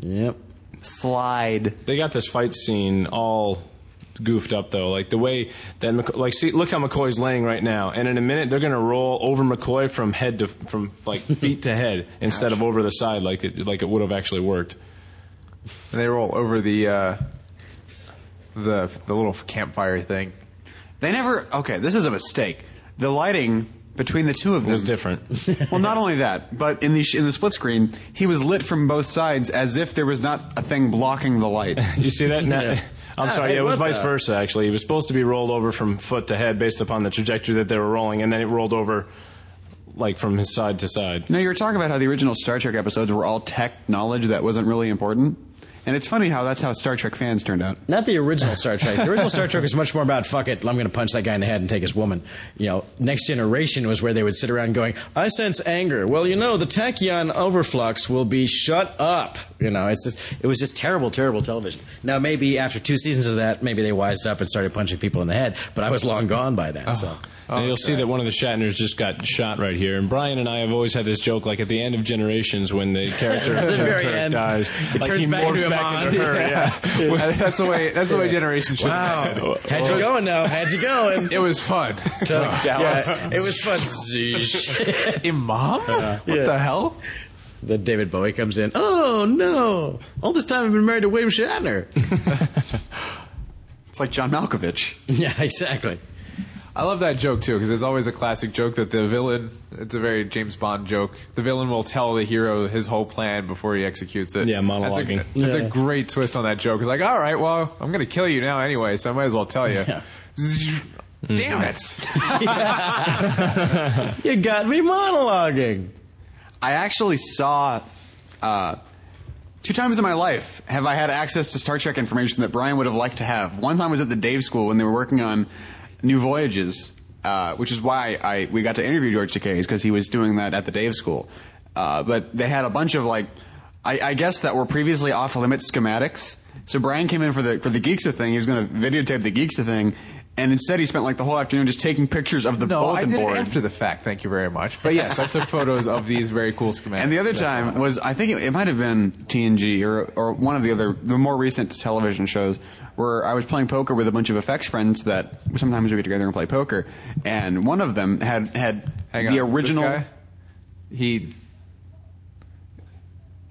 Yep. Slide. They got this fight scene all goofed up though. Like the way that McC- like see look how McCoy's laying right now, and in a minute they're gonna roll over McCoy from head to from like (laughs) feet to head instead of over the side like it like it would have actually worked. And they roll over the uh, the the little campfire thing. They never. Okay, this is a mistake. The lighting between the two of them It's different. (laughs) (laughs) well, not only that, but in the sh- in the split screen, he was lit from both sides as if there was not a thing blocking the light. You see that? Now, I'm sorry. I Yeah, it was love vice that. versa. Actually, he was supposed to be rolled over from foot to head based upon the trajectory that they were rolling, and then it rolled over like from his side to side. No, you were talking about how the original Star Trek episodes were all tech knowledge that wasn't really important, and it's funny how that's how Star Trek fans turned out. Not the original Star Trek. The original Star Trek was much more about fuck it, I'm going to punch that guy in the head and take his woman. You know, Next Generation was where they would sit around going, I sense anger. Well, you know, the tachyon overflux will be shut up. You know, it's just, it was just terrible, terrible television. Now maybe after two seasons of that, maybe they wised up and started punching people in the head. But I was long gone by then. So and you'll see that one of the Shatners just got shot right here. And Brian and I have always had this joke, like at the end of Generations, when the character, (laughs) At the (laughs) very character end, dies, it like turns he back morphs into a back into mon. (laughs) her. Yeah. (laughs) that's the way. That's the way generation should. have (laughs) wow, been. how'd you going now? How'd you going? (laughs) It was fun. Yeah, it was fun. Zeesh. Imam? what Yeah. the hell? (laughs) Then David Bowie comes in. Oh no! All this time I've been married to William Shatner. It's like John Malkovich. (laughs) yeah, exactly. I love that joke too because it's always a classic joke that the villain. It's a very James Bond joke. The villain will tell the hero his whole plan before he executes it. Yeah, monologuing. That's a, that's Yeah. a great twist on that joke. It's like, all right, well, I'm gonna kill you now anyway, so I might as well tell you. Yeah. Damn it! You got me monologuing. I actually saw. Uh, Two times in my life have I had access to Star Trek information that Brian would have liked to have. One time was at the Dave School when they were working on New Voyages, uh, which is why I we got to interview George Takei because he was doing that at the Dave School. Uh, but they had a bunch of like, I, I guess that were previously off limit schematics. So Brian came in for the for the Geeksa thing. He was going to videotape the Geeksa thing, and instead he spent like the whole afternoon just taking pictures of the No, I bulletin did it board. after the fact. Thank you very much. But yes, I took photos of these very cool schematics. And the other That's time all. was I think it, it might have been TNG or or one of the other the more recent television shows where I was playing poker with a bunch of effects friends that sometimes we get together and play poker, and one of them had had Hang on. the original. This guy, he.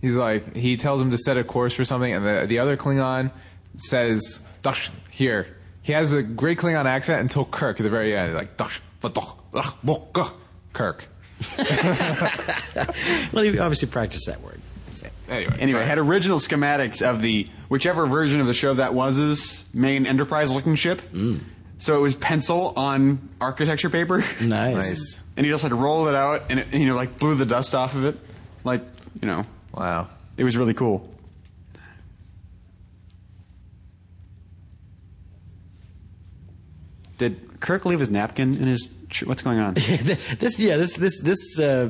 He's like he tells him to set a course for something, and the the other Klingon says "Dush here." He has a great Klingon accent until Kirk at the very end, like "Dush vadoch, lach, bok, uh," Kirk. Well, you obviously practice that word. (laughs) Anyway, Anyway, sorry. had original schematics of the whichever version of the show that was his main Enterprise looking ship. So it was pencil on architecture paper. Nice. nice. and he just like rolled it out and it, you know like blew the dust off of it, like you know Wow. it was really cool. Did Kirk leave his napkin in his? Tr- what's going on? this yeah this this this uh,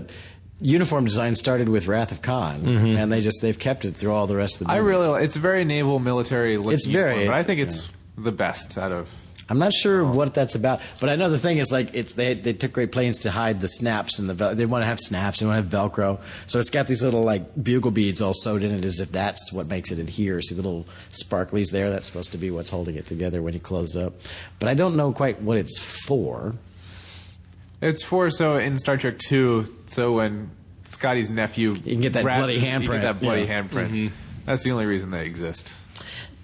uniform design started with Wrath of Khan, and they just they've kept it through all the rest of the. I movies. really li- it's very naval military looking. It's very- uniform, but I it's- think it's the best out of. I'm not sure what that's about, but I know the thing is like it's they they took great pains to hide the snaps and the vel- they want to have snaps, they want to have Velcro, so it's got these little like bugle beads all sewed in it as if that's what makes it adhere. See the little sparklies there? That's supposed to be what's holding it together when you close it up. But I don't know quite what it's for. It's for so in Star Trek Two. So when Scotty's nephew, you can get that bloody You get handprint, that bloody yeah. Mm-hmm. handprint. That's the only reason they exist.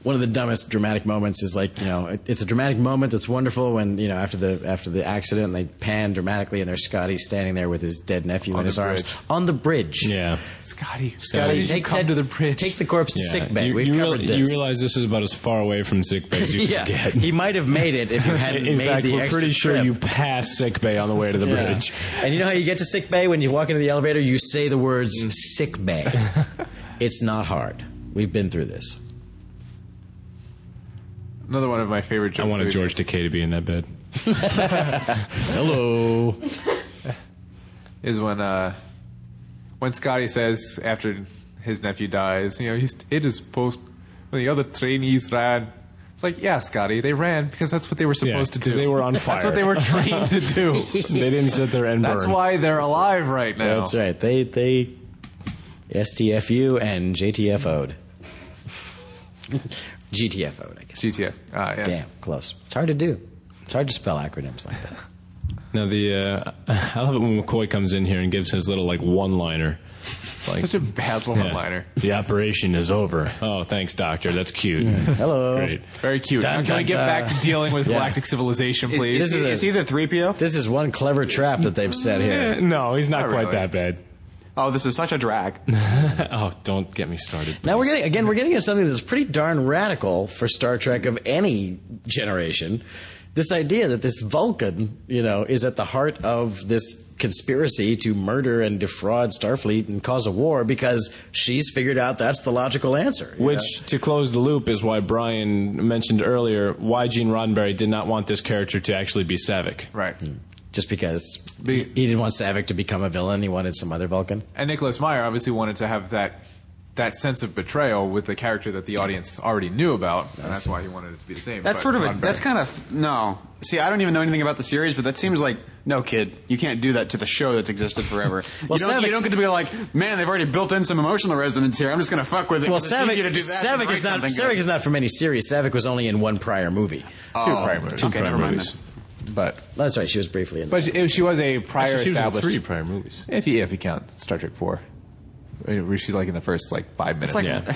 one of the dumbest dramatic moments is like you know it, it's a dramatic moment that's wonderful when you know after the after the accident they pan dramatically and there's Scotty standing there with his dead nephew in the his arms bridge. on the bridge. Yeah. Scotty, Scotty, you take come that- to the bridge. Take the corpse to Yeah. sick bay. You, We've you covered real- this. you realize this is about as far away from sick bay as (laughs) you yeah, can get. he might have made it (laughs) if you hadn't In made fact, the we're extra pretty sure trip. you passed sick bay on the way to the Yeah. bridge. And you know how you get to sick bay when you walk into the elevator, you say the words Mm. sick bay. (laughs) it's not hard. We've been through this. Another one of my favorite I jokes. wanted that- George Takei to be in that bed. Hello. is when uh, when Scotty says after his nephew dies, you know, he's, it is post when the other trainees ran. It's like, yeah, Scotty, they ran because that's what they were supposed to do. because they were on That's what fire. they (laughs) (laughs) were trained to do. They didn't sit there and burn. That's why they're alive right now. That's right. They they STFU and (laughs) JTFO'd. GTFO'd, I guess. GTA. Ah, yeah. Damn, close. It's hard to do. It's hard to spell acronyms like that. Now the uh, (laughs) I love it when McCoy comes in here and gives his little like one-liner. Like, Such a bad one yeah. liner. The operation is over. Oh, thanks, doctor. That's cute. Hello. Great. Very cute. Dun, Now, can dun, we get dun. back to dealing with Yeah. galactic civilization, please? This is a- Is he the 3PO? This is one clever trap that they've set here. Eh, (laughs) No, he's not, Not quite really. that bad. (laughs) Oh, this is such a drag. Oh, don't get me started. Now we're getting again we're getting into something that's pretty darn radical for Star Trek of any generation. This idea that this Vulcan, you know, is at the heart of this conspiracy to murder and defraud Starfleet and cause a war because she's figured out that's the logical answer. you know? Which, to close the loop, is why Brian mentioned earlier why Gene Roddenberry did not want this character to actually be Savick. (laughs) right. Hmm. just because Be- he, he didn't want Savick to become a villain, he wanted some other Vulcan. And Nicholas Meyer obviously wanted to have that that sense of betrayal with the character that the audience already knew about, and that's why he wanted it to be the same. That's but sort of a, Roddenberry- that's kind of no. See, I don't even know anything about the series, but that seems like no kid. You can't do that to the show that's existed forever. (laughs) Well, you, don't, Savick- you don't get to be like, man, they've already built in some emotional resonance here. I'm just going to fuck with it. Well, 'cause it's Savick, easier to do that than Savick write is not something Savick good." is not from any series. Savick was only in one prior movie. Uh, two primaries. okay, never mind then. But That's right. She was briefly in. But she, she was a prior Actually, she was in established. three prior movies. If you if you count Star Trek four, I mean, where she's like in the first like five minutes. like- (laughs) Yeah.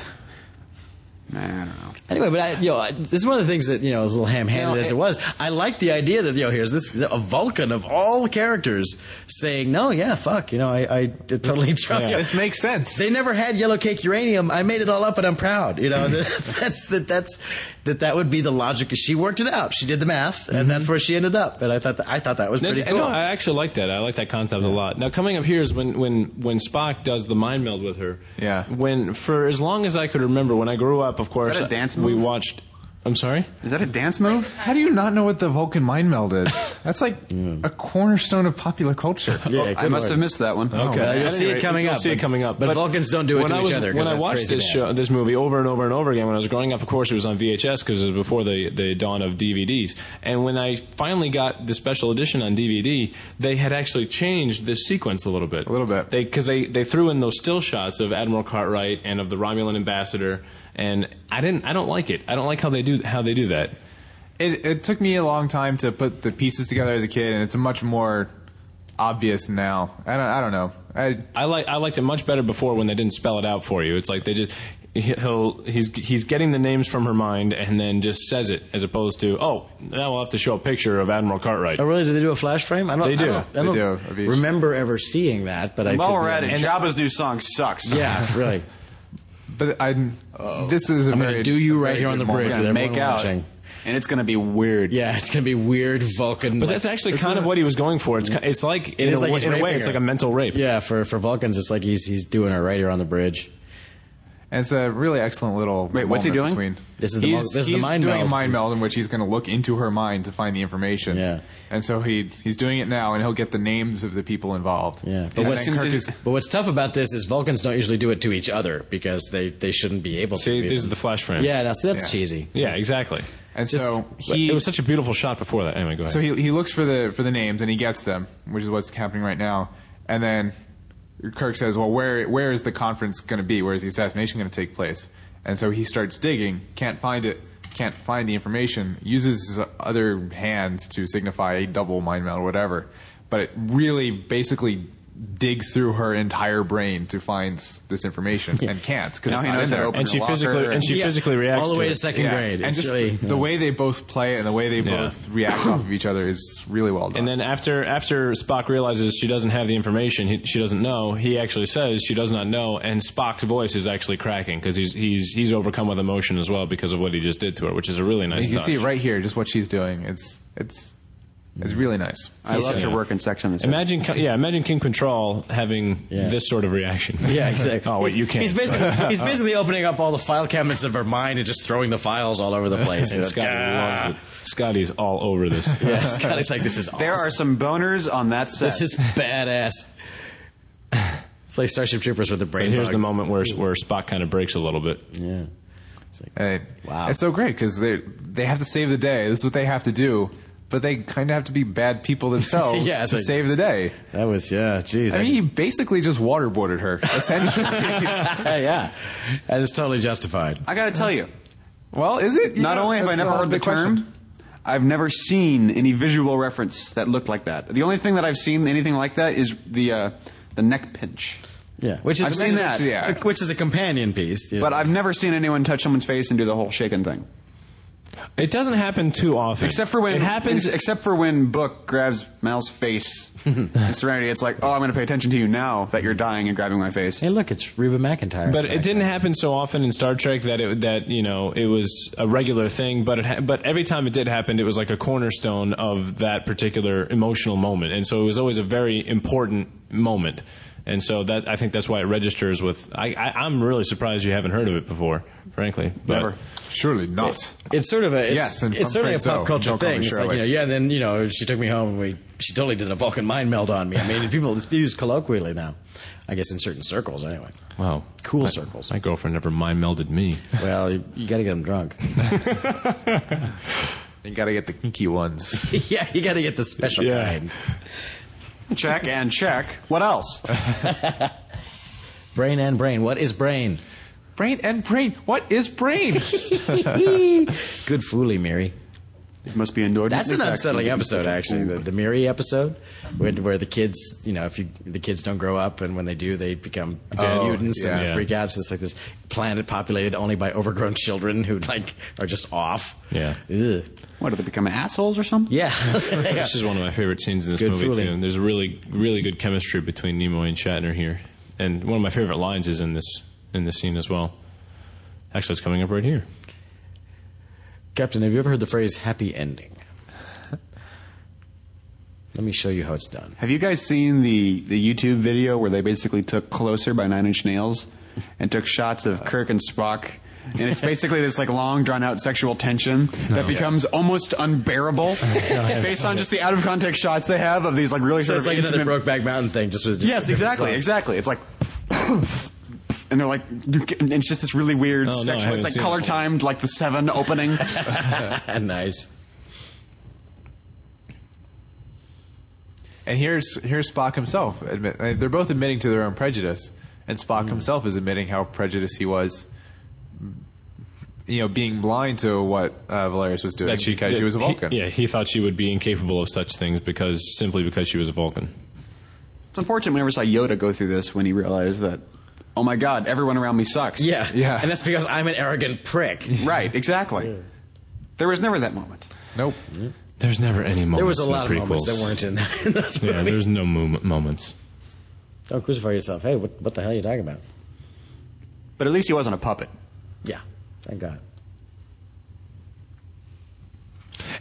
Nah, I don't know. Anyway, but I, you know, I- this is one of the things that you know, as little ham-handed You know, as it it- was, I like the idea that you know, here's this a Vulcan of all characters saying, "No, yeah, fuck," you know, I, I did totally tried. (laughs) (laughs) yeah. this makes sense. They never had yellow cake uranium. I made it all up, and I'm proud. You (laughs) know, (laughs) that's that. That's that. That would be the logic. She worked it out. She did the math, and that's where she ended up. And I thought that, I thought that was pretty Mm-hmm. That's- cool. No, I actually like that. I like that concept a lot. Now, coming up here is when, when, when Spock does the mind meld with her. Yeah. When for as long as I could remember, when I grew up, of course, that a dance we move? watched. I'm sorry. Is that a dance move? How do you not know what the Vulcan mind meld (laughs) is? That's like a cornerstone of popular (laughs) culture. Yeah, I good must lord. have missed that one. Oh, Okay, Well, you'll At see any it rate, coming you'll up, See it but- coming up. but Vulcans don't do it when to I each was, other, 'cause When I that's watched crazy this bad. show, this movie over and over and over again when I was growing up, of course it was on VHS because it was before the the dawn of DVDs. And when I finally got the special edition on DVD, they had actually changed this sequence a little bit. A little bit. They because they they threw in those still shots of Admiral Cartwright and of the Romulan ambassador, and I didn't. I don't like it. I don't like how they do how they do that. It, it took me a long time to put the pieces together as a kid, and it's much more obvious now. I don't, I don't know. I, I like I liked it much better before when they didn't spell it out for you. It's like they just he'll he's he's getting the names from her mind and then just says it as opposed to oh now we'll have to show a picture of Admiral Cartwright. Oh, really? Do they do a flash frame? I don't. They do. I don't, I They don't do, of each. Remember ever seeing that? But I. While could we're be at it, wrong. Jabba's new song sucks. yeah, (laughs) really. but I, Oh. this is a I'm very gonna do you a right very here on good the moment. bridge. We're with gonna everyone make out, watching. and it's gonna be weird. Yeah, it's gonna be weird Vulcan. but that's actually kind of what he was going for. It's ki- it's like in, is a, like wa- he's in a way raping it's her. like a mental rape. yeah for for Vulcans, it's like he's he's doing it right here on the bridge. And it's a really excellent little. Wait, what's he moment doing? Between. This is the he's, mo- this is the he's mind doing meld. a mind meld in which he's going to look into her mind to find the information. Yeah. And so he he's doing it now, and he'll get the names of the people involved. Yeah. But But what's what's- But what's tough about this is Vulcans don't usually do it to each other because they they shouldn't be able to. See, be these able- are the flash frames. yeah, now see that's Yeah. cheesy. yeah, exactly. and just- so He, it was such a beautiful shot before that. Anyway, go ahead. so he he looks for the for the names and he gets them, which is what's happening right now. And then Kirk says, "Well, where where is the conference going to be? Where is the assassination going to take place?" And so he starts digging, can't find it, can't find the information. Uses his other hands to signify a double mind meld or whatever, but it really basically digs through her entire brain to find this information and can't because Now it's he not knows in how there. to Open and her she locker physically and she Yeah. physically reacts all the way it. to second grade. and It's just (laughs) really (laughs) the way they both play and the way they Yeah. both react off of each other is really well done. And then after after Spock realizes she doesn't have the information, he, she doesn't know. He actually says she does not know, and Spock's voice is actually cracking because he's he's he's overcome with emotion as well because of what he just did to her, which is a really nice. you touch. see right here just what she's doing. It's it's Mm. it's really nice. I loved Yeah. your work in Sex and the City. Imagine, Ki- yeah, imagine King Control having Yeah. this sort of reaction. Yeah, exactly. Oh, wait, He's- you can't. He's (laughs) basically he's basically opening up all the file cabinets of her mind and just throwing the files all over (laughs) the place. And It's like, (laughs) Scotty "Ah." loves it. Scotty's all over this. Yeah, Scotty's like, this is awesome. There are some boners on that set. this is badass. It's like Starship Troopers with the brain. But here's the bug. moment where where Spock kind of breaks a little bit. Yeah. And Wow. It's so great because they they have to save the day. This is what they have to do. But they kind of have to be bad (laughs) people themselves Yeah, it's to like- save the day. That was yeah. Jeez. I mean, he basically just waterboarded her, (laughs) essentially. (laughs) yeah. That is totally justified. I got to tell you, well, is it? not Yeah, only have that's I never the- heard the, question. term, I've never seen any visual reference that looked like that. The only thing that I've seen anything like that is the uh, the neck pinch. Yeah. Which is I've seen that. Yeah. Which is a companion piece. you But know. I've never seen anyone touch someone's face and do the whole shaken thing, It doesn't happen too often, except for when it happens. Except for when Book grabs Mal's (laughs) face and Serenity. It's like, oh, I'm going to pay attention to you now that you're dying and grabbing my face. Hey, look, it's Reba McIntyre. But it didn't happen so often in Star Trek that it that you know it was a regular thing. But it ha- but every time it did happen, it was like a cornerstone of that particular emotional moment, and so it was always a very important moment. And so that I think that's why it registers with. I, I I'm really surprised you haven't heard of it before, frankly. But Never. Surely not. (laughs) It's sort of a it's, Yes, and it's I'm certainly a afraid pop so. culture Don't call me thing. It's like, Shirley. you know, yeah, and then you know she took me home and we she totally did a Vulcan mind meld on me. I mean, people it's used colloquially now, I guess in certain circles anyway. wow, Cool My- circles. My girlfriend never mind melded me. Well, you, you got to get them drunk. (laughs) You got to get the kinky ones. yeah, you got to get the special Yeah. kind. Check and check. What (laughs) else? Brain and brain. What is brain? (laughs) brain and brain. What (laughs) is brain? Good foolie, Mary. It must be annoyed. That's an unsettling episode, actually. The, the Miri episode, where, where the kids, you know, if you the kids don't grow up, and when they do, they become Oh, mutants and yeah. they freak out. So it's like this planet populated only by overgrown children who like are just off. Yeah. Ugh. What, do they become assholes or something? Yeah. Yeah. (laughs) This is one of my favorite scenes in this Good movie fooling. too. And there's really, really good chemistry between Nimoy and Shatner here. And one of my favorite lines is in this in this scene as well. Actually, it's coming up right here. Captain, have you ever heard the phrase "happy ending"? Let me show you how it's done. Have you guys seen the, the YouTube video where they basically took Closer by Nine Inch Nails and took shots of Kirk and Spock? And it's basically this like long drawn out sexual tension that becomes almost unbearable based on just the out of context shots they have of these like really sort So it's of like another intimate. Brokeback Mountain thing, just with (laughs) yes, different exactly, song. exactly. It's like (laughs) and they're like and it's just this really weird Oh, no, I sexual. haven't it's like seen color that one. timed like the seven opening. (laughs) nice. and here's here's Spock himself. Admit, uh, they're both admitting to their own prejudice, and Mm. Spock himself is admitting how prejudiced he was. You know, being blind to what uh, Valerius was doing because she was a he- Vulcan. yeah, he thought she would be incapable of such things because simply because she was a Vulcan. it's unfortunate we never saw Yoda go through this when he realized that oh my god, everyone around me sucks. Yeah, Yeah. And that's because I'm an arrogant prick. Right, exactly. There was never that moment. Nope. There's never any moments. There was a in lot the of moments prequels. that weren't in that. (laughs) In those Yeah, movies. there's no mo- moments. Don't crucify yourself. Hey, what, what the hell are you talking about? But at least he wasn't a puppet. Yeah, thank God.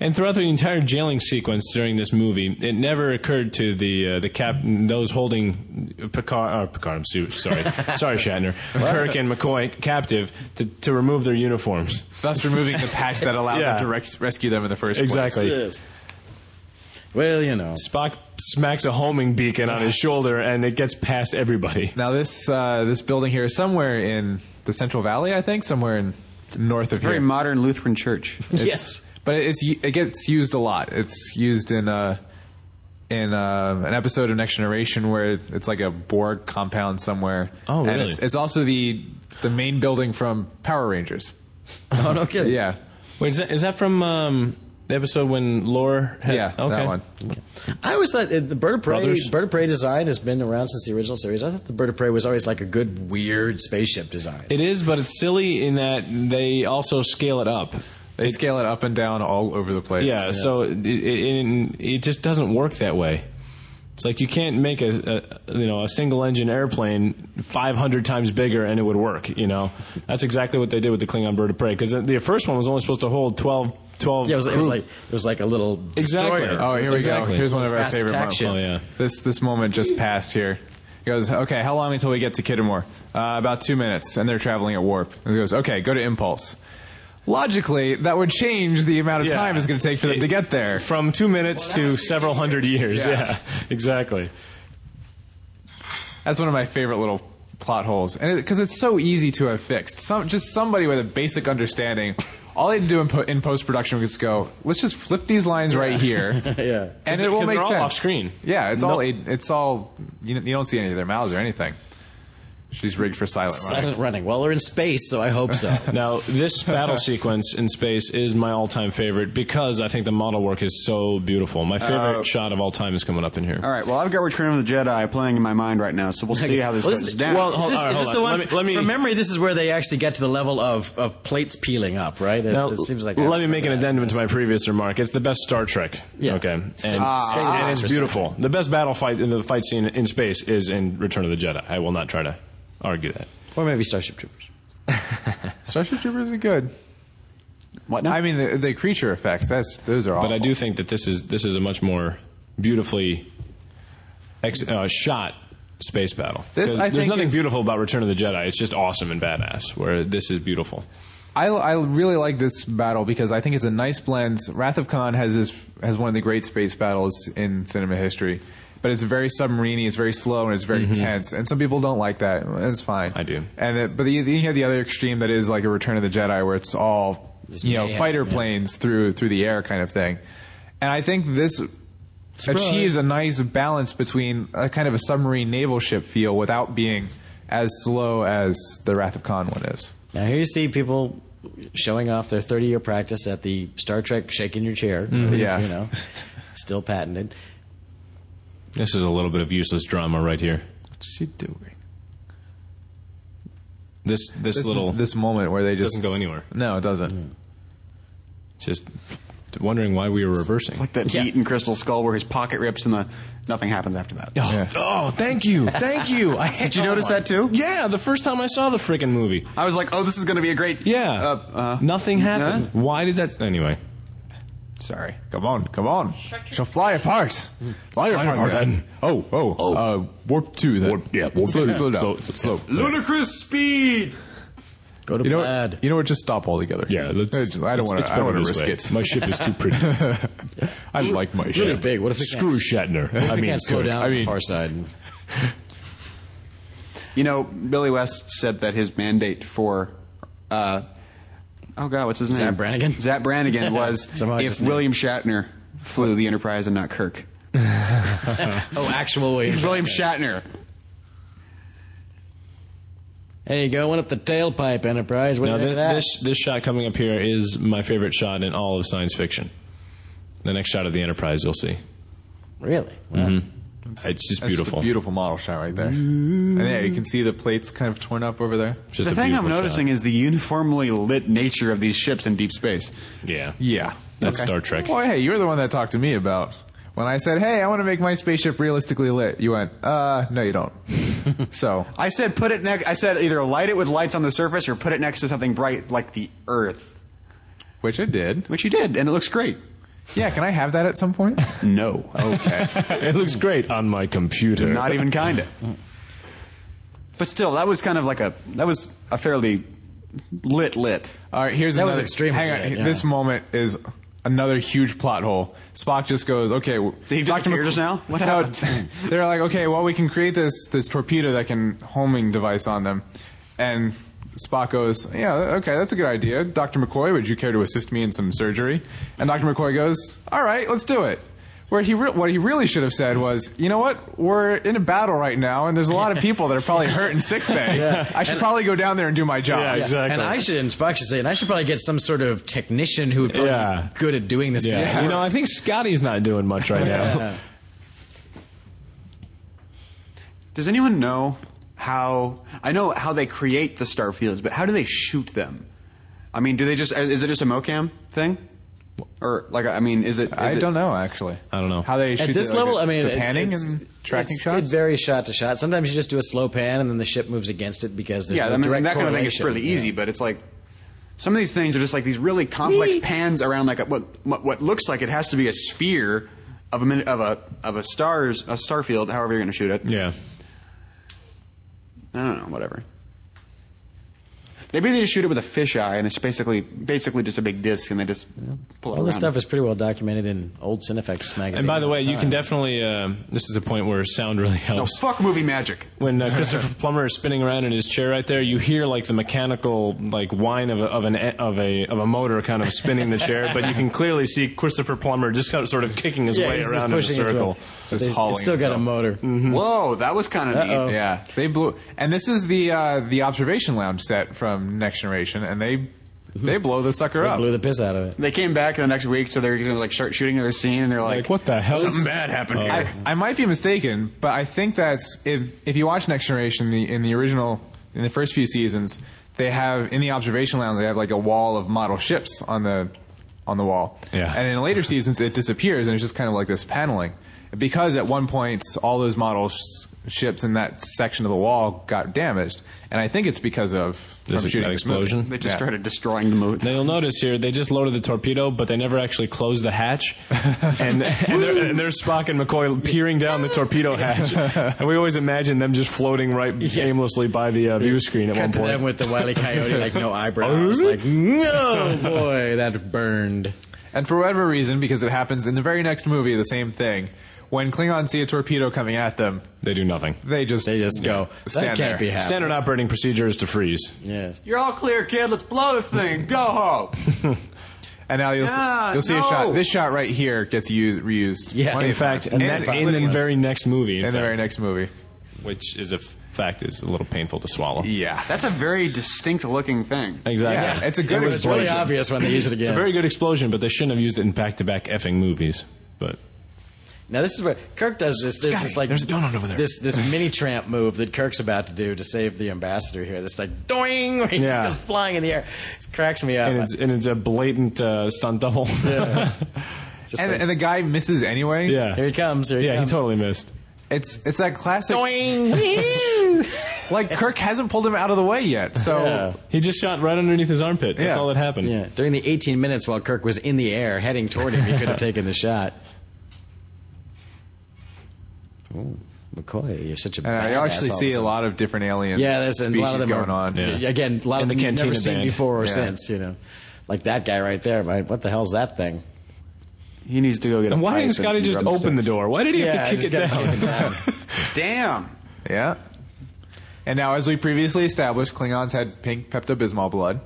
And throughout the entire jailing sequence during this movie, it never occurred to the uh, the cap those holding Picard, uh, Picard I'm (laughs) su- sorry, sorry Shatner, Kirk and McCoy captive to, to remove their uniforms. Thus, removing the patch that allowed (laughs) Yeah. them to rex- rescue them in the first place. Well, you know. Spock smacks a homing beacon (laughs) on his shoulder, and it gets past everybody. Now, this uh, this building here is somewhere in the Central Valley, I think, somewhere in north of Very here. modern Lutheran church. It's- Yes. but it's it gets used a lot. It's used in uh in uh, an episode of Next Generation where it's like a Borg compound somewhere. Oh, And really? it's, it's also the the main building from Power Rangers. Oh, (laughs) no kidding. Yeah. Wait, is that, is that from um, The episode when Lore. Had, Yeah, okay. that one. I always thought uh, the bird of prey Brothers? bird of prey design has been around since the original series. I thought the bird of prey was always like a good weird spaceship design. It is, but it's silly in that they also scale it up. They scale it up and down all over the place. Yeah, so it, it, it just doesn't work that way. It's like you can't make a, a you know a single engine airplane 500 times bigger and it would work. You know that's exactly what they did with the Klingon bird of prey because the first one was only supposed to hold 12, 12 yeah, it was, it crew- was like it was like a little Exactly. destroyer. Oh, here we Exactly. go. Here's one of our Fast favorite attack moments. ship. Oh, yeah. This this moment just passed here. He goes, okay, how long until we get to Kiddamore? Uh, about two minutes, and they're traveling at warp. And he goes, okay, go to impulse. Logically, that would change the amount of Yeah. time it's going to take for them It- to get there. from two minutes to several hundred years. Yeah. yeah (laughs) exactly. That's one of my favorite little plot holes, and because it's so easy to have fixed. Some just somebody with a basic understanding. All they do in, po- in post production was go, let's just flip these lines right (laughs) here, Yeah. and they- it will 'cause make they're all sense. off-screen. Yeah, it's all it's all you, you don't see any of their mouths or anything. She's rigged for silent. running. Silent running. Well, they're in space, so I hope so. Now, (laughs) this battle sequence in space is my all-time favorite because I think the model work is so beautiful. My favorite Uh, shot of all time is coming up in here. (laughs) All right. Well, I've got Return of the Jedi playing in my mind right now, so we'll see how this Well, goes down. well, hold- is this, all right, is this hold the one? on. Let me- let me- from memory, this is where they actually get to the level of, of plates peeling up, right? It, Now, it seems like. let me make an addendum to my previous remark. It's the best Star Trek. Yeah. Okay. And, Ah. and it's beautiful. The best battle fight, the fight scene in space is in Return of the Jedi. I will not try to argue that. Or maybe Starship Troopers. Starship Troopers are good. what now? I mean, the, the creature effects. That's those are. But I do think that this is this is a much more beautifully ex- uh, shot space battle. This, 'Cause I There's think, nothing is- beautiful about Return of the Jedi. It's just awesome and badass. Where this is beautiful. I, I really like this battle because I think it's a nice blend. Wrath of Khan has this, has one of the great space battles in cinema history, but it's very submariney, it's very slow, and it's very tense. And some people don't like that. and It's fine. I do. And it, but you, you have the other extreme that is like a Return of the Jedi, where it's all you know mayhem, fighter yeah. planes through through the air kind of thing. And I think this achieves a nice balance between a kind of a submarine naval ship feel without being as slow as the Wrath of Khan one is. Now here you see people showing off their 30 year practice at the Star Trek shaking your chair. yeah. You know, still patented. This is a little bit of useless drama right here. What's she doing? This this, this little this moment where they just doesn't go anywhere. No, it doesn't. Hmm. Just wondering why we were reversing. like that beat in Crystal Skull where his pocket rips and the nothing happens after that. Oh, Yeah. oh, thank you, thank you. I, Did you notice that too? Yeah, the first time I saw the freaking movie. I was like, oh, this is going to be a great. Yeah, Uh, uh, nothing happened. huh? Why did that? Anyway, Sorry, come on, come on. She'll fly apart. Fly, apart, then. Oh, oh, oh. Uh, warp two then. Warp, yeah, warp slow, slow down. Slow, Ludicrous speed. Go to You know, bed. what, you know what? Just stop altogether. yeah. Let's, I just- I don't it's- want it's to. I don't better want to risk this way. it. My ship is too pretty. (laughs) I like my Really ship. big. What if we Screw can't, (laughs) Shatner. what if I we mean, can't slow Kirk. down I on mean- the far side? and- You know, Billy West said that his mandate for, uh, oh god, what's his name? Zap Brannigan? Zap (laughs) Brannigan was Somehow I if just knew. William Shatner flew the Enterprise and not Kirk. Oh, actual It's William Shatner. Hey, going up the tailpipe, Enterprise. What Now, do you thi- think of that? this this shot coming up here is my favorite shot in all of science fiction. The next shot of the Enterprise, you'll see. really? Wow. It's just That's Just beautiful. a beautiful model shot right there. And yeah, you can see the plates kind of torn up over there. Just the a thing I'm beautiful shot. noticing is the uniformly lit nature of these ships in deep space. yeah, Yeah. that's Star Trek. Well, hey, you're the one that talked to me about when I said, "Hey, I want to make my spaceship realistically lit." You went, "Uh, no, you don't." so I said put it next. I said either light it with lights on the surface or put it next to something bright like the Earth, Which I did. which you did, and it looks great. Yeah, can I have that at some point? No, okay, (laughs) it looks great on my computer. (laughs) not even kinda. But still, that was kind of like a that was a fairly lit lit. All right, here's that was another, extremely Hang on, good, yeah. this moment is another huge plot hole. Spock just goes, "Okay." w- Did he Dr. disappear Mc- just now? What No, happened? (laughs) they're like, "Okay, well, we can create this this torpedo that can homing device on them," and. Spock goes, yeah, okay, that's a good idea. Dr. McCoy, would you care to assist me in some surgery? And Dr. McCoy goes, all right, let's do it. Where he re- what he really should have said was, you know what, we're in a battle right now, and there's a lot of people that are probably hurt in sick bay. I should probably go down there and do my job. Yeah, exactly. And I should, and Spock should say, and I should probably get some sort of technician who would probably Yeah. be good at doing this. Yeah. kind of You work. know, I think Scotty's not doing much right now. Does anyone know how? I know how they create the star fields, but how do they shoot them? I mean, do they just? Is it just a mocam thing, or like? I mean, is it? Is I it- don't know actually. I don't know. how they shoot at this the- level, like, I mean, the it- panning it's- and tracking it's- shots. It varies shot to shot. Sometimes you just do a slow pan, and then the ship moves against it because there's Yeah, no I mean direct that kind of thing is fairly correlation. easy, but it's like some of these things are just like these really complex pans around like a, what what what looks like it has to be a sphere of a minute of a of a stars a star field, however you're going to shoot it. yeah. I don't know, whatever. Maybe they just shoot it with a fisheye, and it's basically basically just a big disc, and they just pull it All this around. stuff is pretty well documented in old Cinefex magazine. And by the way, you can definitely. Uh, this is a point where sound really Oh, helps. fuck movie magic. when (laughs) uh, Christopher Plummer is spinning around in his chair right there, you hear like the mechanical like whine of a, of an e, of a of a motor kind of spinning the chair, but you can clearly see Christopher Plummer just kind of sort of kicking his way around in a circle. Just It's hauling still got a himself. motor. Mm-hmm. Whoa, that was kind of Uh-oh. neat. Yeah, they blew, and this is the uh, the observation lounge set from Next Generation, and they they blow the sucker up. Blew the piss out of it. They came back the next week, so they're going to like start shooting another scene, and they're like, Like, what the hell is Something this?" bad happened Oh. here." I, I might be mistaken, but I think that's if if you watch Next Generation the, in the original in the first few seasons, they have in the observation lounge they have like a wall of model ships on the on the wall. Yeah. And in (laughs) later seasons it disappears and it's just kind of like this paneling. Because at one point all those model sh- ships in that section of the wall got damaged, and I think it's because of This from is shooting that this movie. explosion? They just Yeah. started destroying the moon. Now you'll notice here they just loaded the torpedo, but they never actually closed the (laughs) hatch, and, (laughs) and, there, and there's Spock and McCoy peering down the torpedo hatch, and we always imagine them just floating right aimlessly by the uh, view screen at one Cut to them point. with the wily coyote, like (laughs) no eyebrows, like no boy, that burned. And for whatever reason, because it happens in the very next movie, the same thing. When Klingons see a torpedo coming at them, They do nothing. they just They just go. Stand that can't there. be happening. Standard operating procedure is to freeze. Yes. (laughs) You're all clear, kid. Let's blow this thing. Go home. And now you'll Yeah, you'll see a no. shot. This shot right here gets used reused. Yeah, plenty In of fact, in, times. that, in the very next movie, in in the fact, very next movie. which is a f- fact is a little painful to swallow. Yeah, That's a very distinct looking thing. Exactly. yeah. It's a good It's explosion. really obvious when they use it again. Very good explosion, but they shouldn't have used it in back-to-back effing movies. But Now this is where Kirk does this. There's this like There's a donut over there. This (laughs) this mini tramp move that Kirk's about to do to save the ambassador here. This like doing, (laughs) where he Yeah. just goes flying in the air. It cracks me up. and it's, and it's a blatant uh, stunt double. Yeah, Just And, like, and the guy misses anyway. (laughs) yeah. here he comes. Here he yeah, he comes. totally missed. it's it's that classic. (laughs) doing. Like Kirk hasn't pulled him out of the way yet. So Yeah. He just shot right underneath his armpit. That's Yeah. all that happened. yeah, during the 18 minutes while Kirk was in the air heading toward him, he could have taken the shot. Ooh, McCoy, you're such a. and I badass Uh, actually all of see sudden. a lot of different alien Yeah, that's and a lot species of them going are, on. Yeah. y- Again, a lot And of the them you've never Cantina seen Band. before or Yeah. since. You know, like that guy right there. Right? What the hell's that thing? He needs to go get. And a why pipe didn't Scotty and some just drumsticks. open the door? Why did he Yeah, have to just kick it gotta kick it down? down. Damn. Yeah. And now, as we previously established, Klingons had pink Pepto Bismol blood.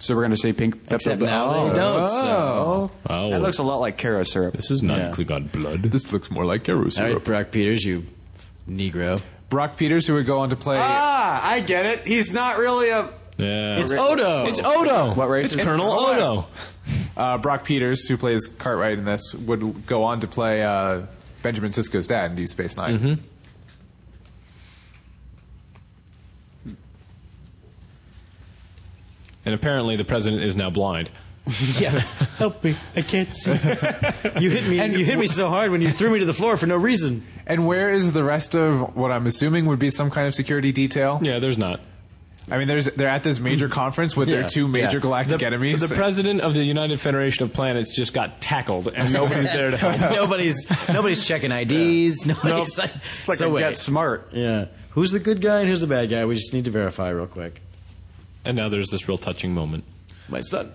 So we're gonna say pink. Pepto- Except now Oh. they don't. Oh. So. oh, That looks a lot like Kara syrup. this is not Yeah. Klingon blood. This looks more like Caruso. All right, Brock Peters, you Negro. Brock Peters, who would go on to play. Ah, I get it. He's not really a. yeah. It's Odo. It's Odo. What race It's is it? Colonel Colonel Odo. Uh, Brock Peters, who plays Cartwright in this, would go on to play uh, Benjamin Sisko's dad in Deep Space 9 Mm-hmm. And apparently, the president is now blind. yeah, help me. I can't see. you hit me. you hit me so hard when you threw me to the floor for no reason. And where is the rest of what I'm assuming would be some kind of security detail? Yeah, there's not. I mean, there's they're at this major conference with Yeah. their two major Yeah. galactic enemies. The president of the United Federation of Planets just got tackled, and nobody's there to (laughs) help. nobody's nobody's checking IDs. Nobody's like, It's like so a wait. get smart. Yeah, who's the good guy and who's the bad guy? We just need to verify real quick. And now there's this real touching moment. My son.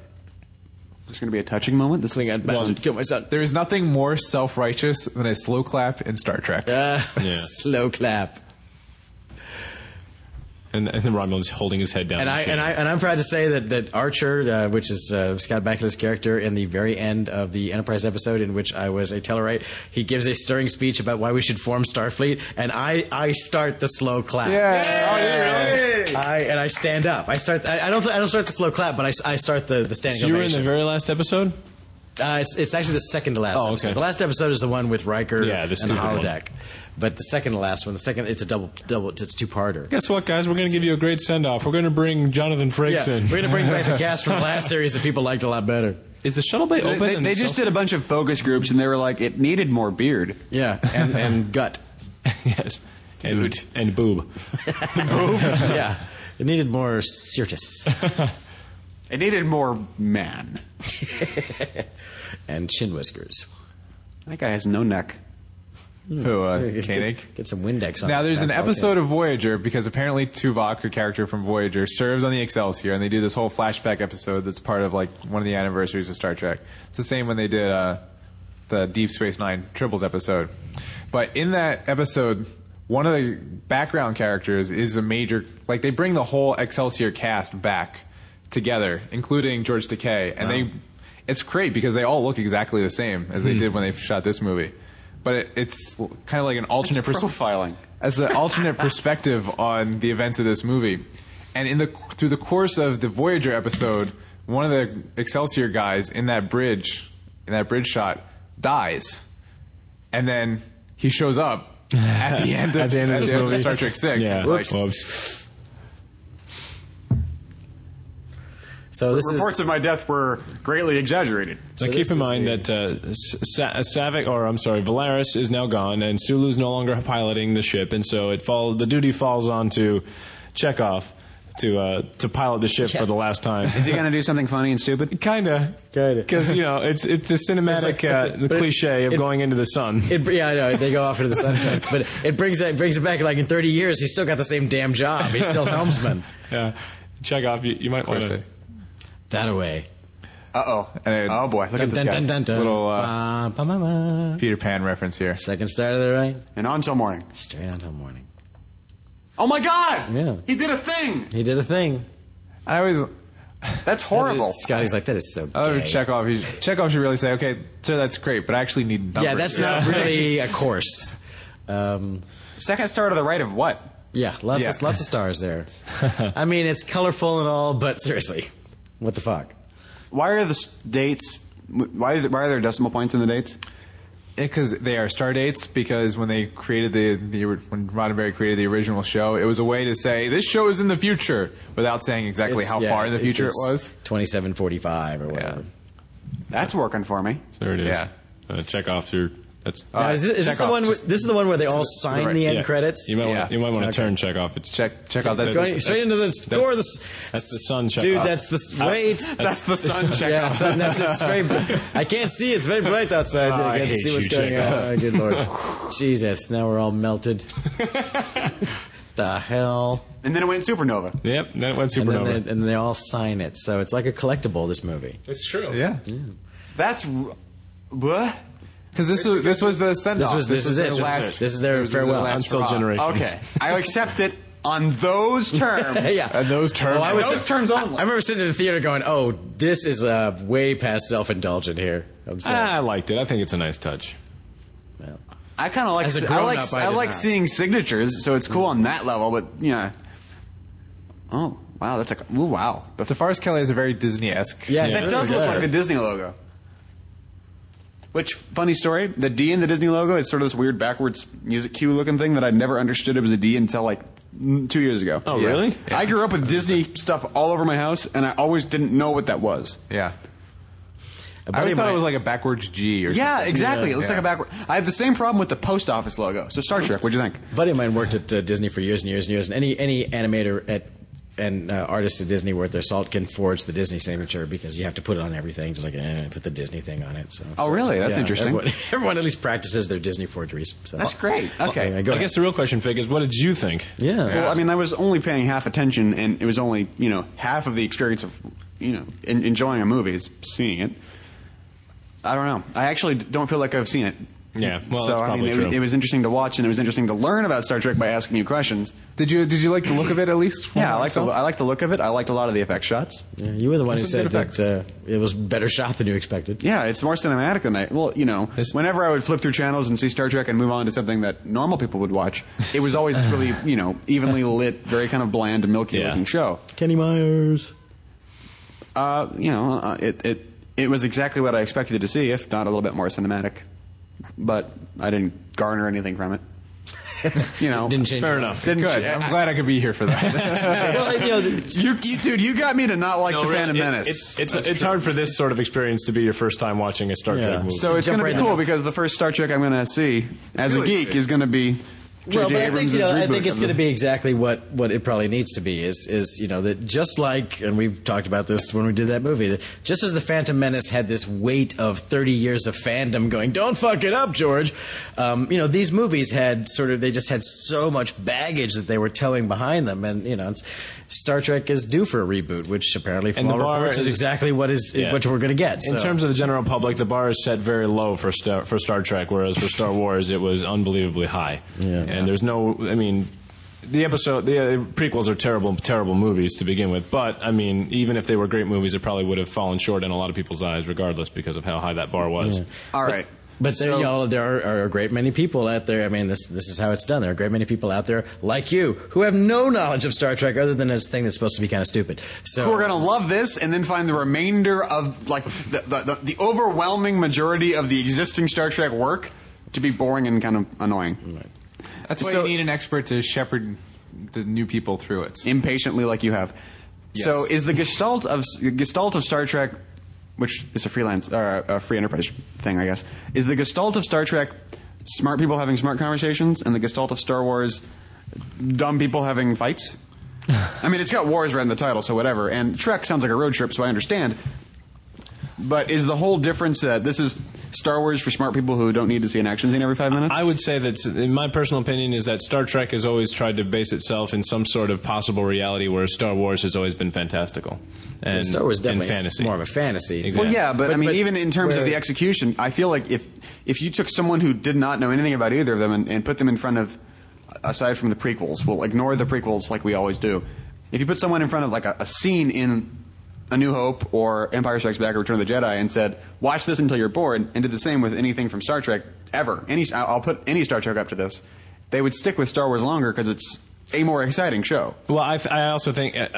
There's gonna be a touching moment. This thing. I bastard killed my son. there is nothing more self-righteous than a slow (laughs) clap in Star Trek. Uh, Yeah. Slow clap. And and, and then Romulan's holding his head down. And I and I and I'm proud to say that that Archer, uh, which is uh, Scott Bakula's character in the very end of the Enterprise episode in which I was a Tellarite, he gives a stirring speech about why we should form Starfleet, and I I start the slow clap. Yeah. Oh, yeah, really? I and I stand up. I start. I, I don't. I don't start the slow clap, but I, s- I start the the standing. you were in ovation. the very last episode. Uh, it's, it's actually the second to last. Oh, okay. episode. The last episode is the one with Riker Yeah, the and the stupid one. holodeck. But the second to last one, the second, it's a double double. It's two parter. Guess what, guys? We're going to give you a great send off. We're going to bring Jonathan Yeah, Frakes we're in. gonna bring back the cast from the last series that people liked a lot better. Is the shuttle bay They, open? they- and they the just shuttle- did a bunch of focus groups, and they were like, it needed more beard. Yeah, and, and gut. (laughs) yes. And, and boob. (laughs) yeah, it needed more Syrtis It needed more man. and chin whiskers. That guy has no neck. Who, uh, Koenig? Get, get some Windex on. Now it. there's an Okay. episode of Voyager because apparently Tuvok, a character from Voyager, serves on the Excelsior, and they do this whole flashback episode that's part of like one of the anniversaries of Star Trek. It's the same when they did uh, the Deep Space Nine Tribbles episode, but in that episode, one of the background characters is a major like they bring the whole Excelsior cast back together, including George Takei, and they it's great because they all look exactly the same as they did when they shot this movie. But it, it's kind of like an alternate pers- Profiling. as an alternate perspective on the events of this movie. And in the through the course of the Voyager episode, one of the Excelsior guys in that bridge, in that bridge shot, dies, and then he shows up at (laughs) the end of, At the end of this movie. Star Trek Six. Yeah. It's like, Whoops. So this is Reports of my death were greatly exaggerated. Now this keep is in mind the- that uh, Sa- uh, Savick, or I'm sorry, Valaris is now gone, and Sulu's no longer piloting the ship, and so it fall the duty falls onto Chekhov to uh, to pilot the ship for the last time. (laughs) Is he going to do something funny and stupid? Kinda, Kinda. because you know it's it's the cinematic It's like- but uh, the- the but it- cliche of it- going into the sun. It, yeah, I know they go off into the sunset, but it brings it brings it back. Like in 30 years, he's still got the same damn job. He's still helmsman. yeah, Chekhov, you, you might want course to. That away. Uh oh. And it- Oh boy, look at this Dun, dun, guy. dun, dun. Little, uh, Ba, ba, ba, ba. Peter Pan reference here. Second star to the right, And on till morning. straight on till morning. Oh my god! Yeah. He did a thing! He did a thing. I always That's horrible. Scotty's like, that is so. I would gay." Oh, check off. Check off should really say, okay, sir, that's great, but I actually need numbers. Yeah, that's not (laughs) really a course. Um, Second star to the right of what? yeah, lots Yeah. of lots of stars there. (laughs) I mean, it's colorful and all, but seriously, what the fuck? Why are the s- dates? Why are, the- why are there decimal points in the dates? because Eh, they are star dates. Because when they created the, the when Roddenberry created the original show, it was a way to say this show is in the future without saying exactly It's- how yeah, far in the it's- future it it's was. 2745 or whatever. That's working for me. There it is. Yeah. Uh, Chekhov, you're that's. Now, is this, is this check the off, one? where- just- this is the one where they all sign right, the end yeah. credits. You might Yeah. want you might want to Okay. turn Chekhov. It's Check check out that's Straight, straight into the score. that's- the, that's the sun check Dude, off. that's the (laughs) s- wait. That's the (laughs) sun check. yeah, son, that's it's straight. I can't see. It's very bright outside. Ah, I I can't see hate what's you, going on. Jacob. Oh, good lord, (laughs) Jesus! Now we're all melted. the hell! And then it went supernova. Yep, that went And then, supernova. they, and they all sign it, so it's like a collectible. This movie. it's true. yeah. That's r- what? Because this was this was the send This was this, is it. their This, last- this is their this was their farewell. last Until hurrah. generation. Okay, I accept it on those terms. (laughs) yeah. And those terms. Well, I was- those terms only. I remember sitting in the theater going, "Oh, this is uh, way past self-indulgent here." I'm sorry. Ah, I liked it. I think it's a nice touch. Well, I kind of like As a I grown-up, like I I, did like not. seeing signatures, so it's cool on that level. But yeah. Oh wow, that's like ooh, wow. That DeForest Kelly is a very Disney esque. yeah, Yeah. that does look like the Disney logo. Which funny story? The D in the Disney logo is sort of this weird backwards music cue looking thing that I never understood it was a D until like mm, two years ago. Oh, really? I grew up with Disney stuff all over my house, and I always didn't know what that was. Yeah. A buddy I always of thought mine- it was like a backwards G or Yeah, something. exactly. Yeah. It looks like a Yeah. backward. I have the same problem with the post office logo. So Star Trek, what'd you think? A buddy of mine worked at uh, Disney for years and years and years, and any any animator at and uh, artist at Disney worth their salt can forge the Disney signature because you have to put it on everything, just like eh, put the Disney thing on it. So, Oh, so, really? That's interesting. Everyone, (laughs) everyone at least practices their Disney forgeries. So That's great. Okay. Yeah, go I ahead. guess the real question, Fig, is what did you think? yeah. Well, I mean, I was only paying half attention, and it was only you know half of the experience of you know en- enjoying a movie is seeing it. I don't know. I actually d- don't feel like I've seen it. Yeah, well, so I that's mean, probably it, true. it was interesting to watch, and it was interesting to learn about Star Trek by asking you questions. Did you did you like the look of it at least? Yeah, I like the, So- I like the look of it. I liked a lot of the effect shots. Yeah, you were the one who That's a said good that uh, it was better shot than you expected. Yeah, it's more cinematic than I. Well, you know, It's- whenever I would flip through channels and see Star Trek and move on to something that normal people would watch, it was always this really, you know, (laughs) evenly lit, very kind of bland and milky Yeah. looking show. Kenny Myers. Uh, you know, uh, it it it was exactly what I expected to see, if not a little bit more cinematic. But I didn't garner anything (laughs) from it. You know, Didn't change. Fair enough. Didn't Good. ch- I'm glad I could be here (laughs) for that. well, you know, the- You, you, dude, you got me to not like No, the really, Phantom it- Menace. It's it's, it's hard for this sort of experience to be your first time watching a Star Yeah. Trek movie. so it's Jump gonna right be in. cool because the first Star Trek I'm gonna see as a Really geek sick. is gonna be. J.J. well, but I think Abrams' you know, I reboot think it's of going to the- be exactly what what it probably needs to be is is you know that just like and we've talked about this when we did that movie that just as the Phantom Menace had this weight of thirty years of fandom going don't fuck it up George, um, you know these movies had sort of they just had so much baggage that they were towing behind them and you know it's, Star Trek is due for a reboot which apparently from And the all bar reports is is- exactly what is Yeah. what we're going to get In so. terms of the general public, the bar is set very low for Star, for Star Trek, whereas for Star Wars, it was unbelievably high. And there's no, I mean, the episode, the uh, prequels are terrible, terrible movies to begin with. But I mean, even if they were great movies, it probably would have fallen short in a lot of people's eyes, regardless, because of how high that bar was. All right. But there, So- you know, there are, are a great many people out there. I mean, this this is how it's done. There are a great many people out there like you who have no knowledge of Star Trek other than this thing that's supposed to be kind of stupid. So who are going to love this and then find the remainder of like the, the, the, the overwhelming majority of the existing Star Trek work to be boring and kind of annoying. That's why So- you need an expert to shepherd the new people through it. Impatiently like you have. So Yes. is the gestalt of gestalt of Star Trek which is a freelance or a free enterprise thing, I guess. Is the gestalt of Star Trek smart people having smart conversations and the gestalt of Star Wars dumb people having fights? I mean, it's got wars around the title, so whatever. And Trek sounds like a road trip, so I understand. But is the whole difference that this is Star Wars for smart people who don't need to see an action scene every five minutes? I would say that, in my personal opinion, is that Star Trek has always tried to base itself in some sort of possible reality, whereas Star Wars has always been fantastical and Star Wars and definitely fantasy. more of a fantasy. Exactly. well, yeah, but, I mean, but even in terms of where- the execution, I feel like if if you took someone who did not know anything about either of them and, and put them in front of, aside from the prequels, we'll ignore the prequels like we always do. If you put someone in front of like a, a scene in A New Hope or Empire Strikes Back or Return of the Jedi and said, "Watch this until you're bored," and did the same with anything from Star Trek ever, any I'll I'll put any Star Trek up to this, they would stick with Star Wars longer because it's a more exciting show. Well, I, th- I also think I-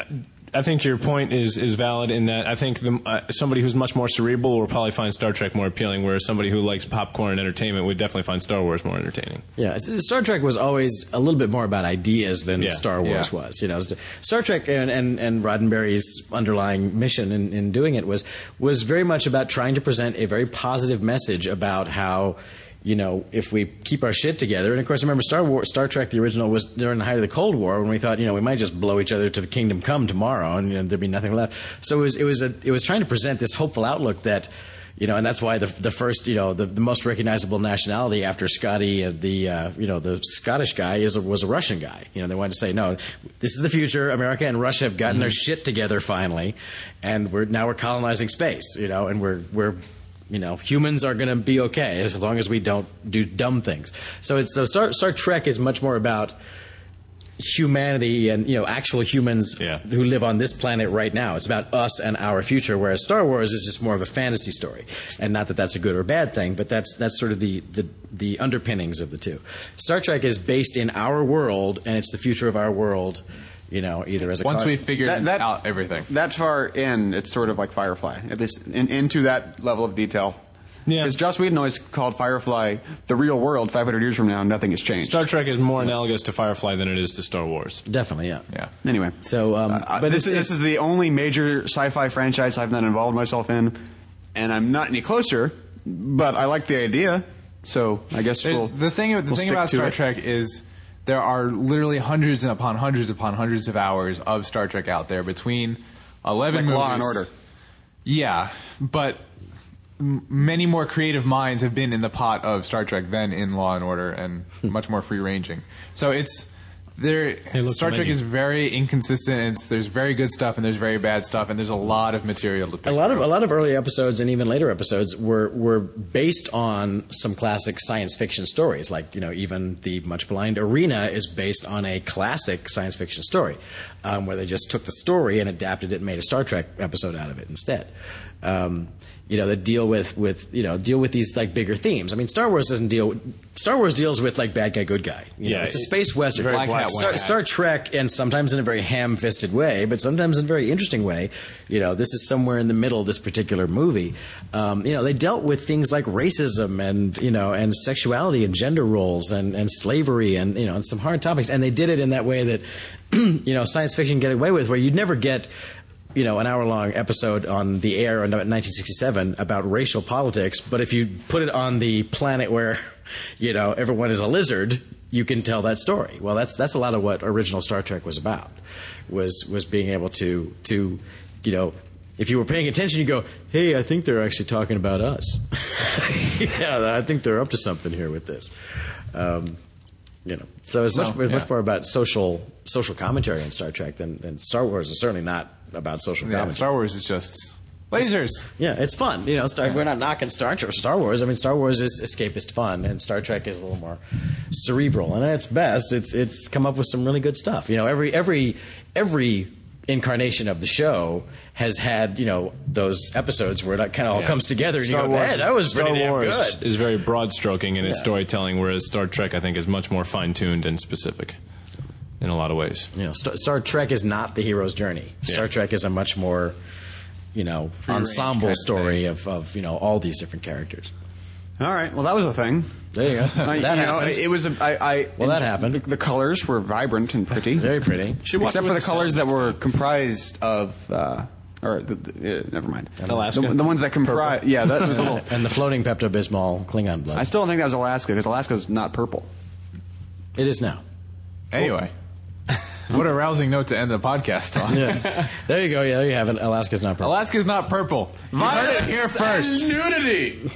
I think your point is is valid in that I think the, uh, somebody who's much more cerebral will probably find Star Trek more appealing, whereas somebody who likes popcorn and entertainment would definitely find Star Wars more entertaining. Yeah, it's- Star Trek was always a little bit more about ideas than Yeah, Star Wars yeah. was. You know, Star Trek and, and, and Roddenberry's underlying mission in, in doing it was was very much about trying to present a very positive message about how. You know, if we keep our shit together, and of course, remember Star War, Star Trek, the original was during the height of the Cold War when we thought, you know, we might just blow each other to the kingdom come tomorrow, and you know, there'd be nothing left. So it was, it was, a, it was trying to present this hopeful outlook that you know, and that's why the the first, you know, the, the most recognizable nationality after Scotty, uh, the uh, you know, the Scottish guy is a, was a Russian guy. You know, they wanted to say, no, this is the future. America and Russia have gotten their shit together finally, and we're now we're colonizing space. You know, and we're we're you know, humans are going to be okay as long as we don't do dumb things. So it's so Star Star Trek is much more about humanity and you know actual humans Yeah. who live on this planet right now. It's about us and our future. Whereas Star Wars is just more of a fantasy story, and not that that's a good or bad thing, but that's that's sort of the the, the underpinnings of the two. Star Trek is based in our world, and it's the future of our world. You know, either as a Once con- we figure That- that- out everything. That far in, it's sort of like Firefly, at least in, into that level of detail. Yeah. Because Joss Whedon always called Firefly the real world 500 years from now, nothing has changed. Star Trek is more analogous to Firefly than it is to Star Wars. definitely yeah yeah. anyway. So, um, Uh, but this, it's- is, this is the only major sci fi franchise I've not involved myself in, and I'm not any closer, but I like the idea, so I guess There's- we'll. the thing, the we'll thing stick about to Star it. Trek is there are literally hundreds and upon hundreds upon hundreds of hours of Star Trek out there between eleven Like movies. Law and Order. Yeah, but m- many more creative minds (laughs) have been in the pot of Star Trek than in Law and Order, and much more free ranging. So it's there look, Star Trek maybe. is very inconsistent. It's, there's very good stuff and there's very bad stuff, and there's a lot of material to pick. a lot of a lot of early episodes and even later episodes were were based on some classic science fiction stories like you know even the much blind arena is based on a classic science fiction story um, where they just took the story and adapted it and made a star trek episode out of it instead um, you know that deal with with you know deal with these like bigger themes i mean star wars doesn't deal star wars deals with like bad guy good guy you know, Yeah, it's a it- space western very black hat, white Star, hat. Star Trek, and sometimes in a very ham-fisted way, but sometimes in a very interesting way. You know, this is somewhere in the middle. This particular movie, um, you know, they dealt with things like racism and you know, and sexuality and gender roles and and slavery and you know, and some hard topics, and they did it in that way that (clears throat) you know, science fiction can get away with, where you'd never get. You know, an hour-long episode on the air in 1967 about racial politics, but if you put it on the planet where, (laughs) you know, everyone is a lizard, you can tell that story. Well, that's that's a lot of what original Star Trek was about, was was being able to to, you know, if you were paying attention, you go, hey, I think they're actually talking about us. (laughs) yeah, I think they're up to something here with this. Um, you know, so it's much, No, it's yeah. much more about social social commentary in Star Trek than, than Star Wars is certainly not about social yeah, commentary. Star Wars is just lasers. Yeah, it's fun. You know, Star, we're not knocking Star Trek, Star Wars. I mean, Star Wars is escapist fun, and Star Trek is a little more cerebral. And at its best, it's it's come up with some really good stuff. You know, every every every incarnation of the show has had you know those episodes where it kind of all comes together. And Star you go, Wars, "Man, that was Star pretty damn Wars good. is very broad stroking in its Yeah. storytelling, whereas Star Trek I think is much more fine tuned and specific in a lot of ways. You know, Star, Star Trek is not the hero's journey. Star Trek is a much more you know ensemble kind of story of, of you know all these different characters. All right. Well, that was a thing. There you go. I, (laughs) that you know, happened. it was. A, I, I, Well, that happened. The, the colors were vibrant and pretty. Very pretty. Should watch Except it for the with the colors that were comprised of, uh, or the, the, uh, never mind. Alaska? The, the ones that comprise. Yeah, that was a little. (laughs) and the floating Pepto Bismol Klingon blood. I still don't think that was Alaska because Alaska's not purple. it is now. Anyway, what a rousing note to end the podcast on. Yeah. there you go. Yeah, there you have it. Alaska's not (laughs) purple. Alaska's not purple. Violet here first. Nudity.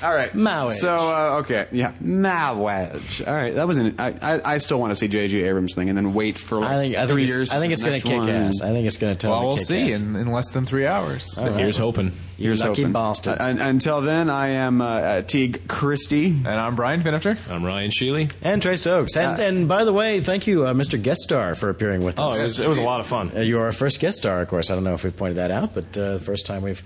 All right. Mowage. So uh, okay, yeah, Mowage. All right, that was an. I, I, I still want to see J.J. Abrams thing and then wait for like I think I think three it's, years. I think it's going gonna to kick one. ass. I think it's gonna totally Well, we'll kick see ass. in, in less than three hours. Here's hoping. You're Here's lucky hoping. bastards. Uh, un- until then, I am uh, uh, Teague Christie. And I'm Brian Finifter. I'm Ryan Sheely. and Trey Stokes. And, and by the way, thank you, uh, Mr. Guest Star, for appearing with Oh, us. it was, it was a lot of fun. Uh, you are our first guest star, of course. I don't know if we pointed that out, but uh, the first time we've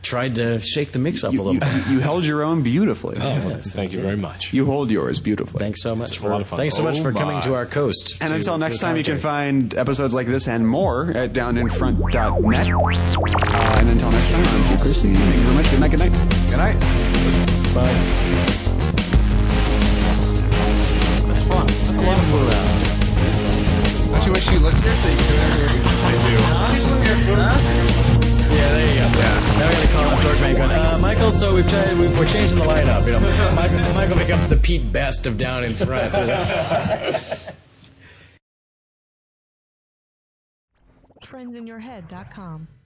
tried to shake the mix up Oh. a You, little you, bit. you held your own beautifully. Thank you very much. You hold yours beautifully. Thanks so much a for lot of fun. thanks so much Oh for coming my. to our coast. And to- until to next time, you can accommodate. find episodes like this and more at downinfront.net. Uh, and until next time, I'm Teague Christie. Thank you very much. Good night. Good night. Good night. That's fun. That's a lot of fun. Don't you wish you lived here so you could Yeah, there you go. Yeah. Now we gotta call up Dorkman going, uh, Michael, so we've tried, we- we're changing the lineup, you know. Michael, Michael becomes the Pete Best of down in (laughs) front. you know. Friendsinyourhead.com.